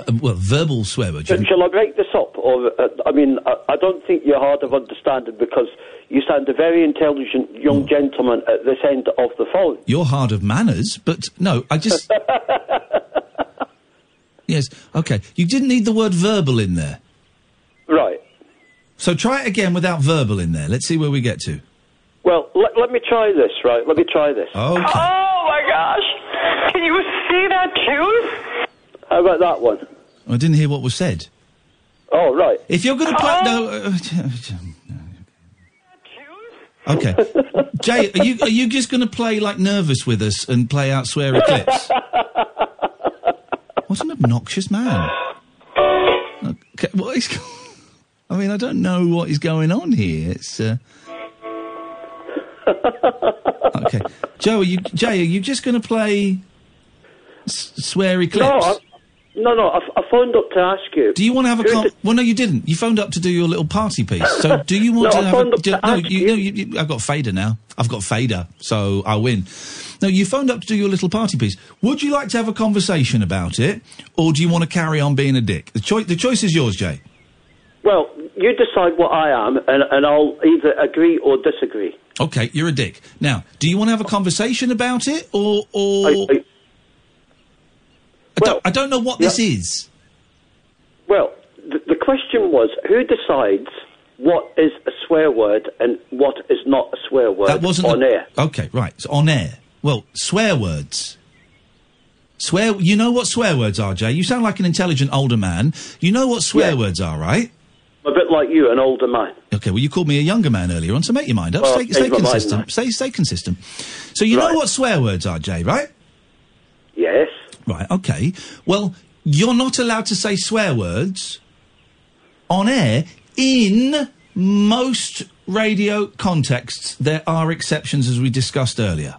Speaker 6: Uh, well, verbal swear words.
Speaker 7: Shall, shall I break this up? Or uh, I mean, I, I don't think you're hard of understanding because you sound a very intelligent young gentleman at this end of the phone.
Speaker 6: You're hard of manners, but no, I just. yes, okay. You didn't need the word verbal in there.
Speaker 7: Right.
Speaker 6: So try it again without verbal in there. Let's see where we get to.
Speaker 7: Well, let, let me try this, right? Let me try this.
Speaker 6: Okay.
Speaker 7: Oh my gosh! Can you see that tune? How about that one?
Speaker 6: I didn't hear what was said.
Speaker 7: Oh, right.
Speaker 6: If you're going to play. No. uh, okay. Jay, are you, are you just going to play like nervous with us and play out swear eclipse? what an obnoxious man. Okay, what is. I mean, I don't know what is going on here. It's. Uh... okay. Joe, are you, Jay, are you just going to play s- swear eclipse?
Speaker 7: No, I, no, no. I, I phoned up to ask you.
Speaker 6: Do you want to have a con- well? No, you didn't. You phoned up to do your little party piece. So, do you want
Speaker 7: No,
Speaker 6: to
Speaker 7: I
Speaker 6: have?
Speaker 7: phoned
Speaker 6: A,
Speaker 7: up
Speaker 6: do,
Speaker 7: to
Speaker 6: no,
Speaker 7: ask
Speaker 6: you, no you, you- I've got fader now. I've got fader, so I win. No, you phoned up to do your little party piece. Would you like to have a conversation about it, or do you want to carry on being a dick? The choice, the choice is yours, Jay.
Speaker 7: Well, you decide what I am, and, and I'll either agree or disagree.
Speaker 6: Okay, you're a dick. Now, do you want to have a conversation about it, or or? I, don't, I don't know what this is.
Speaker 7: Well, the, the question was who decides what is a swear word and what is not a swear word
Speaker 6: That wasn't
Speaker 7: on
Speaker 6: a-
Speaker 7: air?
Speaker 6: Okay, right. It's on air. Well, swear words. Swear. You know what swear words are, Jay. You sound like an intelligent older man. You know what swear words are, right?
Speaker 7: I'm a bit like you, an older man.
Speaker 6: Okay. Well, you called me a younger man earlier on, so make your mind up.
Speaker 7: Well,
Speaker 6: stay
Speaker 7: I've
Speaker 6: stay
Speaker 7: changed my mind
Speaker 6: consistent. Stay stay consistent. So you know what swear words are, Jay, right?
Speaker 7: Yes.
Speaker 6: Right. Okay. Well, you're not allowed to say swear words on air in most radio contexts. There are exceptions, as we discussed earlier.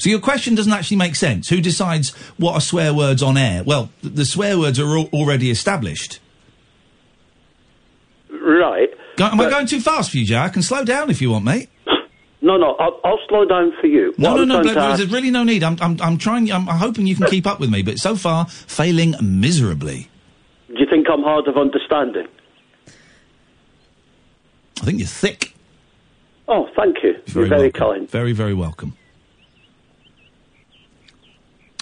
Speaker 6: So your question doesn't actually make sense. Who decides what are swear words on air? Well, th- the swear words are al- already established.
Speaker 7: Right.
Speaker 6: Go- am I going too fast for you, Joe? I can slow down if you want, mate.
Speaker 7: No, no. I'll, I'll slow down for you.
Speaker 6: No,
Speaker 7: What
Speaker 6: no,
Speaker 7: I'm
Speaker 6: no. But
Speaker 7: trying to ask-
Speaker 6: there's really no need. I'm, I'm, I'm trying. I'm hoping you can keep up with me, but so far failing miserably.
Speaker 7: Do you think I'm hard of understanding?
Speaker 6: I think you're thick.
Speaker 7: Oh, thank you. You're very kind.
Speaker 6: Very, very welcome.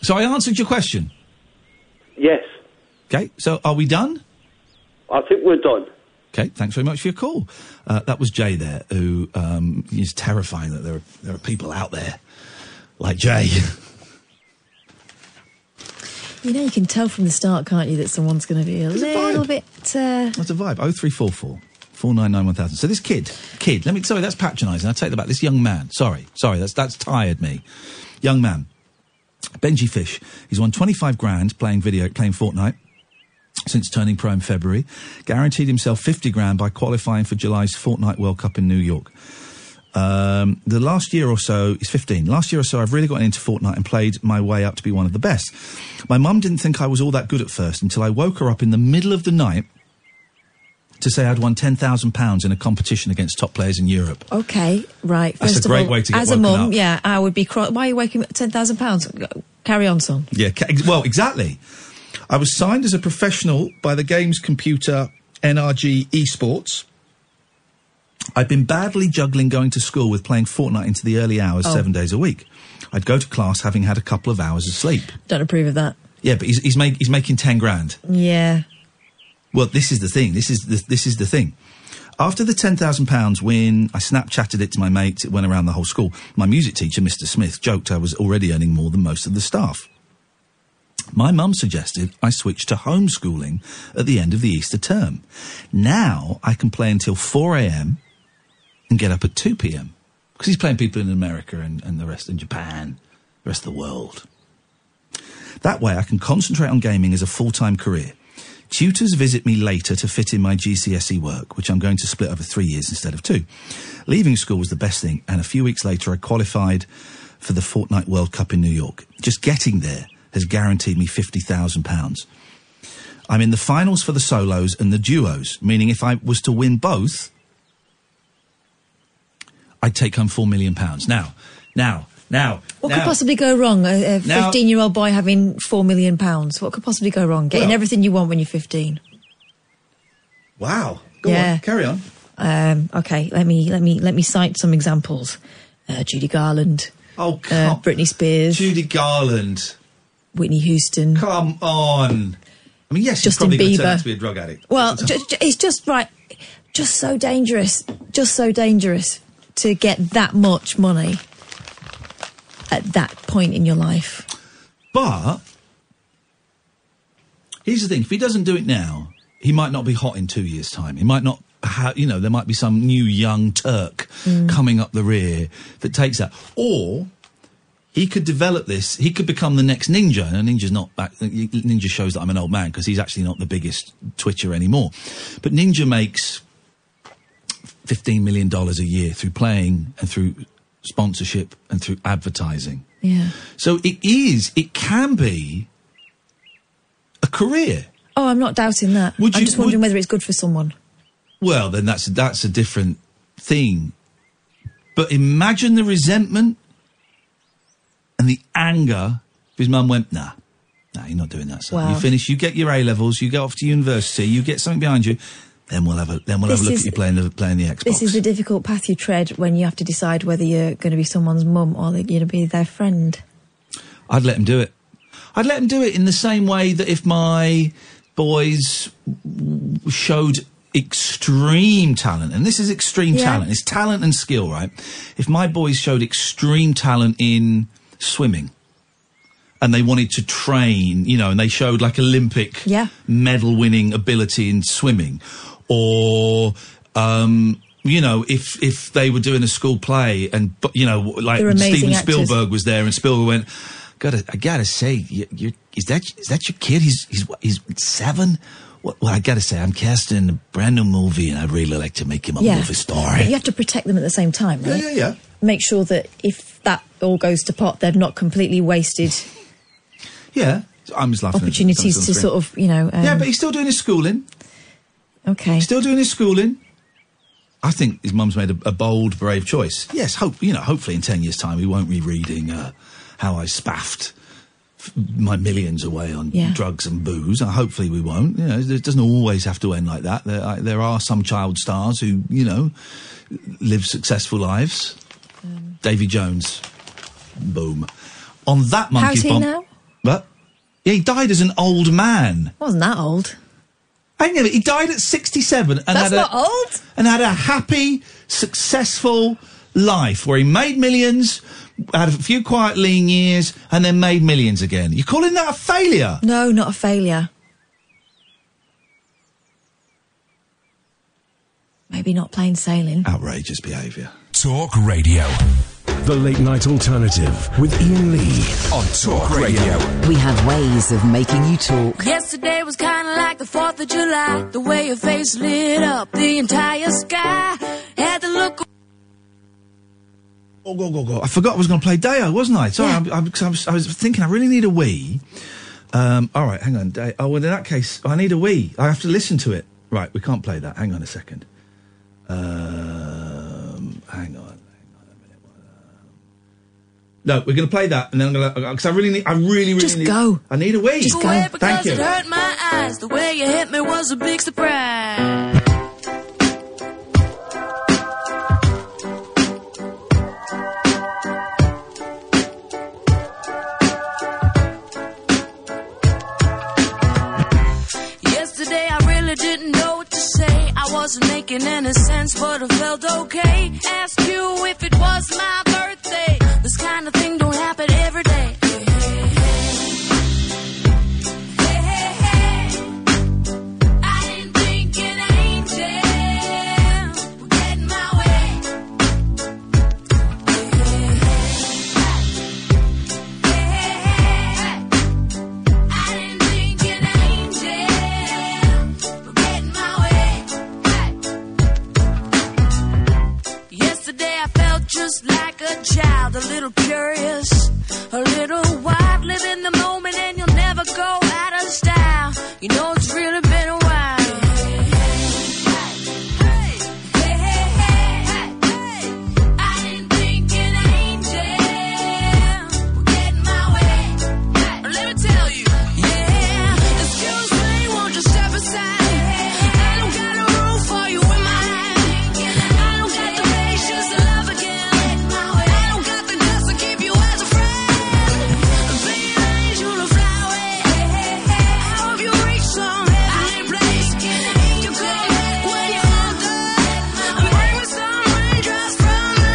Speaker 6: So I answered your question.
Speaker 7: Yes.
Speaker 6: Okay. So are we done?
Speaker 7: I think we're done.
Speaker 6: Okay, thanks very much for your call. Uh, that was Jay there, who um, is terrifying that there are, there are people out there like Jay.
Speaker 8: You know, you can tell from the start, can't you, that someone's going to be a little bit. Uh,
Speaker 6: That's a vibe. 0344 499 1000. So this kid, kid, let me, sorry, that's patronising. I take that back. This young man, sorry, sorry, that's, that's tired me. Young man, Benji Fish, he's won 25 grand playing video, playing Fortnite. since turning pro in February, guaranteed himself 50 grand by qualifying for July's Fortnite World Cup in New York. Um, the last year or so is 15. Last year or so, I've really gotten into Fortnite and played my way up to be one of the best. My mum didn't think I was all that good at first until I woke her up in the middle of the night to say I'd won £10,000 in a competition against top players in Europe.
Speaker 8: Okay, right.
Speaker 6: That's
Speaker 8: First
Speaker 6: a
Speaker 8: of
Speaker 6: great
Speaker 8: all,
Speaker 6: way to get
Speaker 8: as a
Speaker 6: woken
Speaker 8: mum,
Speaker 6: up.
Speaker 8: yeah, I would be. Cro- Why are you waking me? Ten thousand pounds. Carry on, son.
Speaker 6: Yeah, ca- ex- well, exactly. I was signed as a professional by the games computer NRG Esports. I'd been badly juggling going to school with playing Fortnite into the early hours,
Speaker 8: Oh.
Speaker 6: seven days a week. I'd go to class having had a couple of hours of sleep.
Speaker 8: Don't approve of that.
Speaker 6: Yeah, but he's he's, make, he's making ten grand.
Speaker 8: Yeah.
Speaker 6: Well, this is the thing. This is the, this is the thing. After the ten thousand pounds win, I Snapchatted it to my mates. It went around the whole school. My music teacher, Mr. Smith, joked I was already earning more than most of the staff. My mum suggested I switch to homeschooling at the end of the Easter term. Now I can play until four a.m. and get up at two p.m. because he's playing people in America and, and the rest in Japan, the rest of the world. That way I can concentrate on gaming as a full time career. Tutors visit me later to fit in my GCSE E work, which I'm going to split over three years instead of two. Leaving school was the best thing, and a few weeks later I qualified for the Fortnite World Cup in New York. Just getting there has guaranteed me £50,000. I'm in the finals for the solos and the duos, meaning if I was to win both, I'd take home £4 million. Now, now, now.
Speaker 8: What
Speaker 6: now.
Speaker 8: could possibly go wrong? A
Speaker 6: Now-
Speaker 8: fifteen-year-old boy having four million pounds. What could possibly go wrong? Getting
Speaker 6: Well-
Speaker 8: everything you want when you're fifteen.
Speaker 6: Wow. Go
Speaker 8: Yeah.
Speaker 6: on, carry on.
Speaker 8: Um, okay, let me let me let me cite some examples. Uh, Judy Garland.
Speaker 6: Oh,
Speaker 8: uh, Britney Spears.
Speaker 6: Judy Garland.
Speaker 8: Whitney Houston.
Speaker 6: Come on. I mean, yes,
Speaker 8: Justin
Speaker 6: he's probably gonna turn
Speaker 8: Bieber.
Speaker 6: out to be a drug addict.
Speaker 8: Well, ju- ju- it's just right, just so dangerous, just so dangerous to get that much money at that point in your life.
Speaker 6: But here's the thing: if he doesn't do it now, he might not be hot in two years' time. He might not. Ha- you know, there might be some new young Turk
Speaker 11: Mm.
Speaker 6: coming up the rear that takes that, or he could develop this. He could become the next ninja. And a ninja's not back. Ninja shows that I'm an old man because he's actually not the biggest twitcher anymore. But ninja makes fifteen million dollars a year through playing and through sponsorship and through advertising.
Speaker 8: Yeah.
Speaker 6: So it is, it can be a career.
Speaker 8: Oh, I'm not doubting that.
Speaker 6: Would
Speaker 8: I'm
Speaker 6: you-
Speaker 8: just wondering whether it's good for someone.
Speaker 6: Well, then that's that's a different thing. But imagine the resentment and the anger. if His mum went, "Nah, nah, you're not doing that. Son.
Speaker 11: Wow.
Speaker 6: You finish, you get your A levels, you go off to university, you get something behind you. Then we'll have a then we'll have a
Speaker 8: This
Speaker 6: look
Speaker 8: is-
Speaker 6: at you playing the playing the Xbox."
Speaker 8: This is the difficult path you tread when you have to decide whether you're going to be someone's mum or that you're going to be their friend.
Speaker 6: I'd let him do it. I'd let him do it in the same way that if my boys w- showed extreme talent, and this is extreme
Speaker 11: Yeah.
Speaker 6: talent, it's talent and skill, right? If my boys showed extreme talent in swimming and they wanted to train, you know, and they showed like Olympic medal winning ability in swimming, or, um, you know, if if they were doing a school play and but, you know, like
Speaker 11: They're amazing
Speaker 6: Steven
Speaker 11: actors.
Speaker 6: Spielberg was there, and Spielberg went, "Gotta, I gotta say, you, you is that is that your kid? He's he's what, he's seven. Well, well, I gotta say, I'm casting in a brand new movie, and I'd really like to make him a movie star.
Speaker 8: But you have to protect them at the same time, right?
Speaker 6: yeah, yeah.
Speaker 8: Make sure that if that all goes to pot, they've not completely wasted
Speaker 6: Yeah, So I'm just laughing. at-
Speaker 8: opportunities to
Speaker 6: something.
Speaker 8: sort of, you know. Um,
Speaker 6: yeah, but he's still doing his schooling.
Speaker 8: Okay.
Speaker 6: Still doing his schooling. I think his mum's made a, a bold, brave choice. Yes, hope you know. Hopefully, in ten years' time, we won't be reading uh, how I spaffed f- my millions away on
Speaker 11: Yeah.
Speaker 6: drugs and booze. Uh, hopefully, we won't. You know, it doesn't always have to end like that. There, I, there are some child stars who you know live successful lives.
Speaker 8: Um.
Speaker 6: Davy Jones, boom. On that monkey
Speaker 8: How's he
Speaker 6: bomb.
Speaker 8: now?
Speaker 6: But yeah, he died as an old man.
Speaker 8: Wasn't that old?
Speaker 6: I know. He died at sixty-seven, and
Speaker 8: That's
Speaker 6: had
Speaker 8: not
Speaker 6: a,
Speaker 8: old.
Speaker 6: and had a happy, successful life where he made millions, had a few quiet, lean years, and then made millions again. You're calling that a failure?
Speaker 8: No, not a failure. Maybe not plain sailing.
Speaker 6: Outrageous behaviour.
Speaker 1: Talk Radio. The Late Night Alternative with Ian Lee on Talk Radio.
Speaker 28: We have ways of making you talk.
Speaker 22: Yesterday was kinda like the 4th of July. The way your face lit up the entire sky. Had to look.
Speaker 6: Go, go, go, go. I forgot I was going to play Deo, wasn't I? Sorry, I'm- I'm- 'cause I, was, I was thinking I really need a Wii. Um, all right, hang on. Deo. Oh, well, in that case, I need a Wii. I have to listen to it. Right, we can't play that. Hang on a second. Um, hang on. hang on a minute. uh, No, we're going to play that, and then I'm going to because I really need. I really, really
Speaker 22: Just
Speaker 6: need,
Speaker 22: go.
Speaker 6: I need a Wii.
Speaker 22: Just go away because
Speaker 6: Thank you.
Speaker 22: it hurt my eyes. The way you hit me was a big surprise. Yesterday I really didn't know what to say. I wasn't making any sense, but I felt okay. Asked you if it was my birthday. This kind of thing don't happen every day. Hey, hey, hey. Hey, hey, hey. I didn't think an angel would get in my way. Hey, hey, hey. Hey, I didn't think an angel would get in my way. Yesterday I felt just like a child, a little curious, a little wild. Live in the moment and you'll never go out of style. You know it's really been a while. Hey, hey, hey, hey, hey. I didn't think an angel would get in my way. Let me tell you, yeah. Excuse me, won't you step aside? I don't got no room for you in my life. I don't got the patience to love again. I don't got the guts to keep you as a friend. Be an angel to fly away. I hope you reach some heavenly place. And you come back when you're all done. And bring me some raindrops from the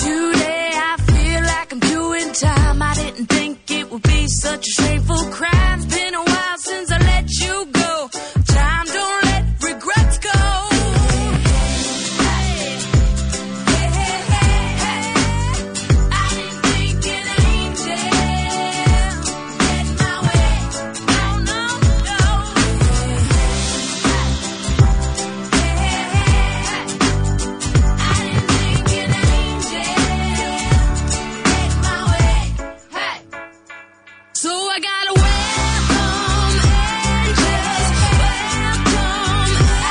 Speaker 22: Today I feel like I'm doing time. I didn't think it would be such a shameful crime. It's been a while since I let you go. Time don't let regrets go. Hey, hey, hey, hey, hey. I didn't think an angel would get in my way. No, no, no. Hey, hey, hey, hey. So I got a welcome angels, welcome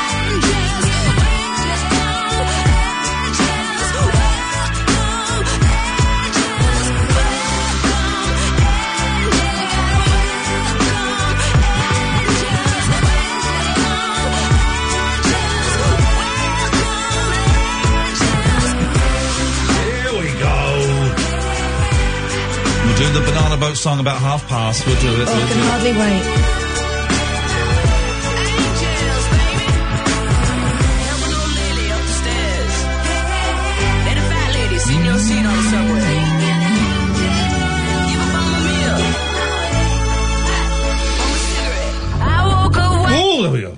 Speaker 22: angels, welcome angels, welcome angels,
Speaker 6: Here we go. We'll do the banana boat song about half past. We'll do it.
Speaker 22: Oh,
Speaker 29: I can hardly wait.
Speaker 6: Oh, there we go.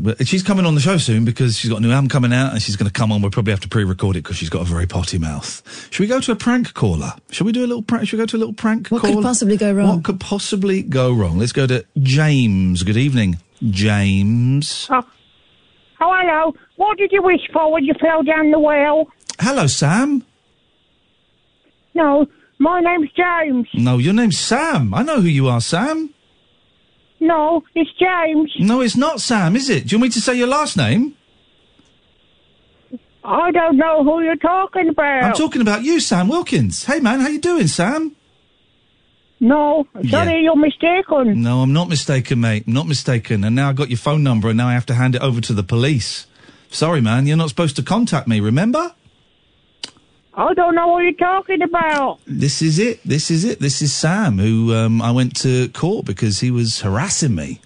Speaker 6: But she's coming on the show soon because she's got a new album coming out and she's going to come on. We'll probably have to pre-record it because she's got a very potty mouth. Should we go to a prank caller? Should we do a little prank? Should we go to a little prank
Speaker 29: What
Speaker 6: caller?
Speaker 29: could possibly go wrong?
Speaker 6: What could possibly go wrong? Let's go to James. Good evening, James.
Speaker 7: Oh, hello. What did you wish for when you fell down the well?
Speaker 6: Hello, Sam.
Speaker 7: No, my name's James.
Speaker 6: No, your name's Sam. I know who you are, Sam.
Speaker 7: No, it's James.
Speaker 6: No, it's not Sam, is it? Do you want me to say your last name?
Speaker 7: I don't know who you're talking about.
Speaker 6: I'm talking about you, Sam Wilkins. Hey, man, how you doing, Sam?
Speaker 7: No, sorry, you're mistaken.
Speaker 6: No, I'm not mistaken, mate. I'm not mistaken. And now I got your phone number, and now I have to hand it over to the police. Sorry, man, you're not supposed to contact me. Remember?
Speaker 7: I don't know what you're talking about.
Speaker 6: This is it. This is it. This is Sam, who um, I went to court because he was harassing me.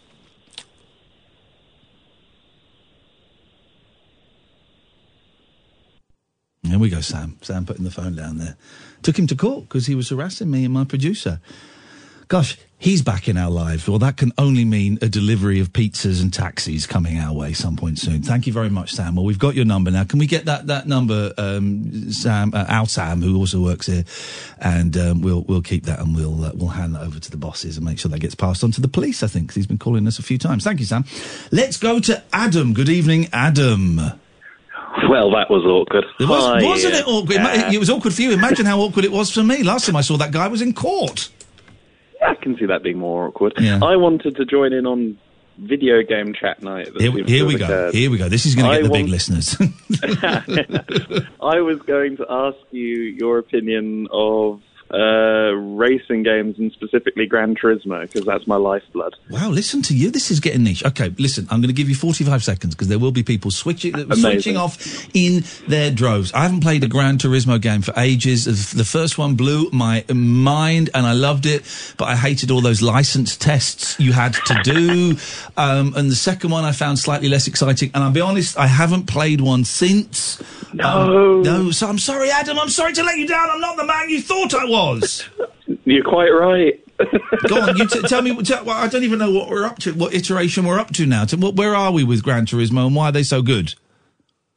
Speaker 6: There we go, Sam. Sam putting the phone down there. Took him to court because he was harassing me and my producer. Gosh, he's back in our lives. Well, that can only mean a delivery of pizzas and taxis coming our way some point soon. Thank you very much, Sam. Well, we've got your number now. Can we get that that number, um, Sam? Uh, our Sam, who also works here, and um, we'll we'll keep that and we'll uh, we'll hand that over to the bosses and make sure that gets passed on to the police. I think 'cause he's been calling us a few times. Thank you, Sam. Let's go to Adam. Good evening, Adam.
Speaker 20: Well, that was awkward.
Speaker 6: It was,
Speaker 20: Hi,
Speaker 6: wasn't it
Speaker 20: uh,
Speaker 6: awkward? Ima-
Speaker 20: uh,
Speaker 6: it was awkward for you. Imagine how awkward it was for me. Last time I saw that guy was in court.
Speaker 20: I can see that being more awkward. I wanted to join in on video game chat night. that
Speaker 6: Here,
Speaker 20: seems
Speaker 6: here
Speaker 20: to
Speaker 6: we
Speaker 20: have
Speaker 6: go.
Speaker 20: occurred.
Speaker 6: Here we go. This is going to
Speaker 20: I
Speaker 6: get the big
Speaker 20: want-
Speaker 6: listeners.
Speaker 20: I was going to ask you your opinion of uh, racing games and specifically Gran Turismo because that's my lifeblood.
Speaker 6: wow, listen to you. This is getting niche. Okay, listen. I'm going to give you 45 seconds because there will be people switching
Speaker 20: Amazing.
Speaker 6: switching off in their droves. I haven't played a Gran Turismo game for ages. The first one blew my mind and I loved it, but I hated all those license tests you had to do. um, and the second one I found slightly less exciting. And I'll be honest, I haven't played one since. No, no. So I'm sorry, Adam. I'm sorry to let you down. I'm not the man you thought I was.
Speaker 20: You're quite right.
Speaker 6: Go on, you t- tell me. T- well, I don't even know what we're up to, what iteration we're up to now. T- what, where are we with Gran Turismo and why are they so good?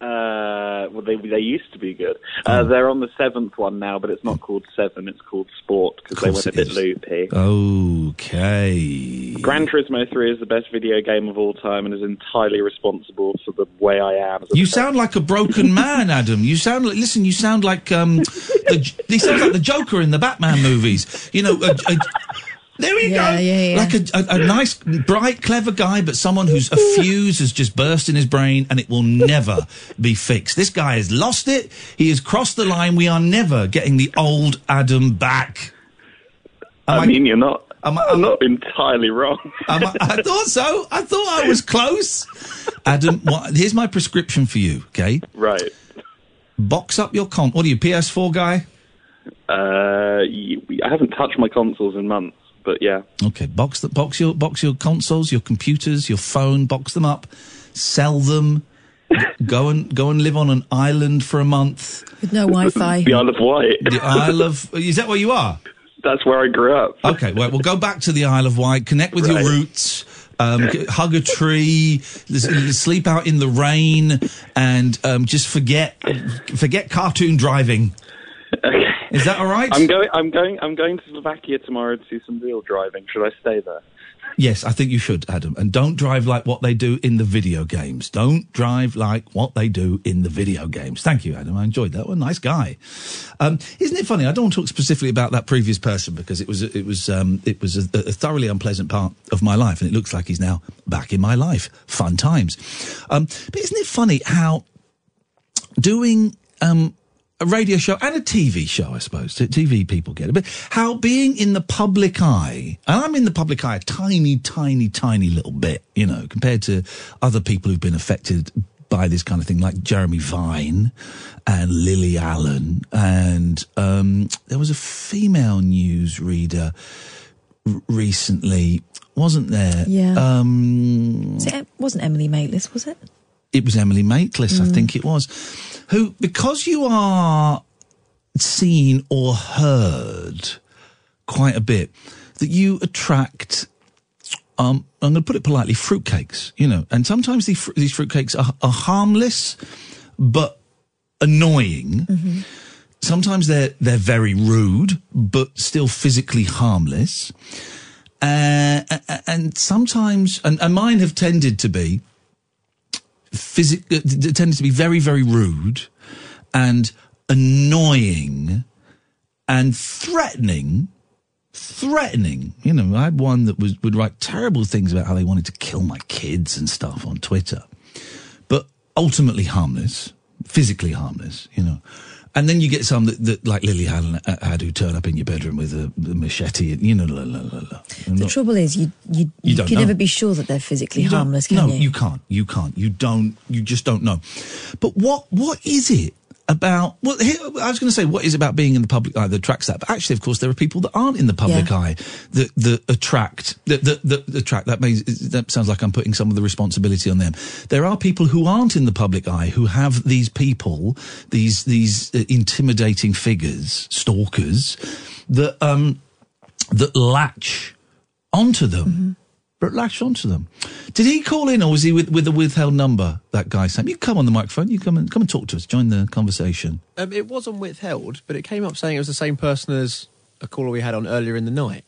Speaker 20: Uh, well, they they used to be good. Uh,
Speaker 6: Hmm.
Speaker 20: They're on the seventh one now, but it's not called seven. It's called Sport because they
Speaker 6: Course
Speaker 20: went a bit
Speaker 6: it is.
Speaker 20: loopy.
Speaker 6: Okay.
Speaker 20: Gran Turismo 3 is the best video game of all time and is entirely responsible for the way I am. as a
Speaker 6: You sound like a broken man, Adam. You sound like listen. You sound like um, the, he sounds like the Joker in the Batman movies. You know, a, a, there we go. Like a, a, a nice, bright, clever guy, but someone whose a fuse has just burst in his brain and it will never be fixed. This guy has lost it. He has crossed the line. We are never getting the old Adam back.
Speaker 20: I mean, you're not.
Speaker 6: I'm,
Speaker 20: not entirely wrong.
Speaker 6: Am I, I thought so. I thought I was close. Adam, what, here's my prescription for you. Okay.
Speaker 20: Right.
Speaker 6: Box up your con. What are you, PS4 guy?
Speaker 20: Uh, you, I haven't touched my consoles in months, but yeah.
Speaker 6: Okay, box the, box your box your consoles, your computers, your phone, box them up, sell them. go and go and live on an island for a month.
Speaker 8: With no Wi-Fi.
Speaker 20: The Isle of Wight.
Speaker 6: The uh, Isle of is that where you are?
Speaker 20: That's where I grew up.
Speaker 6: Okay, well, we'll go back to the Isle of Wight. Connect with your roots. Um, g- hug a tree, s- sleep out in the rain, and um, just forget forget cartoon driving. Is that all right?
Speaker 20: I'm going. I'm going. I'm going to Slovakia tomorrow to do some real driving. Should I stay there?
Speaker 6: Yes, I think you should, Adam. And don't drive like what they do in the video games. Don't drive like what they do in the video games. Thank you, Adam. I enjoyed that. What a nice guy. Um, isn't it funny? I don't want to talk specifically about that previous person because it was it was um, it was a, a thoroughly unpleasant part of my life, and it looks like he's now back in my life. Fun times. Um, but isn't it funny how doing um, a radio show and a TV show, I suppose. T- TV people get it, but how being in the public eye, and I'm in the public eye a tiny, tiny, tiny little bit, you know, compared to other people who've been affected by this kind of thing, like Jeremy Vine and Lily Allen, and um, there was a female newsreader r- recently, wasn't there?
Speaker 8: Yeah.
Speaker 6: Um,
Speaker 8: Was it, Em- wasn't Emily Maitlis, was it?
Speaker 6: it was Emily Maitlis, I
Speaker 8: Mm.
Speaker 6: think it was, who, because you are seen or heard quite a bit, that you attract, um, I'm going to put it politely, fruitcakes, you know, and sometimes these, fr- these fruitcakes are, are harmless, but annoying. Sometimes they're, they're very rude, but still physically harmless. Uh, a- a- and sometimes, and, and mine have tended to be, physic- uh, t- t- tended to be very, very rude and annoying and threatening. Threatening, you know. I had one that was would write terrible things about how they wanted to kill my kids and stuff on Twitter, but ultimately harmless, physically harmless, you know. And then you get some that, that like Lily Allen uh, had who turn up in your bedroom with a, a machete, and you know, la, la, la, la. I'm
Speaker 8: The
Speaker 6: not-
Speaker 8: trouble is, you you,
Speaker 6: You
Speaker 8: you
Speaker 6: don't
Speaker 8: can
Speaker 6: know.
Speaker 8: never be sure that they're physically
Speaker 6: You don't-
Speaker 8: harmless, can
Speaker 6: no,
Speaker 8: you?
Speaker 6: you can't. You can't. You don't. You just don't know. But what what is it about well, here, I was going to say what is about being in the public eye that attracts that, but actually, of course, there are people that aren't in the public
Speaker 11: Yeah.
Speaker 6: eye that that attract that that, that that attract. That means that sounds like I'm putting some of the responsibility on them. There are people who aren't in the public eye who have these people, these these uh, intimidating figures, stalkers, that um that latch onto them.
Speaker 8: Mm-hmm.
Speaker 6: But latch onto them. Did he call in, or was he with, with a withheld number? That guy, Sam. You come on the microphone. You come and come and talk to us. Join the conversation.
Speaker 21: Um, it was on withheld, but it came up saying it was the same person as a caller we had on earlier in the night.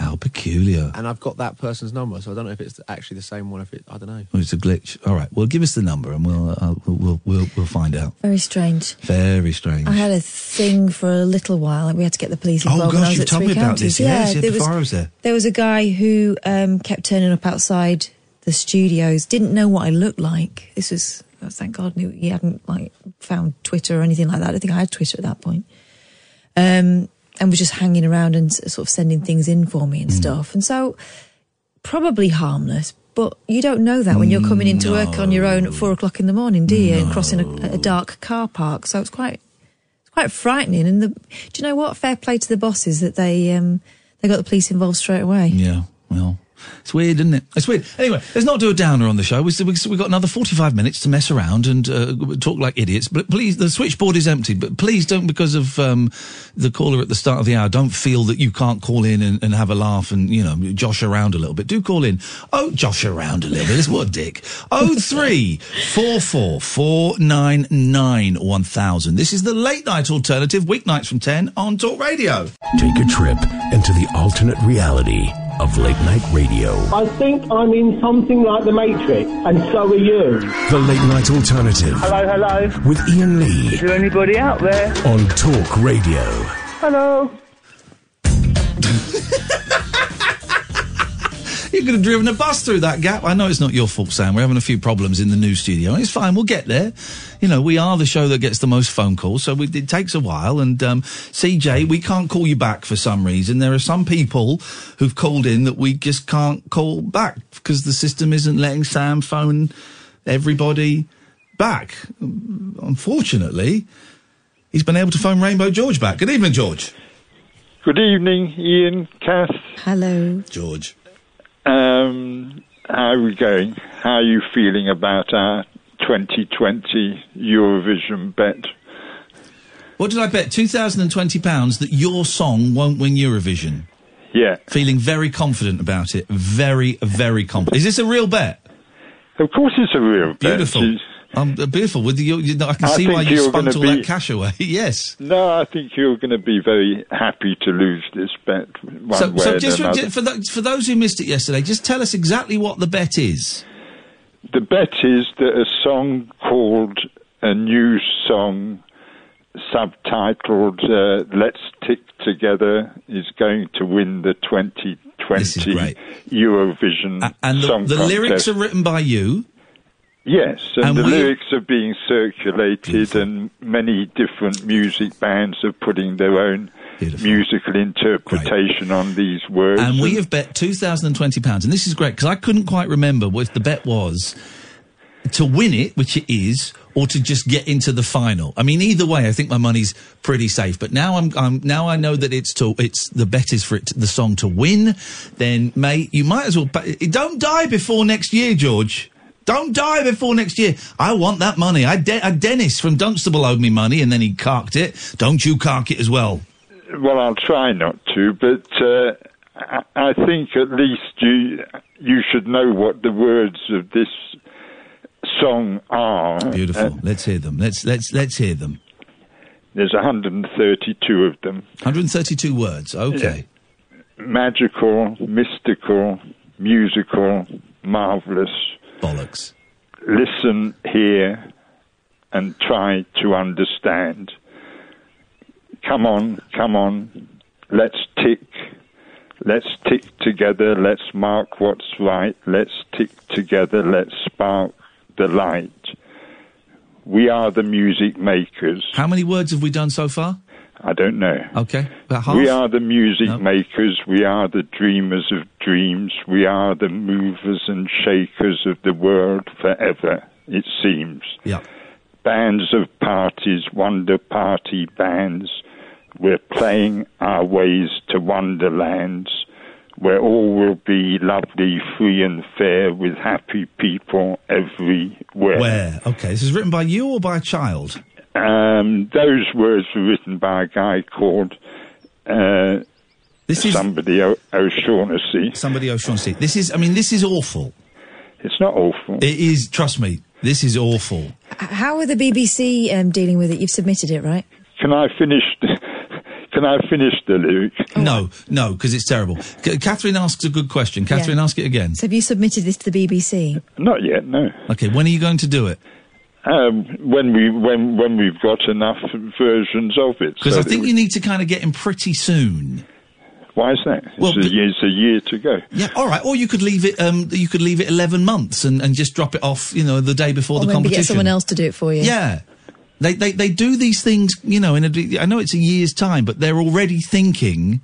Speaker 6: How peculiar.
Speaker 21: And I've got that person's number, so I don't know if it's actually the same one. If it, I don't know.
Speaker 6: Oh, it's a glitch. All right. Well, give us the number, and we'll uh, we'll, we'll we'll we'll find out.
Speaker 8: Very strange.
Speaker 6: Very strange.
Speaker 8: I had a thing for a little while. Like we had to get the police
Speaker 6: Oh,
Speaker 8: involved. when
Speaker 6: gosh,
Speaker 8: I was
Speaker 6: you've
Speaker 8: at
Speaker 6: told
Speaker 8: Three
Speaker 6: me about
Speaker 8: Counties.
Speaker 6: this. Yes, yeah,
Speaker 8: there
Speaker 6: before
Speaker 8: was,
Speaker 6: I was there.
Speaker 8: There was a guy who um, kept turning up outside the studios. Didn't know what I looked like. This was oh, thank God knew- he hadn't like found Twitter or anything like that. I don't think I had Twitter at that point. Um, and was just hanging around and s- sort of sending things in for
Speaker 6: Hmm.
Speaker 8: me and stuff. And so probably harmless. But you don't know that when you're coming into work on your own at four o'clock in the morning, do you? And crossing a, a dark car park, so it's quite it's quite frightening. And the, do you know what? Fair play to the bosses that they um, they got the police involved straight away.
Speaker 6: Yeah. Well, it's weird, isn't it? It's weird. Anyway, let's not do a downer on the show. We've we, we've got another forty-five minutes to mess around and uh, talk like idiots. But please, the switchboard is empty. But please don't, because of um, the caller at the start of the hour, don't feel that you can't call in and, and have a laugh and you know josh around a little bit. Do call in. Oh, josh around a little bit. It's what a dick. Oh three four four four nine nine one thousand. This is the late night alternative, weeknights from ten on Talk Radio.
Speaker 1: Take a trip into the alternate reality of late night radio.
Speaker 23: I think I'm in something like The Matrix, and so are you.
Speaker 1: The late night alternative. Hello, hello. With Ian Lee. Is
Speaker 23: there anybody out there?
Speaker 1: On Talk Radio.
Speaker 23: Hello.
Speaker 6: You could have driven a bus through that gap. I know it's not your fault, Sam. We're having a few problems in the new studio. It's fine. We'll get there. You know, we are the show that gets the most phone calls, so we, it takes a while. And um, CJ, we can't call you back for some reason. There are some people who've called in that we just can't call back because the system isn't letting Sam phone everybody back. Unfortunately, he's been able to phone Rainbow George back. Good evening, George.
Speaker 30: Good evening, Ian, Cass.
Speaker 8: Hello.
Speaker 6: George.
Speaker 30: Um, how are we going? How are you feeling about our 2020 Eurovision bet?
Speaker 6: What did I bet? Two thousand and twenty pounds that your song won't win Eurovision.
Speaker 30: Yeah.
Speaker 6: Feeling very confident about it. Very, very confident. Is this a real bet?
Speaker 30: Of course, it's a real bet.
Speaker 6: Beautiful.
Speaker 30: It's-
Speaker 6: Um, beautiful. With you, you know, I can
Speaker 30: I
Speaker 6: see why
Speaker 30: think
Speaker 6: you
Speaker 30: you're
Speaker 6: spunked all
Speaker 30: gonna
Speaker 6: that
Speaker 30: be-
Speaker 6: cash away. yes.
Speaker 30: No, I think you're going to be very happy to lose this bet one
Speaker 6: so,
Speaker 30: way
Speaker 6: so
Speaker 30: or
Speaker 6: just
Speaker 30: another.
Speaker 6: for those, for those who missed it yesterday, just tell us exactly what the bet is.
Speaker 30: The bet is that a song called a new song, subtitled uh, "Let's Tick Together," is going to win the 2020 Eurovision
Speaker 6: And the,
Speaker 30: song
Speaker 6: the lyrics
Speaker 30: contest.
Speaker 6: are written by you.
Speaker 30: Yes, and,
Speaker 6: and
Speaker 30: the
Speaker 6: we-
Speaker 30: lyrics are being circulated, and many different music bands are putting their own musical interpretation on these words.
Speaker 6: And we have bet two thousand and twenty pounds, and this is great because I couldn't quite remember what the bet was to win it, which it is, or to just get into the final. I mean, either way, I think my money's pretty safe. But now I'm, I'm now I know that it's to it's the bet is for it the song to win. Then, mate, you might as well pa- don't die before next year, George. Don't die before next year. I want that money. I, de- I Dennis from Dunstable owed me money, and then he carked it. Don't you cark it as well.
Speaker 30: Well, I'll try not to, but uh, I, I think at least you you should know what the words of this song are.
Speaker 6: Beautiful.
Speaker 30: Uh,
Speaker 6: let's hear them. Let's let's let's hear them.
Speaker 30: there's 132 of them.
Speaker 6: 132 words. Okay.
Speaker 30: Magical, mystical, musical, marvelous.
Speaker 6: Bollocks.
Speaker 30: Listen, hear, and try to understand. Come on, come on. Let's tick. Let's tick together. Let's mark what's right. Let's tick together. Let's spark the light. We are the music makers.
Speaker 6: How many words have we done so far?
Speaker 30: I don't know.
Speaker 6: Okay. About half.
Speaker 30: We are the music makers. We are the dreamers of dreams. We are the movers and shakers of the world forever, it seems.
Speaker 6: Yeah.
Speaker 30: bands of parties, Wonder Party bands. We're playing our ways to Wonderlands, where all will be lovely, free and fair, with happy people everywhere.
Speaker 6: Where? Okay, this is written by you or by a child?
Speaker 30: Um, those words were written by a guy called uh, somebody o- O'Shaughnessy.
Speaker 6: Somebody O'Shaughnessy. This is, I mean, this is awful.
Speaker 30: It's not awful.
Speaker 6: It is, trust me, this is awful.
Speaker 8: H- How are the BBC um, dealing with it? You've submitted it, right?
Speaker 30: Can I finish? the- Can I finish the lyric?
Speaker 6: No, no, because it's terrible. C- Catherine asks a good question. Catherine, ask it again.
Speaker 8: So have you submitted this to the BBC?
Speaker 30: Not yet. No.
Speaker 6: Okay, when are you going to do it?
Speaker 30: Um, when we when when we've got enough versions of it.
Speaker 6: Because
Speaker 30: so
Speaker 6: I
Speaker 30: that
Speaker 6: think
Speaker 30: we-
Speaker 6: you need to kind of get him pretty soon.
Speaker 30: Why is that? It's,
Speaker 6: Well,
Speaker 30: a, year- it's a year to go.
Speaker 6: Yeah, all right. Or you could leave it. Um, you could leave it eleven months and, and just drop it off. You know, the day before
Speaker 8: or
Speaker 6: the
Speaker 8: maybe
Speaker 6: competition.
Speaker 8: get someone else to do it for you?
Speaker 6: Yeah. They, they they do these things, you know. In a, I know it's a year's time, but they're already thinking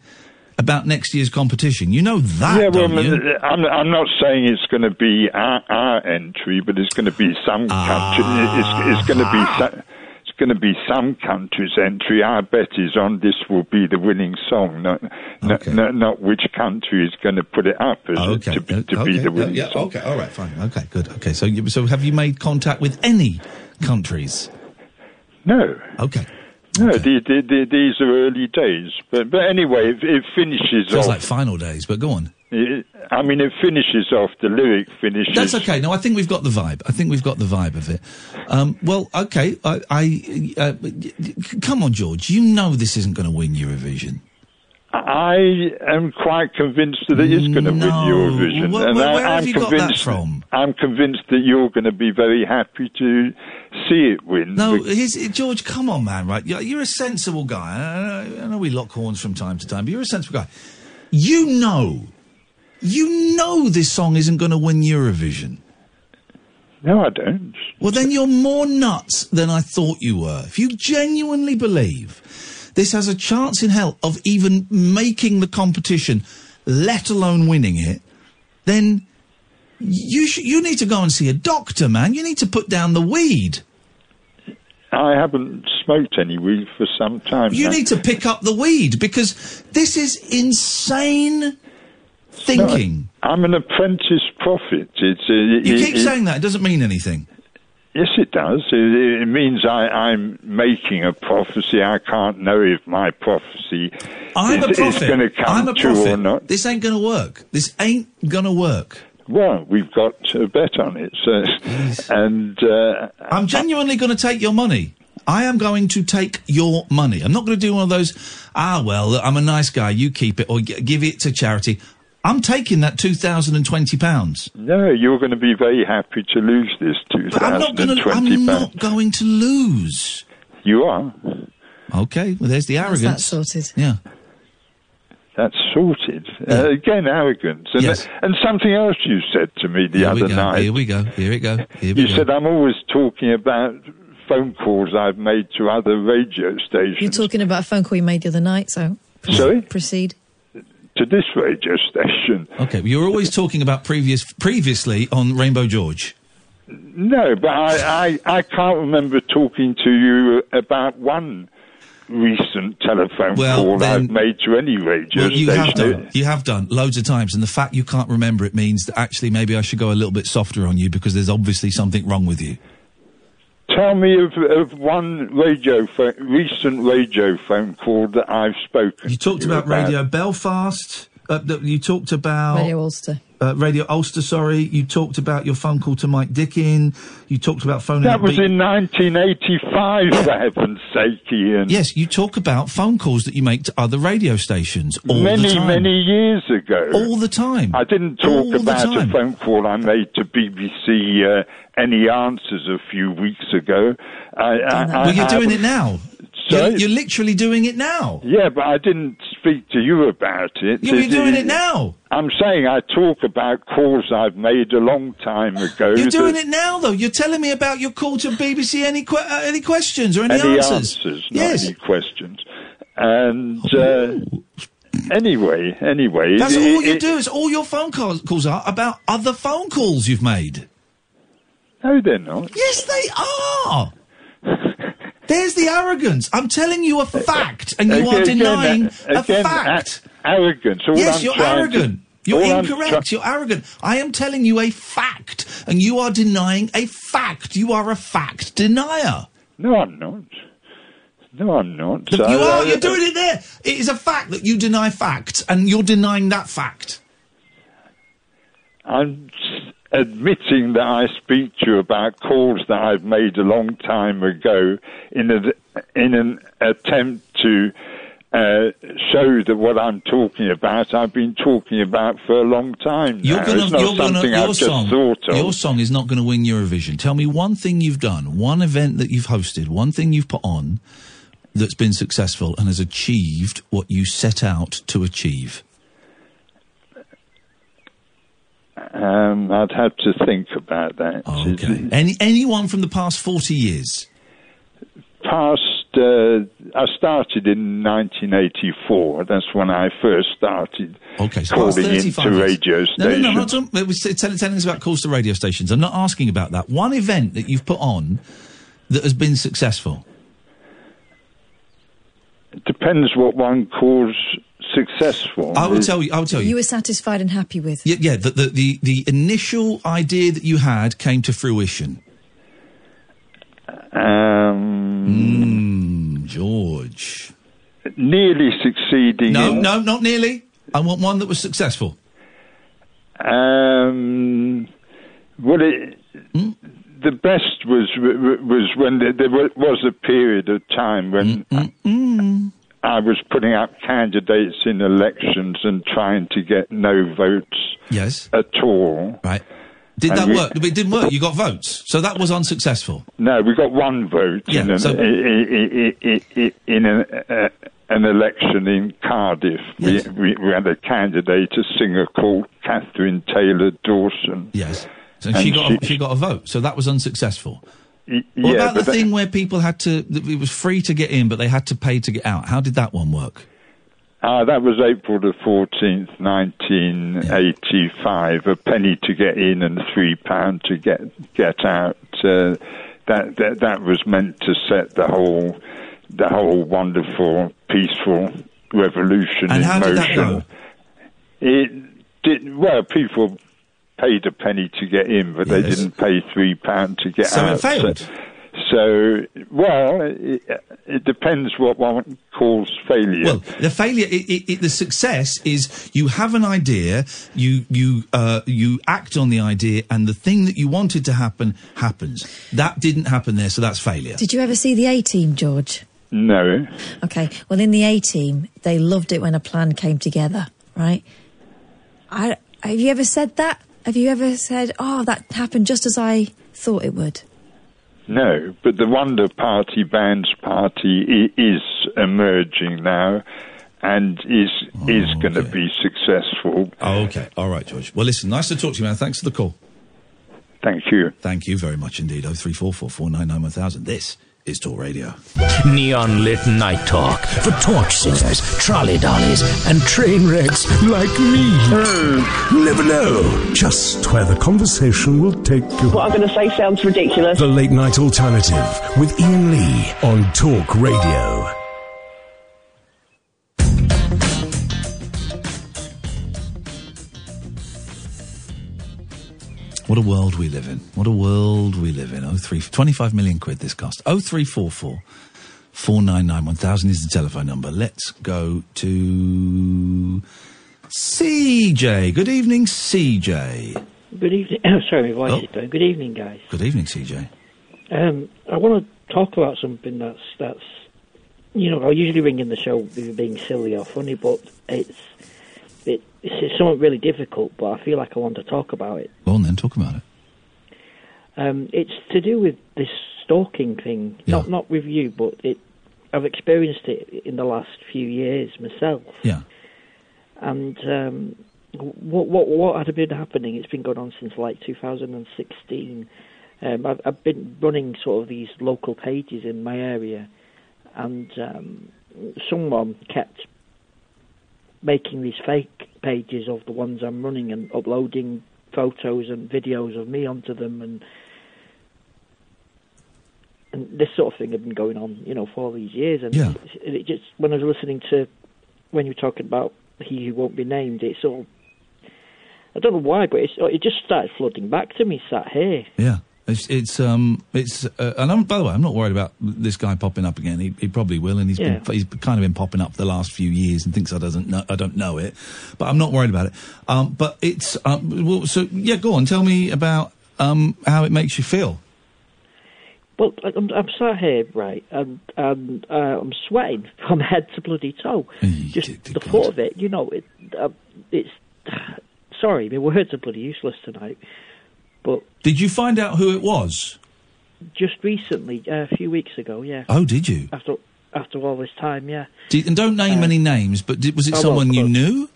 Speaker 6: about next year's competition. You know that,
Speaker 30: yeah, well, uh,
Speaker 6: don't you?
Speaker 30: I'm, I'm not saying it's going to be our, our entry, but it's going to be some
Speaker 6: Ah.
Speaker 30: country. It's, it's going to be some, it's going to be some country's entry. Our bet is on this will be the winning song, not not, not, not which country is going to put it up as to, be, to be the winning
Speaker 6: yeah,
Speaker 30: song.
Speaker 6: Oh, Uh, okay, all right, fine. Okay, good. Okay, so you, so have you made contact with any countries?
Speaker 30: No.
Speaker 6: Okay.
Speaker 30: No, the, the, the, these are early days, but but anyway, it, it finishes
Speaker 6: Feels
Speaker 30: off.
Speaker 6: like final days, but go on.
Speaker 30: it, I mean, it finishes off. The lyric finishes.
Speaker 6: That's okay. No, I think we've got the vibe. I think we've got the vibe of it. Um, well, okay. I, I uh, y- y- come on, George. You know this isn't going to win Eurovision.
Speaker 30: I am quite convinced that it is going to win Eurovision,
Speaker 6: Where-
Speaker 30: and
Speaker 6: where-
Speaker 30: I,
Speaker 6: where have
Speaker 30: I'm
Speaker 6: you got that
Speaker 30: convinced.
Speaker 6: from?
Speaker 30: I'm convinced that you're going to be very happy to see it win.
Speaker 6: No,
Speaker 30: Be-
Speaker 6: here's, George, come on, man, right? You're, you're a sensible guy. I know, I know we lock horns from time to time, but you're a sensible guy. You know, you know this song isn't going to win Eurovision.
Speaker 30: No, I don't.
Speaker 6: Well, then you're more nuts than I thought you were. If you genuinely believe this has a chance in hell of even making the competition, let alone winning it, then you sh- you need to go and see a doctor, man. You need to put down the weed.
Speaker 30: I haven't smoked any weed for some time.
Speaker 6: You
Speaker 30: now.
Speaker 6: need to pick up the weed because this is insane thinking.
Speaker 30: No, I'm an apprentice prophet. It's, uh,
Speaker 6: you
Speaker 30: it-
Speaker 6: keep
Speaker 30: it-
Speaker 6: saying that; it doesn't mean anything.
Speaker 30: Yes, it does. It, it means I, I'm making a prophecy. I can't know if my prophecy
Speaker 6: I'm
Speaker 30: is,
Speaker 6: a prophet.
Speaker 30: going to come
Speaker 6: I'm a
Speaker 30: true
Speaker 6: prophet.
Speaker 30: or not.
Speaker 6: This ain't going to work. This ain't going to work.
Speaker 30: Well, we've got to bet on it. So, and uh,
Speaker 6: I'm genuinely going to take your money. I am going to take your money. I'm not going to do one of those. Ah, well, look, I'm a nice guy. You keep it or g- give it to charity. I'm taking that two thousand and twenty pounds.
Speaker 30: no, you're going to be very happy to lose this
Speaker 6: But I'm not going
Speaker 30: 2020
Speaker 6: to. I'm
Speaker 30: pound.
Speaker 6: not going to lose.
Speaker 30: You are.
Speaker 6: Okay. Well, there's the
Speaker 8: How's that
Speaker 6: arrogance.
Speaker 8: sorted?
Speaker 6: Yeah.
Speaker 30: That's sorted. Uh, again, arrogance. And,
Speaker 6: Yes.
Speaker 30: and something else you said to me the
Speaker 6: Here we
Speaker 30: other
Speaker 6: go.
Speaker 30: night.
Speaker 6: Here we go. Here we go. Here we
Speaker 30: You
Speaker 6: go.
Speaker 30: said I'm always talking about phone calls I've made to other radio stations.
Speaker 8: You're talking about a phone call you made the other night, so
Speaker 30: Sorry?
Speaker 8: proceed.
Speaker 30: to this radio station.
Speaker 6: Okay, well, you were always talking about previous previously on Rainbow George.
Speaker 30: No, but I, I, I can't remember talking to you about one recent telephone
Speaker 6: Well,
Speaker 30: call
Speaker 6: then-
Speaker 30: I've made to any radio
Speaker 6: Well, you have
Speaker 30: station.
Speaker 6: done. You have done loads of times, and the fact you can't remember it means that actually maybe I should go a little bit softer on you because there's obviously something wrong with you.
Speaker 30: Tell me of, of one radio pho- recent radio phone call that I've spoken.
Speaker 6: You talked
Speaker 30: to
Speaker 6: about Radio Belfast. Uh, th- you talked about
Speaker 8: Radio Ulster.
Speaker 6: uh, Radio Ulster. Sorry, you talked about your phone call to Mike Dickin. You talked about phoning.
Speaker 30: That
Speaker 6: up
Speaker 30: was
Speaker 6: B-
Speaker 30: in 1985, for heaven's sake, Ian.
Speaker 6: Yes, you talk about phone calls that you make to other radio stations all the
Speaker 30: many,
Speaker 6: time.
Speaker 30: many years ago.
Speaker 6: All the time.
Speaker 30: I didn't
Speaker 6: All
Speaker 30: talk
Speaker 6: the
Speaker 30: about a
Speaker 6: time.
Speaker 30: phone call I made to BBC uh, Any Answers a few weeks ago. I, I, I,
Speaker 6: well, you're
Speaker 30: I-
Speaker 6: doing it now.
Speaker 30: Sorry?
Speaker 6: You're, you're literally doing it now.
Speaker 30: Yeah, but I didn't speak to you about it.
Speaker 6: Yeah, but you're doing it now.
Speaker 30: I'm saying I talk about calls I've made a long time ago.
Speaker 6: You're doing
Speaker 30: that-
Speaker 6: it now, though. You're telling me about your call to BBC. Any que- uh, any questions or any,
Speaker 30: Any
Speaker 6: answers?
Speaker 30: not
Speaker 6: Yes. Oh.
Speaker 30: any questions. And uh, anyway, anyway,
Speaker 6: That's
Speaker 30: it-
Speaker 6: all
Speaker 30: it-
Speaker 6: you do. Is all your phone calls, calls are about other phone calls you've made.
Speaker 30: No, they're not.
Speaker 6: Yes, they are. Oh. There's the arrogance. I'm telling you a fact, and you
Speaker 30: Again,
Speaker 6: are
Speaker 30: again,
Speaker 6: denying a
Speaker 30: again,
Speaker 6: fact.
Speaker 30: a- arrogance. All
Speaker 6: yes,
Speaker 30: I'm
Speaker 6: you're
Speaker 30: trying to-
Speaker 6: arrogant. You're
Speaker 30: all I'm
Speaker 6: incorrect.
Speaker 30: try-
Speaker 6: you're arrogant. I am telling you a fact, and you are denying a fact. You are a fact denier.
Speaker 30: No, I'm not. No, I'm not.
Speaker 6: you
Speaker 30: I-
Speaker 6: are.
Speaker 30: I-
Speaker 6: you're doing it there. It is a fact that you deny facts, and you're denying that fact.
Speaker 30: I'm s- admitting that I speak to you about calls that I've made a long time ago in, a, in an attempt to uh, show that what I'm talking about, I've been talking about for a long time.
Speaker 6: You're
Speaker 30: now.
Speaker 6: gonna,
Speaker 30: it's not
Speaker 6: you're gonna,
Speaker 30: something
Speaker 6: your
Speaker 30: I've
Speaker 6: song,
Speaker 30: just thought of.
Speaker 6: your song is not going to win Eurovision. Tell me one thing you've done, one event that you've hosted, one thing you've put on that's been successful and has achieved what you set out to achieve.
Speaker 30: Um, I'd have to think about that.
Speaker 6: Okay. Any anyone from the past forty years?
Speaker 30: Past, uh, I started in 1984. That's when I first started
Speaker 6: Okay, so that's
Speaker 30: calling into
Speaker 6: 35 years.
Speaker 30: radio
Speaker 6: No, no,
Speaker 30: stations.
Speaker 6: no, I'm not talking, it was telling, telling us about calls to radio stations. I'm not asking about that. One event that you've put on that has been successful.
Speaker 30: depends what one calls successful.
Speaker 6: I will tell you. I will tell you.
Speaker 8: were satisfied and happy with.
Speaker 6: Yeah, yeah the, the, the, the initial idea that you had came to fruition.
Speaker 30: Um,
Speaker 6: Hmm, George.
Speaker 30: Nearly succeeding.
Speaker 6: No,
Speaker 30: in-
Speaker 6: no, not nearly. I want one that was successful.
Speaker 30: Um, well, it,
Speaker 6: Hmm?
Speaker 30: the best was was when there, there was a period of time when
Speaker 6: Mm,
Speaker 30: I was putting up candidates in elections and trying to get no votes
Speaker 6: Yes.
Speaker 30: at all.
Speaker 6: Right. Did
Speaker 30: And
Speaker 6: that
Speaker 30: we-
Speaker 6: work? But It didn't work. You got votes. So that was unsuccessful.
Speaker 30: No, we got one vote
Speaker 6: Yeah,
Speaker 30: in an,
Speaker 6: so-
Speaker 30: i- i- i- i- i- in an, uh, an election in Cardiff.
Speaker 6: Yes.
Speaker 30: We, we, we had a candidate, a singer called Catherine Taylor Dawson.
Speaker 6: Yes. So she got, a, she got a vote. So that was unsuccessful. What
Speaker 30: yeah,
Speaker 6: about the
Speaker 30: but that-
Speaker 6: thing where people had to, that it was free to get in, but they had to pay to get out? How did that one work?
Speaker 30: Ah, that was April the 14th, 1985. A penny to get in and three pound to get get out. Uh, that, that that was meant to set the whole the whole wonderful peaceful revolution in
Speaker 6: And how
Speaker 30: motion.
Speaker 6: did that go?
Speaker 30: It did well. People paid a penny to get in, but they
Speaker 6: Yes.
Speaker 30: didn't pay three pound to get
Speaker 6: So it
Speaker 30: out.
Speaker 6: failed.
Speaker 30: So, so, well, it, it depends what one calls failure.
Speaker 6: Well, the failure, it, it, it, the success is you have an idea, you you uh, you act on the idea, and the thing that you wanted to happen happens. That didn't happen there, so that's failure.
Speaker 8: Did you ever see the A Team, George?
Speaker 30: no.
Speaker 8: Okay. Well, in the A Team, they loved it when a plan came together, right? I, have you ever said that? Have you ever said, "Oh, that happened just as I thought it would"?
Speaker 30: No, but the Wonder Party, Bands Party, i- is emerging now, and is is going to be successful.
Speaker 6: Oh, Okay, all right, George. Well, listen, nice to talk to you, man. Thanks for the call.
Speaker 30: Thank you.
Speaker 6: Thank you very much indeed. Oh three four four four nine nine one thousand. This is Talk Radio.
Speaker 13: Neon lit night talk for torch singers, trolley dollies, and train wrecks like me. Never know.
Speaker 1: Just where the conversation will take you.
Speaker 24: What I'm going to say sounds ridiculous.
Speaker 1: The Late Night Alternative with Ian Lee on Talk Radio.
Speaker 6: What a world we live in. What a world we live in. Oh three twenty five million quid this cost. Oh three four four four nine nine one thousand is the telephone number. Let's go to CJ. Good evening, CJ.
Speaker 2: Good evening. Sorry, my voice is down. Good evening, guys.
Speaker 6: Good evening, CJ.
Speaker 2: Um, I want to talk about something that's that's you know I usually ring in the show with being silly or funny, but it's it, it's, it's somewhat really difficult. But I feel like I want to talk about it.
Speaker 6: Go on then, talk about it.
Speaker 2: Um, it's to do with this stalking thing. Not not with you, but it. I've experienced it in the last few years myself.
Speaker 6: Yeah.
Speaker 2: And um, what what what had been happening? It's been going on since like 2016. Um, I've, I've been running sort of these local pages in my area, and um, someone kept making these fake pages of the ones I'm running and uploading photos and videos of me onto them and and this sort of thing had been going on, you know, for all these years. And
Speaker 10: Yeah.
Speaker 2: it's- it just when I was listening to when you were talking about he who won't be named, it sort of I don't know why, but it's, it just started flooding back to me. Sat here,
Speaker 6: Yeah. It's, it's um it's uh, and I'm, by the way I'm not worried about this guy popping up again. He, he probably will, and he's
Speaker 2: Yeah.
Speaker 6: been he's kind of been popping up for the last few years and thinks I doesn't know I don't know it, but I'm not worried about it. Um, but it's um well, so yeah, go on, tell me about um how it makes you feel.
Speaker 2: Well, I- I'm, I'm sat here, right, and um, uh, I'm sweating from head to bloody toe. Just the thought of it, you know, it, uh, it's. Sorry, my words are bloody useless tonight. But
Speaker 6: Did you find out who it was?
Speaker 2: just recently, uh, a few weeks ago, yeah.
Speaker 6: Oh, did you?
Speaker 2: After after all this time, yeah.
Speaker 6: Did, and don't name any names, but did, was it
Speaker 2: I won't,
Speaker 6: someone
Speaker 2: of
Speaker 6: you
Speaker 2: course.
Speaker 6: knew?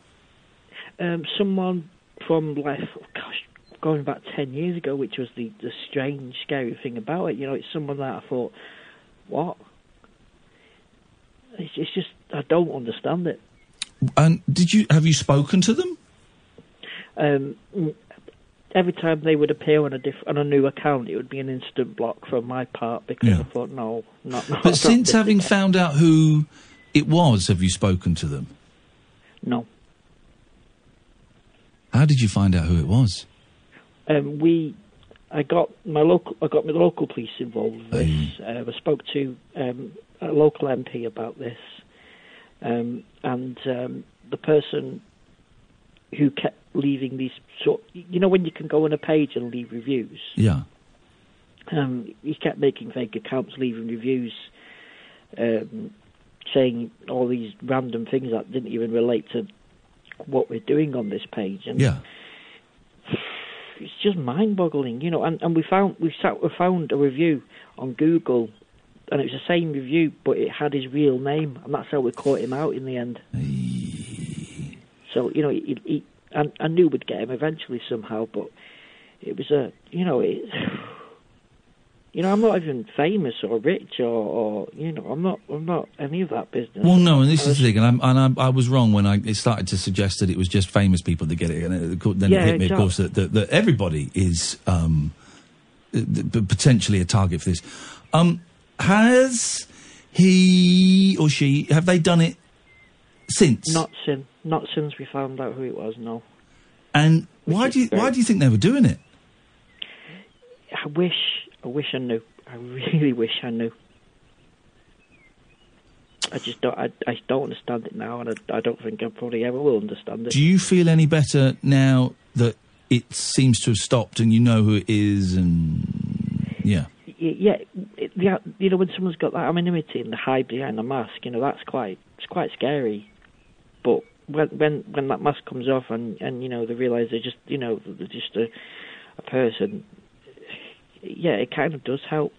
Speaker 2: Um, someone from like, oh, gosh, going back ten years ago, which was the the strange, scary thing about it. You know, it's someone that I thought, what? It's, it's just I don't understand it.
Speaker 6: And did you have you spoken to them?
Speaker 2: Um, mm, every time they would appear on a diff- on a new account, it would be an instant block from my part because
Speaker 6: Yeah.
Speaker 2: I thought, no, not. not
Speaker 6: But since
Speaker 2: this
Speaker 6: having
Speaker 2: again.
Speaker 6: found out who it was, have you spoken to them?
Speaker 2: No.
Speaker 6: How did you find out who it was?
Speaker 2: um, we, I got my local, I got my local police involved with this. Um, I spoke to um, a local MP about this, um, and um, the person who kept leaving these sort, you know, when you can go on a page and leave reviews.
Speaker 6: Yeah.
Speaker 2: Um, he kept making fake accounts, leaving reviews, um, saying all these random things that didn't even relate to what we're doing on this page. And
Speaker 6: Yeah.
Speaker 2: it's just mind-boggling, you know. And, and we found we sat we found a review on Google, and it was the same review, but it had his real name, and that's how we caught him out in the end. So you know, he, he, I, I knew we'd get him eventually somehow, but it was a you know it. You know, I'm not even famous or rich or, or you know, I'm not, I'm not any of that business.
Speaker 6: Well, no, and this
Speaker 2: I
Speaker 6: is
Speaker 2: was-
Speaker 6: the thing, and, I'm, and I'm, I was wrong when I it started to suggest that it was just famous people that get it, and it, of course- then
Speaker 2: Yeah,
Speaker 6: it hit me,
Speaker 2: exactly.
Speaker 6: of course, that, that, that everybody is um, uh, th- p- potentially a target for this. Um, has he or she have they done it since?
Speaker 2: not since, not since we found out who it was. No.
Speaker 6: and why do you why do you think they were doing it?
Speaker 2: I wish, I wish I knew. I really wish I knew. I just don't. I, I don't understand it now, and I, I don't think I probably ever will understand it.
Speaker 6: Do you feel any better now that it seems to have stopped, and you know who it is, and yeah,
Speaker 2: Y- Yeah, it, yeah, you know when someone's got that anonymity and the hide behind the mask, you know that's quite it's quite scary. But when when when that mask comes off and and you know they realise they're just you know they're just a a person, yeah, it kind of does help.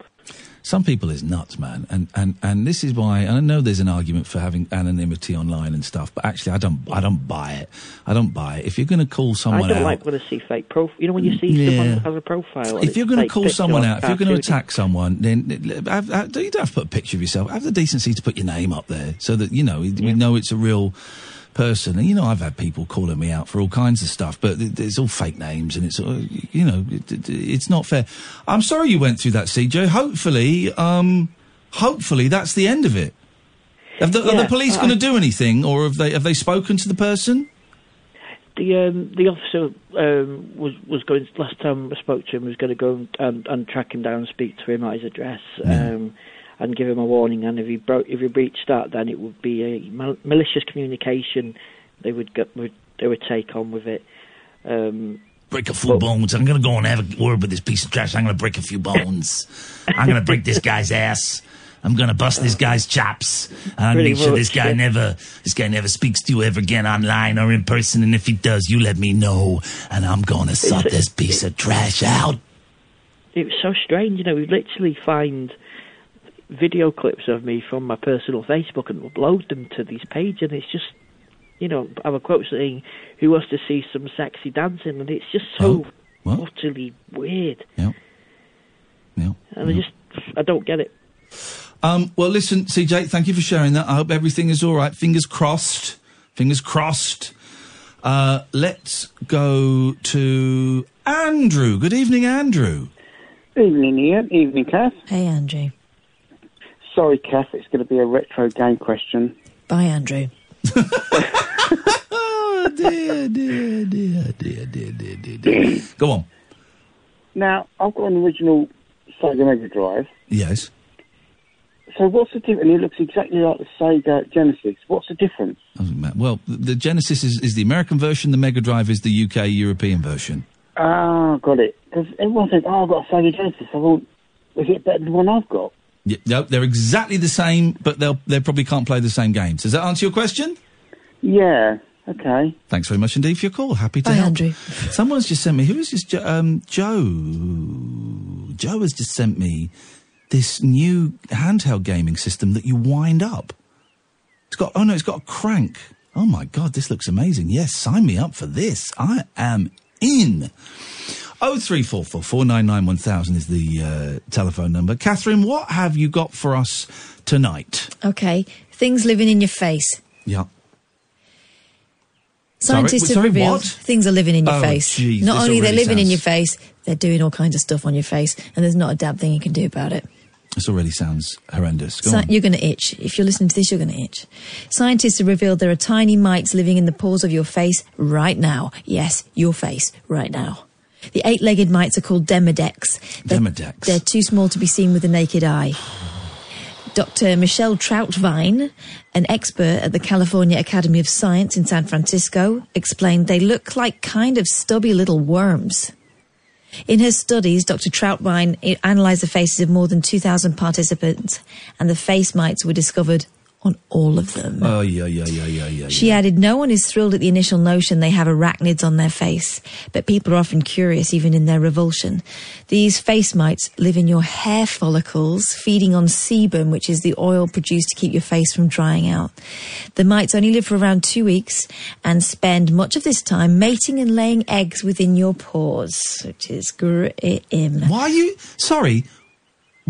Speaker 6: some people is nuts, man, and and and this is why. And I know there's an argument for having anonymity online and stuff, but actually, I don't, I don't buy it. I don't buy it. If you're going to call someone
Speaker 2: I don't
Speaker 6: out,
Speaker 2: like when I see fake profile. You know when you see
Speaker 6: Yeah.
Speaker 2: someone has a profile. and
Speaker 6: if you're
Speaker 2: it's
Speaker 6: going to
Speaker 2: fake
Speaker 6: call
Speaker 2: picture
Speaker 6: someone
Speaker 2: or
Speaker 6: out, if you're going to
Speaker 2: cartoon,
Speaker 6: attack someone, then have, have, you don't have to put a picture of yourself. Have the decency to put your name up there so that you know we know it's a real person. And you know, I've had people calling me out for all kinds of stuff, but it- it's all fake names, and it's all- you know, it, it- it's not fair. I'm sorry you went through that, CJ. Hopefully, um, hopefully that's the end of it. Have the, are
Speaker 2: Yeah,
Speaker 6: the police
Speaker 2: I-
Speaker 6: going to do anything, or have they have they spoken to the person?
Speaker 2: The um, the officer um, was was going last time I spoke to him was going to go and, and, and track him down, and speak to him at his address, um, and give him a warning. And if he broke if he breached that, then it would be a mal- malicious communication. They would get would, they would take on with it. Um,
Speaker 6: break a few bones. I'm going to go and have a word with this piece of trash. I'm going to break a few bones. I'm going to break this guy's ass. I'm going to bust this guy's chops. And I'll
Speaker 5: Pretty
Speaker 6: make sure this
Speaker 5: much,
Speaker 6: guy
Speaker 5: yeah.
Speaker 6: never, this guy never speaks to you ever again online or in person. And if he does, you let me know. And I'm going to sort this piece of trash out.
Speaker 2: it was so strange, you know. We literally find video clips of me from my personal Facebook and upload them to these pages, and it's just, you know, I have a quote saying, "Who wants to see some sexy dancing?" And it's just so utterly weird.
Speaker 6: Yeah. Yeah.
Speaker 2: And I just, I don't get it.
Speaker 6: Um, well, listen, CJ, thank you for sharing that. I hope everything is all right. Fingers crossed. Fingers crossed. Uh, let's go to Andrew. Good evening, Andrew.
Speaker 3: Evening, Ian. Evening, Kath.
Speaker 8: Hey, Andrew.
Speaker 5: sorry, Kath, it's going to be a retro game question.
Speaker 8: Bye, Andrew.
Speaker 6: oh, dear, dear, dear, dear, dear, dear, dear, dear. Go on.
Speaker 5: Now, I've got an original Sega Mega Drive.
Speaker 6: Yes.
Speaker 5: So what's the difference? And it looks exactly like the Sega Genesis. What's the difference?
Speaker 6: Doesn't matter. Well, the- the Genesis is, is the American version. The Mega Drive is the UK European version.
Speaker 5: Ah, got it. Because everyone says, oh, I've got a Sega Genesis. I thought, is it better than the one I've got?
Speaker 6: Yeah, no, they're exactly the same, but they'll they probably can't play the same games. Does that answer your question?
Speaker 5: Yeah. Okay.
Speaker 6: Thanks very much indeed for your call. Happy to
Speaker 5: Bye,
Speaker 6: help.
Speaker 5: Andrew.
Speaker 6: Someone's just sent me. Who is this? Jo- um, Joe. Joe has just sent me this new handheld gaming system that you wind up. It's got oh no, it's got a crank. Oh my god, this looks amazing. Yes, sign me up for this. I am in. Oh three four four four nine nine one thousand is the uh, telephone number. Catherine, what have you got for us tonight?
Speaker 8: Okay, things living in your face.
Speaker 6: Yeah. Sorry,
Speaker 8: Scientists
Speaker 6: sorry,
Speaker 8: have revealed
Speaker 6: what?
Speaker 8: things are living in your
Speaker 6: Oh,
Speaker 8: face.
Speaker 6: jeez,
Speaker 8: not
Speaker 6: this
Speaker 8: only they're
Speaker 6: already
Speaker 8: living in
Speaker 6: sounds-
Speaker 8: your face, they're doing all kinds of stuff on your face, and there's not a damn thing you can do about it.
Speaker 6: This already sounds horrendous. Go
Speaker 8: Sci-
Speaker 6: on.
Speaker 8: you're going to itch. If you're listening to this, you're going to itch. Scientists have revealed there are tiny mites living in the pores of your face right now. Yes, your face right now. The eight legged mites are called Demodex. They're,
Speaker 6: Demodex.
Speaker 8: They're too small to be seen with the naked eye. Dr. Michelle Troutvine, an expert at the California Academy of Science in San Francisco, explained they look like kind of stubby little worms. In her studies, Dr. Troutwine i- analysed the faces of more than 2,000 participants, and the face mites were discovered on all of them.
Speaker 6: Oh yeah, yeah, yeah, yeah, yeah.
Speaker 8: She added, No one is thrilled at the initial notion they have arachnids on their face, but people are often curious even in their revulsion. These face mites live in your hair follicles, feeding on sebum, which is the oil produced to keep your face from drying out. The mites only live for around two weeks and spend much of this time mating and laying eggs within your pores, which is eh, grim.
Speaker 6: Why are you sorry?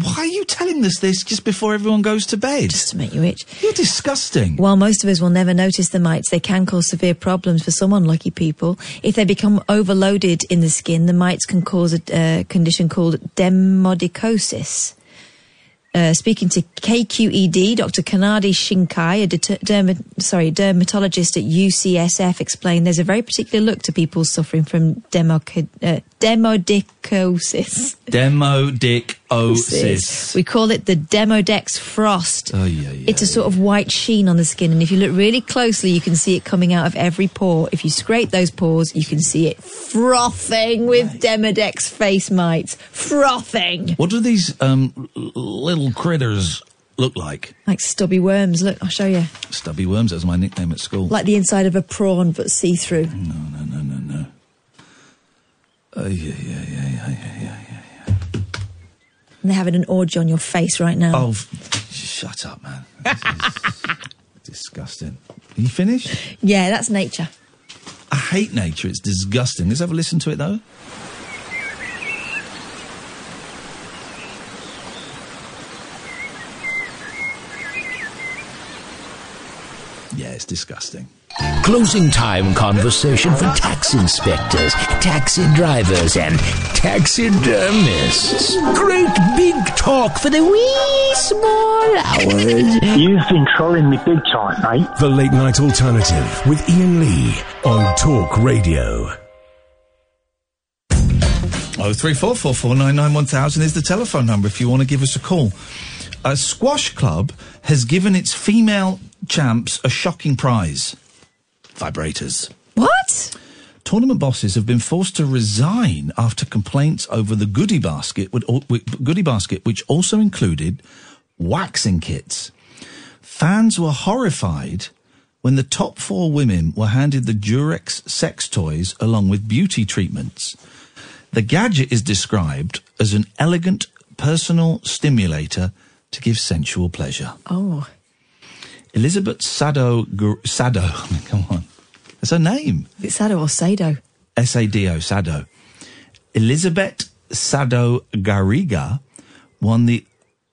Speaker 6: Why are you telling us this just before everyone goes to bed? Just
Speaker 8: to make you itch.
Speaker 6: You're disgusting.
Speaker 8: While most of us will never notice the mites, they can cause severe problems for some unlucky people. If they become overloaded in the skin, the mites can cause a uh, condition called demodicosis. Uh, speaking to KQED, Dr. Kanadi Shinkai, a det- derma- sorry, dermatologist at UCSF, explained there's a very particular look to people suffering from democ- uh, demodicosis.
Speaker 6: Demo dick osis.
Speaker 8: We call it the Demodex frost.
Speaker 6: Oh yeah, yeah.
Speaker 8: It's a sort of white sheen on the skin, and if you look really closely, you can see it coming out of every pore. If you scrape those pores, you can see it frothing with Demodex face mites. Frothing!
Speaker 6: What do these um, l- little critters look like?
Speaker 8: Like stubby worms. Look, I'll show you.
Speaker 6: Stubby worms. That was my nickname at school.
Speaker 8: Like the inside of a prawn, but see through.
Speaker 6: Oh yeah, yeah, yeah, yeah, yeah, yeah.
Speaker 8: And they're having an orgy on your face right now.
Speaker 6: Oh, f- shut up, man. This is disgusting. Are you finished?
Speaker 8: Yeah, that's nature.
Speaker 6: I hate nature. It's disgusting. Let's have a listen to it though. Yeah, it's disgusting.
Speaker 13: Closing time conversation for tax inspectors, taxi drivers, and taxidermists. Great big talk for the wee small hours.
Speaker 1: You've been trolling me big time, mate. The Late Night Alternative with Ian Lee on Talk Radio.
Speaker 6: Oh three four four four nine nine one thousand is the telephone number if you want to give us a call. A squash club has given its female champs a shocking prize: vibrators.
Speaker 8: What?
Speaker 6: Tournament bosses have been forced to resign after complaints over the goodie basket, would al- wi- goodie basket, which also included waxing kits. Fans were horrified when the top four women were handed the Durex sex toys along with beauty treatments. The gadget is described as an elegant personal stimulator to give sensual pleasure.
Speaker 8: Oh.
Speaker 6: Elizabeth Sado, Gur- Sado, come on, that's her name.
Speaker 8: Is it Sado or Sado?
Speaker 6: S A D O, Sado. Elizabeth Sado Garriga won the.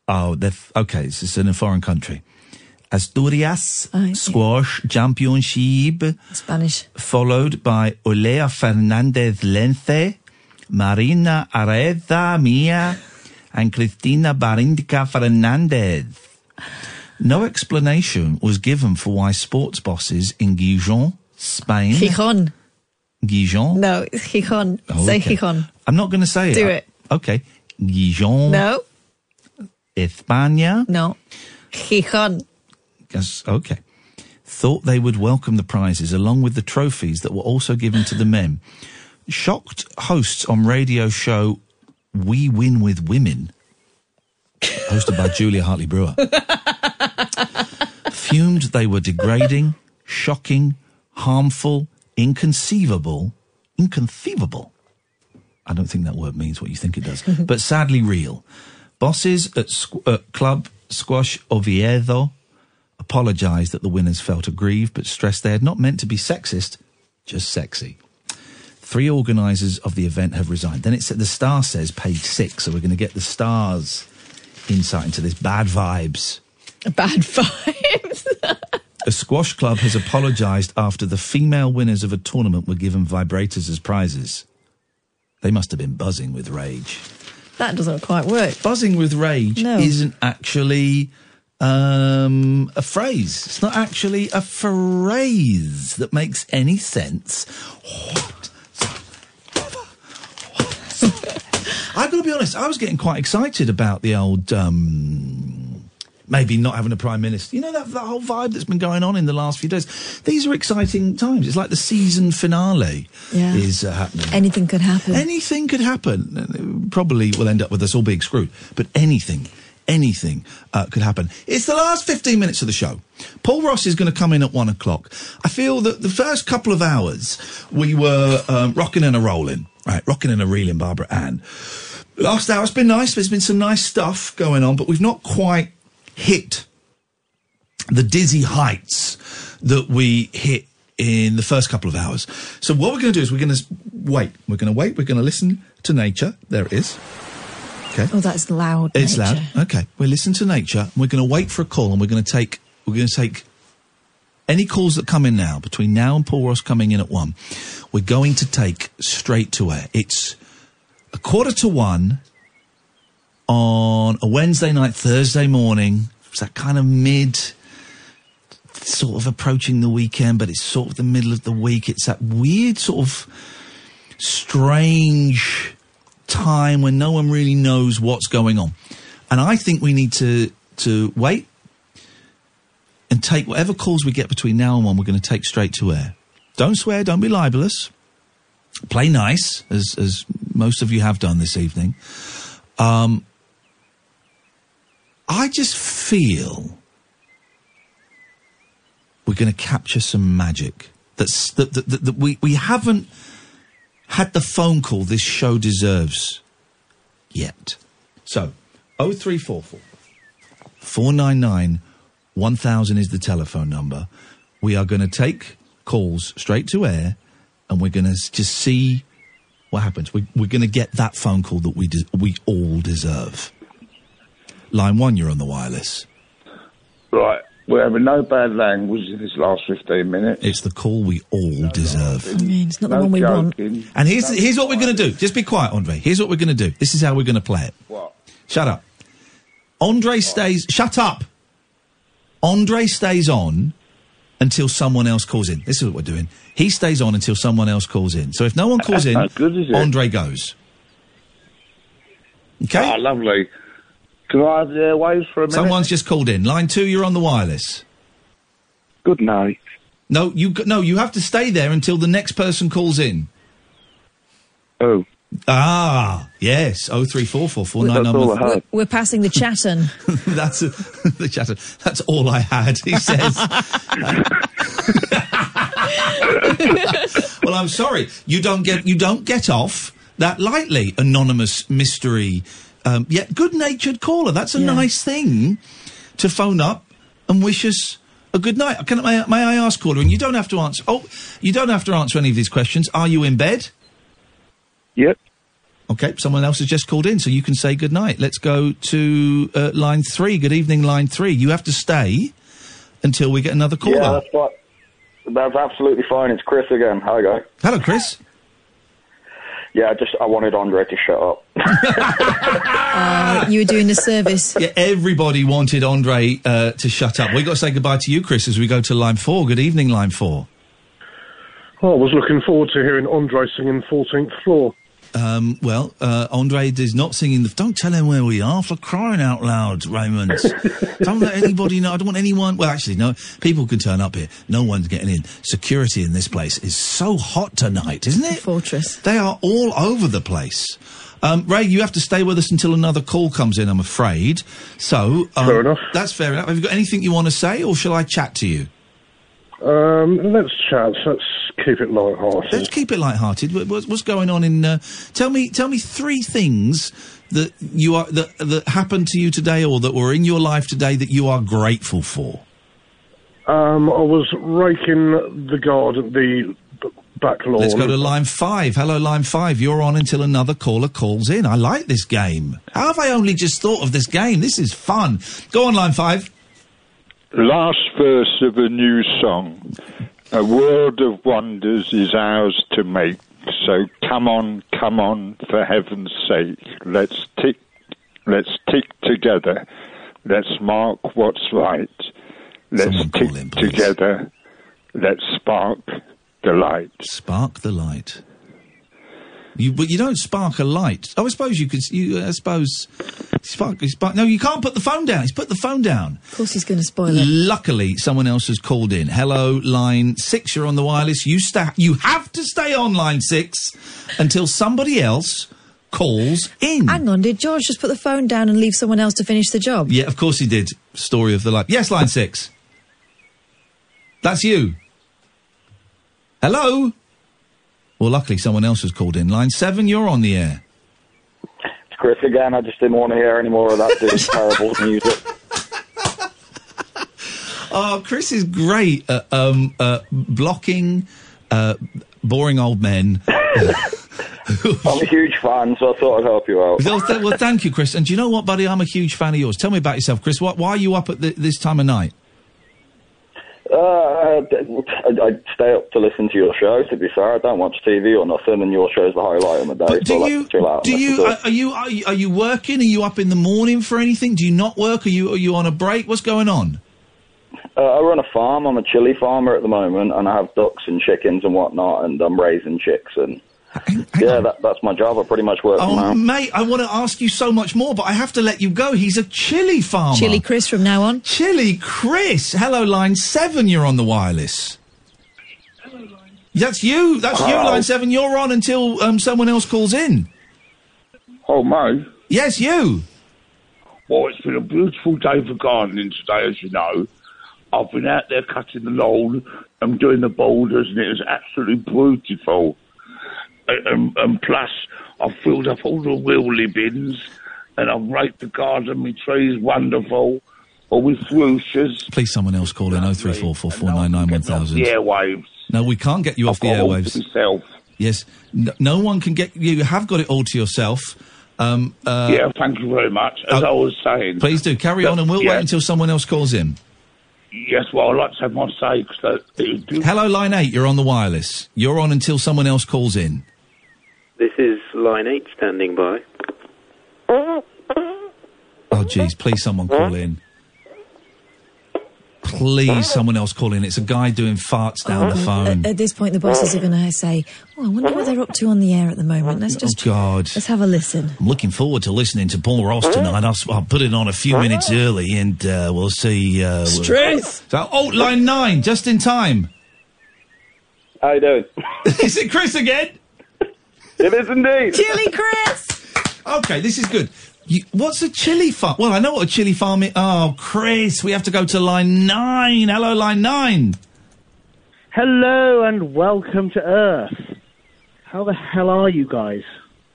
Speaker 6: Oh, they're, f- okay, this is in a foreign country. Asturias Squash Championship.
Speaker 8: Oh, Spanish.
Speaker 6: Followed by Olea Fernandez Lence, Marina Areza Mia, and Cristina Barindka Fernandez. No explanation was given for why sports bosses in Gijon, Spain.
Speaker 8: Gijon.
Speaker 6: Gijon?
Speaker 8: No, it's Gijon.
Speaker 6: Oh,
Speaker 8: Say
Speaker 6: okay.
Speaker 8: Gijon.
Speaker 6: I'm not going to say it.
Speaker 8: Do
Speaker 6: I-
Speaker 8: it.
Speaker 6: Okay. Gijon.
Speaker 8: No,
Speaker 6: España.
Speaker 8: no. Gijon.
Speaker 6: Yes, okay. Thought they would welcome the prizes along with the trophies that were also given to the men. Shocked hosts on radio show We Win with Women, hosted by Julia Hartley Brewer, fumed they were degrading, shocking, harmful, inconceivable, inconceivable. I don't think that word means what you think it does, but sadly real. Bosses at squ- uh, Club Squash Oviedo apologised that the winners felt aggrieved, but stressed they had not meant to be sexist, just sexy. Three organisers of the event have resigned. Then it said the star says page six, so we're going to get the stars insight into this bad vibes.
Speaker 8: Bad vibes.
Speaker 6: A squash club has apologised after the female winners of a tournament were given vibrators as prizes. They must have been buzzing with rage.
Speaker 8: That doesn't quite work.
Speaker 6: Buzzing with rage
Speaker 8: No.
Speaker 6: isn't actually um, a phrase. It's not actually a phrase that makes any sense. I've got to be honest. I was getting quite excited about the old, um, maybe not having a prime minister. You know that that whole vibe that's been going on in the last few days. These are exciting times. It's like the season finale
Speaker 8: Yeah.
Speaker 6: is uh, happening.
Speaker 8: Anything could happen.
Speaker 6: Anything could happen. Probably will end up with us all being screwed. But anything, anything uh, could happen. It's the last 15 minutes of the show. Paul Ross is going to come in at one o'clock. I feel that the first couple of hours we were um, rocking and a rolling. Right, rocking and a reeling, Barbara Ann. Last hour, it's been nice. There's been some nice stuff going on, but we've not quite hit the dizzy heights that we hit in the first couple of hours. So what we're going to do is we're going to wait. We're going to wait. We're going to listen to nature. There it is. Okay.
Speaker 8: Oh, that's loud.
Speaker 6: It's
Speaker 8: nature.
Speaker 6: loud. Okay. We're listening to nature. We're going to wait for a call and we're going to take we're going to take any calls that come in now between now and Paul Ross coming in at 1. We're going to take straight to air. It's a quarter to 1 on a Wednesday night, Thursday morning. It's that kind of mid sort of approaching the weekend, but it's sort of the middle of the week. It's that weird sort of strange time when no one really knows what's going on. And I think we need to to wait and take whatever calls we get between now and one we're going to take straight to air. Don't swear, don't be libelous. Play nice, as as most of you have done this evening. Um, I just feel we're going to capture some magic that's that, that, that, that we we haven't had the phone call this show deserves yet. So, 0344 499 1000 is the telephone number. We are going to take calls straight to air and we're going to just see what happens. We, we're going to get that phone call that we, de- we all deserve. Line one, you're on the wireless.
Speaker 3: Right, we're having no bad language in this last 15 minutes.
Speaker 6: It's the call we all deserve.
Speaker 8: I mean, it's not the
Speaker 3: No
Speaker 8: one we want.
Speaker 3: joking.
Speaker 6: And here's, here's what we're going to do. Just be quiet, Andre. Here's what we're going to do. This is how we're going to play it.
Speaker 3: What?
Speaker 6: Shut up. Andre stays. Shut up. Andre stays on until someone else calls in. This is what we're doing. He stays on until someone else calls in. So if no one calls in,
Speaker 3: That's good, is it?
Speaker 6: Andre goes. Okay.
Speaker 3: Ah, lovely. Can I have the airwaves for a minute?
Speaker 6: Someone's just called in. Line two, you're on the wireless. Good night. No, you g- no, you have to stay there until the next person calls in. Oh. Ah, yes. Oh three four four four nine nine one.
Speaker 8: We're, we're passing the Chatham.
Speaker 6: That's a, the chatter. That's all I had. He says. well, I'm sorry. You don't get you don't get off that lightly. Anonymous mystery, um, yet good-natured caller. That's a nice thing to phone up and wish us a good night. Can may, may I ask, caller? And you don't have to answer. Oh, you don't have to answer any of these questions. Are you in bed? Yep. Okay, someone else has just called in, so you can say good night. Let's go to uh, line three. Good evening, line three. You have to stay until we get another caller.
Speaker 9: Yeah, that's fine. That's absolutely fine. It's Chris again. Hi, guy.
Speaker 6: Hello, Chris.
Speaker 14: Yeah, I just I wanted Andre to shut up.
Speaker 8: Uh, you were doing the service.
Speaker 6: Yeah, everybody wanted Andre uh, to shut up. We've got to say goodbye to you, Chris, as we go to line four. Good evening, line four.
Speaker 9: Oh, I was looking forward to hearing Andre singing 14th Floor.
Speaker 6: Um, well, uh, Andre is not singing the. Don't tell him where we are for crying out loud, Raymond. don't let anybody know. I don't want anyone. Well, actually, no. People can turn up here. No one's getting in. Security in this place is so hot tonight, isn't it?
Speaker 8: fortress.
Speaker 6: They are all over the place. Um, Ray, you have to stay with us until another call comes in, I'm afraid. So, um, fair enough. That's fair enough. Have you got anything you want to say, or shall I chat to you?
Speaker 9: Um, let's chat. Let's keep it light-hearted.
Speaker 6: Let's keep it light-hearted. What- What's, what's going on in? Uh, tell me, tell me three things that you are that that happened to you today, or that were in your life today that you are grateful for.
Speaker 9: Um, I was raking the garden, the b- back lawn.
Speaker 6: Let's go to line five. Hello, line five. You're on until another caller calls in. I like this game. How have I only just thought of this game? This is fun. Go on, line five.
Speaker 30: Last verse of a new song. A world of wonders is ours to make. So come on, come on, for heaven's sake. Let's tick, let's tick together. Let's mark what's right. Let's tick together. Let's spark the light.
Speaker 6: Spark the light. You, but you don't spark a light. Oh, I suppose you could. You, I suppose spark, spark. No, you can't put the phone down. He's put the phone down.
Speaker 8: Of course, he's going to spoil it.
Speaker 6: Luckily, someone else has called in. Hello, line six. You're on the wireless. You sta- You have to stay on line six until somebody else calls in.
Speaker 8: Hang on, did George just put the phone down and leave someone else to finish the job?
Speaker 6: Yeah, of course he did. Story of the life. Yes, line six. That's you. Hello. Well, luckily someone else has called in. Line seven, you're on the air.
Speaker 14: It's Chris again. I just didn't want to hear any more of that dude's terrible music.
Speaker 6: Oh, Chris is great at um, uh, blocking uh, boring old men.
Speaker 14: I'm a huge fan, so I thought I'd help you out.
Speaker 6: well, th- well, thank you, Chris. And do you know what, buddy? I'm a huge fan of yours. Tell me about yourself, Chris. Why, why are you up at th- this time of night?
Speaker 14: Uh, I, I I'd stay up to listen to your show. To be fair, I don't watch TV or nothing, and your show's the highlight of my day. so I like to
Speaker 30: Oh,
Speaker 14: chill out. and
Speaker 6: Do
Speaker 14: listen
Speaker 6: you
Speaker 14: to
Speaker 6: are,
Speaker 14: it.
Speaker 6: are you are you are you working? Are you up in the morning for anything? Do you not work? Are you are you on a break? What's going on?
Speaker 14: Uh, I run a farm. I'm a chili farmer at the moment, and I have ducks and chickens and whatnot, and I'm raising chicks. And yeah, that, that's my job. I pretty much work from
Speaker 6: Oh,
Speaker 14: home.
Speaker 6: mate, I want to ask you so much more, but I have to let you go. He's a chili farmer.
Speaker 8: Chili Chris from now on.
Speaker 6: Chili Chris. Hello, line seven. You're on the wireless. That's you. That's you,
Speaker 30: Hello.
Speaker 6: line seven. You're on until um, someone else calls in.
Speaker 30: Oh, Mo.
Speaker 6: Yes, you.
Speaker 22: Well, it's been a beautiful day for gardening today, as you know. I've been out there cutting the lawn and doing the boulders, and it was absolutely beautiful. And, and, and plus, I've filled up all the wheelie bins, and I've raked the garden. My trees wonderful, all with fuchsias,
Speaker 6: Please, someone else call in. Oh three four four four nine nine one thousand.
Speaker 22: the airwaves.
Speaker 6: No, we can't get you off the
Speaker 22: got all to
Speaker 6: airwaves. Yes, no, no one can get you. You have got it all to yourself. Um, uh,
Speaker 22: yeah, thank you very much. As
Speaker 6: oh,
Speaker 22: I was saying,
Speaker 6: Please do carry
Speaker 22: But,
Speaker 6: on, and we'll
Speaker 22: yeah.
Speaker 6: wait until someone else calls in.
Speaker 22: Yes, well, I'd like to have my say 'cause that it was beautiful.
Speaker 6: Hello, line eight. You're on the wireless. You're on until someone else calls in.
Speaker 31: This is Line 8 standing by.
Speaker 6: Oh, jeez! Please, someone call in. Please, someone else call in. It's a guy doing farts down the phone.
Speaker 8: At, at Uh-huh. Uh, this point, the bosses are going to say, "Oh, I wonder what they're up to on the air at the moment." Let's
Speaker 6: Oh
Speaker 8: just
Speaker 6: God!
Speaker 8: let's have a listen.
Speaker 6: I'm looking forward to listening to Paul Ross
Speaker 14: Mm-hmm.
Speaker 6: tonight. I'll, s- I'll put it on a few minutes early, and uh, we'll see. Uh, we'll-
Speaker 10: Stress.
Speaker 6: So, oh, line nine, just in time.
Speaker 14: How you doing?
Speaker 6: is it Chris again?
Speaker 14: It is indeed.
Speaker 6: Chili Chris. okay, this is good. You, what's a chili farm? Well, I know what a chili farm is. Oh, Chris, we have to go to line nine. Hello, line nine.
Speaker 7: Hello and welcome to Earth. How the hell are you guys?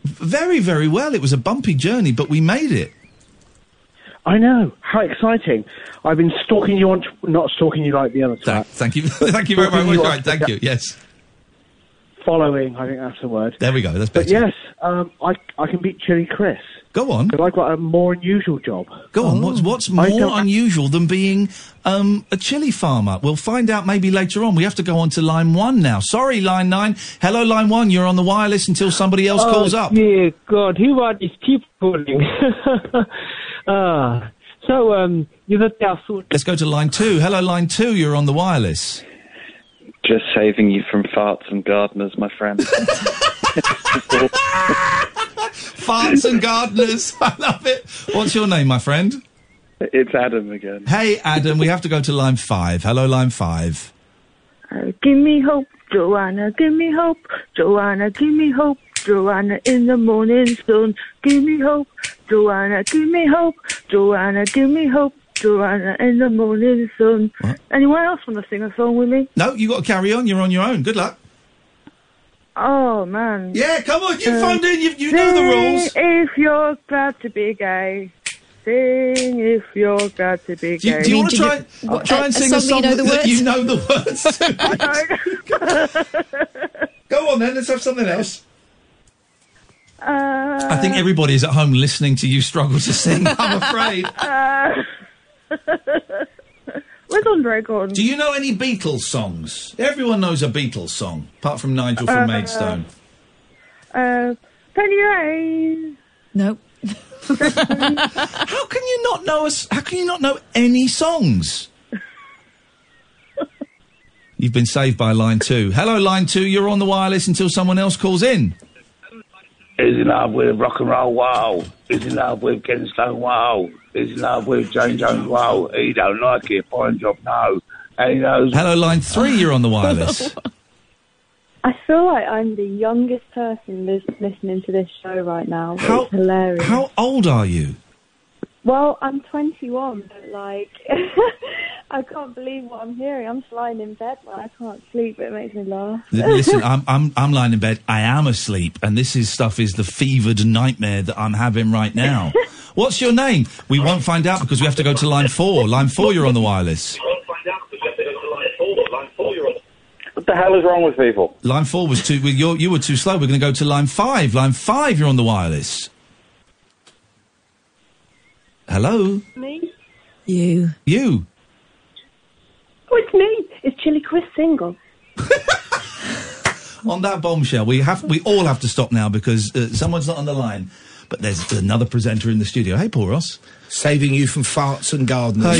Speaker 6: Very, very well. It was a bumpy journey, but we made it.
Speaker 7: I know. How exciting. I've been stalking you on. T- not stalking you like the other time.
Speaker 6: Thank you. Thank you very much. Right, thank you. Yes.
Speaker 7: following. I think that's the word.
Speaker 6: There we go. That's
Speaker 7: But
Speaker 6: better.
Speaker 7: yes, um, I I can beat Chili Chris.
Speaker 6: Go on.
Speaker 7: Because I got a more unusual job.
Speaker 6: Go on.
Speaker 19: Oh.
Speaker 6: What's what's
Speaker 7: I
Speaker 6: more
Speaker 7: don't-
Speaker 6: unusual than being um, a chili farmer? We'll find out maybe later on. We have to go on to line one now. Sorry, line nine. Hello, line one. You're on the wireless until somebody else
Speaker 19: oh,
Speaker 6: calls up.
Speaker 19: Dear God, who are these people calling? ah, so um, you know they are so
Speaker 6: Let's go to line two. Hello, line two. You're on the wireless.
Speaker 12: Just saving you from farts and gardeners, my friend.
Speaker 6: Farts and gardeners. I love it. What's your name, my friend?
Speaker 12: it's Adam again.
Speaker 6: Hey, Adam. We have to go to line five. Hello, line five.
Speaker 15: Uh, Give me hope, Joanna. Give me hope, Joanna. Give me hope, Joanna. In the morning sun, give me hope, Joanna. Give me hope, Joanna. Give me hope, Joanna. In the morning sun. Anyone else want to sing a song with me?
Speaker 6: No, you got to carry on. You're on your own. Good luck.
Speaker 15: Oh man. Uh,
Speaker 6: Yeah, come on, you phoned in, you- you know the rules.
Speaker 15: If you're glad to be gay. Sing if you're glad to be
Speaker 6: Do you,
Speaker 15: gay.
Speaker 6: do you want to try, what, try and sing a song that, that you know the words? Go on then, let's have something else.
Speaker 15: Uh,
Speaker 6: I think everybody's at home listening to you struggle to sing. I'm afraid.
Speaker 15: Uh, Where's Andre gone?
Speaker 6: Do you know any Beatles songs? Everyone knows a Beatles song, apart from Nigel from
Speaker 15: Uh,
Speaker 6: Maidstone.
Speaker 15: Uh, Penny Lane.
Speaker 8: Nope.
Speaker 6: How can you not know us? How can you not know any songs? You've been saved by line two. Hello, line two. You're on the wireless until someone else calls in.
Speaker 3: He's in love with rock and roll, wow. He's in love with Ken Stone, wow. He's in love with Jane Jones, wow. He don't like it, fine job, no. And he knows...
Speaker 6: Hello, line three. You're on the wireless.
Speaker 16: I feel like I'm the youngest person lis- listening to this show right now. but
Speaker 6: How-
Speaker 16: it's hilarious.
Speaker 6: How old are you?
Speaker 16: Well, I'm 21, but like, I can't believe what I'm hearing. I'm just lying in bed, like I can't sleep. But it makes me laugh.
Speaker 6: L- Listen, I'm, I'm I'm lying in bed. I am asleep, and this is stuff is the fevered nightmare that I'm having right now. What's your name? We won't find out because we have to go to line four. Line four, you're on the wireless.
Speaker 14: What the hell is wrong with people?
Speaker 6: Line four was too. well, You're, you were too slow. We're going to go to line five. Line five, you're on the wireless. Hello,
Speaker 16: Me?
Speaker 8: you.
Speaker 6: You.
Speaker 16: Oh, it's me. Is Chili Chris single?
Speaker 6: On that bombshell, we have we all have to stop now because uh, someone's not on the line. But there's another presenter in the studio. Hey, Paul Ross.
Speaker 17: Saving you from farts and gardeners.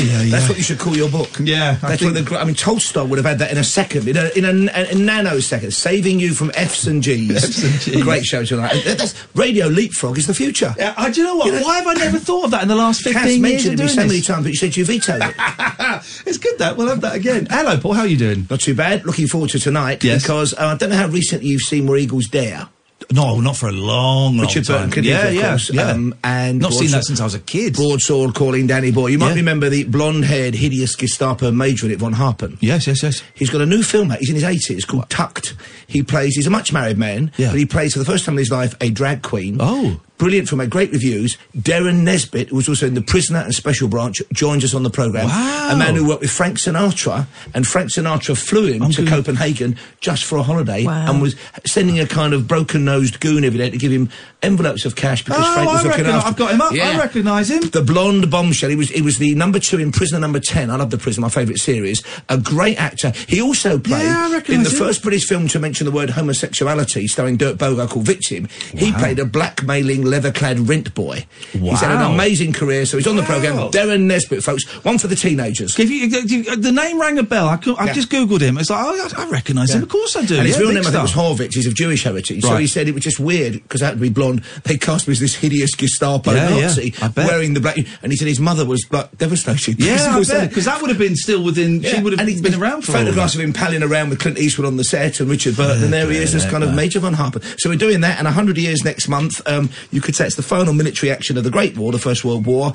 Speaker 6: Hey, Oh, yeah,
Speaker 17: That's
Speaker 6: yeah.
Speaker 17: what you should call your book.
Speaker 6: Yeah, I think-
Speaker 17: That's what the, gr- I mean, Tolstoy would have had that in a second, in a, in a, a, nanosecond. Saving you from F's and G's. F's and G's. Great show tonight. And that- that's- radio leapfrog is the future.
Speaker 6: Yeah, I, do you know what? Why have I never thought of that in the last 15 years
Speaker 17: mentioned
Speaker 6: of
Speaker 17: it
Speaker 6: doing
Speaker 17: to me so many
Speaker 6: this?
Speaker 17: times, but you said you vetoed it.
Speaker 6: it's good that. We'll have that again. Hello, Paul. How are you doing?
Speaker 17: Not too bad. Looking forward to tonight because uh, I don't know how recently you've seen Where Eagles Dare.
Speaker 6: No, not for a long, long
Speaker 17: Richard
Speaker 6: time.
Speaker 17: Burton Cathedral,
Speaker 6: Yeah,
Speaker 17: of
Speaker 6: yeah,
Speaker 17: course,
Speaker 6: yeah.
Speaker 17: Um, and
Speaker 6: Not seen
Speaker 17: Broadsw-
Speaker 6: that since I was a kid.
Speaker 17: Broadsword calling Danny Boy. You might remember the blonde-haired, hideous Gestapo major in it, von Harpen.
Speaker 6: Yes, yes, yes.
Speaker 17: He's got a new film out. He's in his eighties called Tucked. He plays. He's a much-married man, but he plays for the first time in his life a drag queen.
Speaker 6: Oh.
Speaker 17: Brilliant film, had great reviews. Darren Nesbitt, who was also in The Prisoner and Special Branch, joins us on the programme.
Speaker 6: Wow.
Speaker 17: A man who worked with Frank Sinatra, and Frank Sinatra flew him to Copenhagen just for a holiday
Speaker 6: Wow.
Speaker 17: and was sending a kind of broken nosed goon every day to give him envelopes of cash because
Speaker 6: Oh,
Speaker 17: Frank was
Speaker 6: I
Speaker 17: looking
Speaker 6: reckon
Speaker 17: after
Speaker 6: I've got him up. I recognise him.
Speaker 17: The blonde bombshell. He was he was the number two in Prisoner Number Ten. I love the Prisoner, my favourite series. A great actor. He also played
Speaker 6: Yeah, I recognise
Speaker 17: in the
Speaker 6: him.
Speaker 17: first British film to mention the word homosexuality, starring Dirk Bogarde called Victim. He played a blackmailing, leather-clad rent boy. He's had
Speaker 6: Wow.
Speaker 17: an amazing career, so he's on the
Speaker 6: Wow.
Speaker 17: programme. Darren Nesbitt, folks. One for the teenagers.
Speaker 6: If you, if you- the name rang a bell. I, could, I
Speaker 17: Yeah.
Speaker 6: just googled him. It's like oh, I, I recognise him.
Speaker 17: Yeah.
Speaker 6: Of course I do.
Speaker 17: And his
Speaker 6: yeah,
Speaker 17: real
Speaker 6: big
Speaker 17: name, I think, was
Speaker 6: star.
Speaker 17: Horvitz. He's of Jewish heritage. So
Speaker 6: Right.
Speaker 17: he said it was just weird because I had to be blonde. They cast me as this hideous Gestapo
Speaker 6: Yeah, yeah,
Speaker 17: Nazi
Speaker 6: I bet.
Speaker 17: wearing the black. And he said his mother was like, devastated.
Speaker 6: Yeah, I
Speaker 17: Because he was-
Speaker 6: bet, because that would have been still within. She would have been around for. all
Speaker 17: Photographs
Speaker 6: that.
Speaker 17: of him palling around with Clint Eastwood on the set and Richard Burton, and there he is, this kind of Major Von Harper. So we're doing that, and 100 years next month, um, you could say it's the final military action of the Great War, the First World War.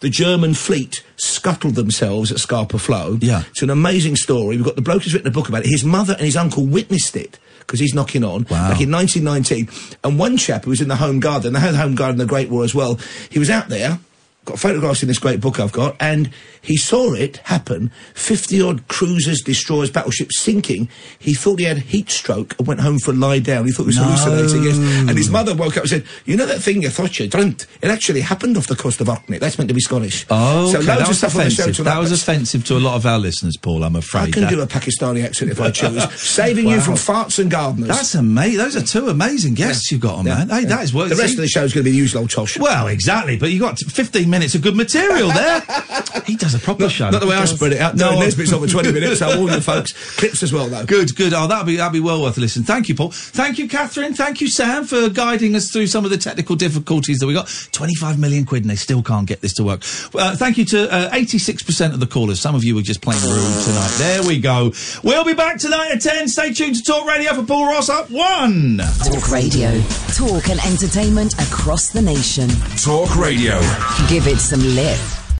Speaker 17: The German fleet scuttled themselves at Scarpa Flow. Yeah. It's an amazing story. We've got the bloke who's written a book about it. His mother and his uncle witnessed it because he's knocking on back in 1919. And one chap who was in the Home Garden, they had the Home Garden in the Great War as well, he was out there got photographs in this great book I've got, and he saw it happen 50 odd cruisers, destroyers, battleships sinking. He thought he had heat stroke and went home for a lie down. He thought he was
Speaker 6: No.
Speaker 17: hallucinating. Yes. And his mother woke up and said, You know that thing you thought you dreamt? It actually happened off the coast of Orkney. That's meant to be Scottish.
Speaker 6: Oh,
Speaker 17: so
Speaker 6: okay,
Speaker 17: loads
Speaker 6: that
Speaker 17: of
Speaker 6: was
Speaker 17: stuff on the show
Speaker 6: offensive.
Speaker 17: tonight,
Speaker 6: That was
Speaker 17: but
Speaker 6: offensive to a lot of our listeners, Paul. I'm afraid.
Speaker 17: I can
Speaker 6: That-
Speaker 17: do a Pakistani accent if I choose. Saving you
Speaker 6: Wow.
Speaker 17: from farts and gardeners.
Speaker 6: That's amazing. Those are two amazing guests you've got on, man. Hey, that is what
Speaker 17: The rest of the show's going to be the usual old tosh.
Speaker 6: Well, exactly. But you got 15 minutes of good material there. he does a proper show.
Speaker 17: Not the way I spread it out. No, no Nesbitt's over 20 minutes. I warn you, folks. Clips as well, though.
Speaker 6: Good, good. Oh, that'll be that'll be well worth a listen. Thank you, Paul. Thank you, Catherine. Thank you, Sam, for guiding us through some of the technical difficulties that we got. Twenty-five million quid, and they still can't get this to work. Uh, thank you to eighty-six percent of the callers. Some of you were just playing the room tonight. There we go. We'll be back tonight at ten. Stay tuned to Talk Radio for Paul Ross up one.
Speaker 11: Talk Radio. Talk and entertainment across the nation.
Speaker 1: Talk Radio.
Speaker 11: Give it some lift.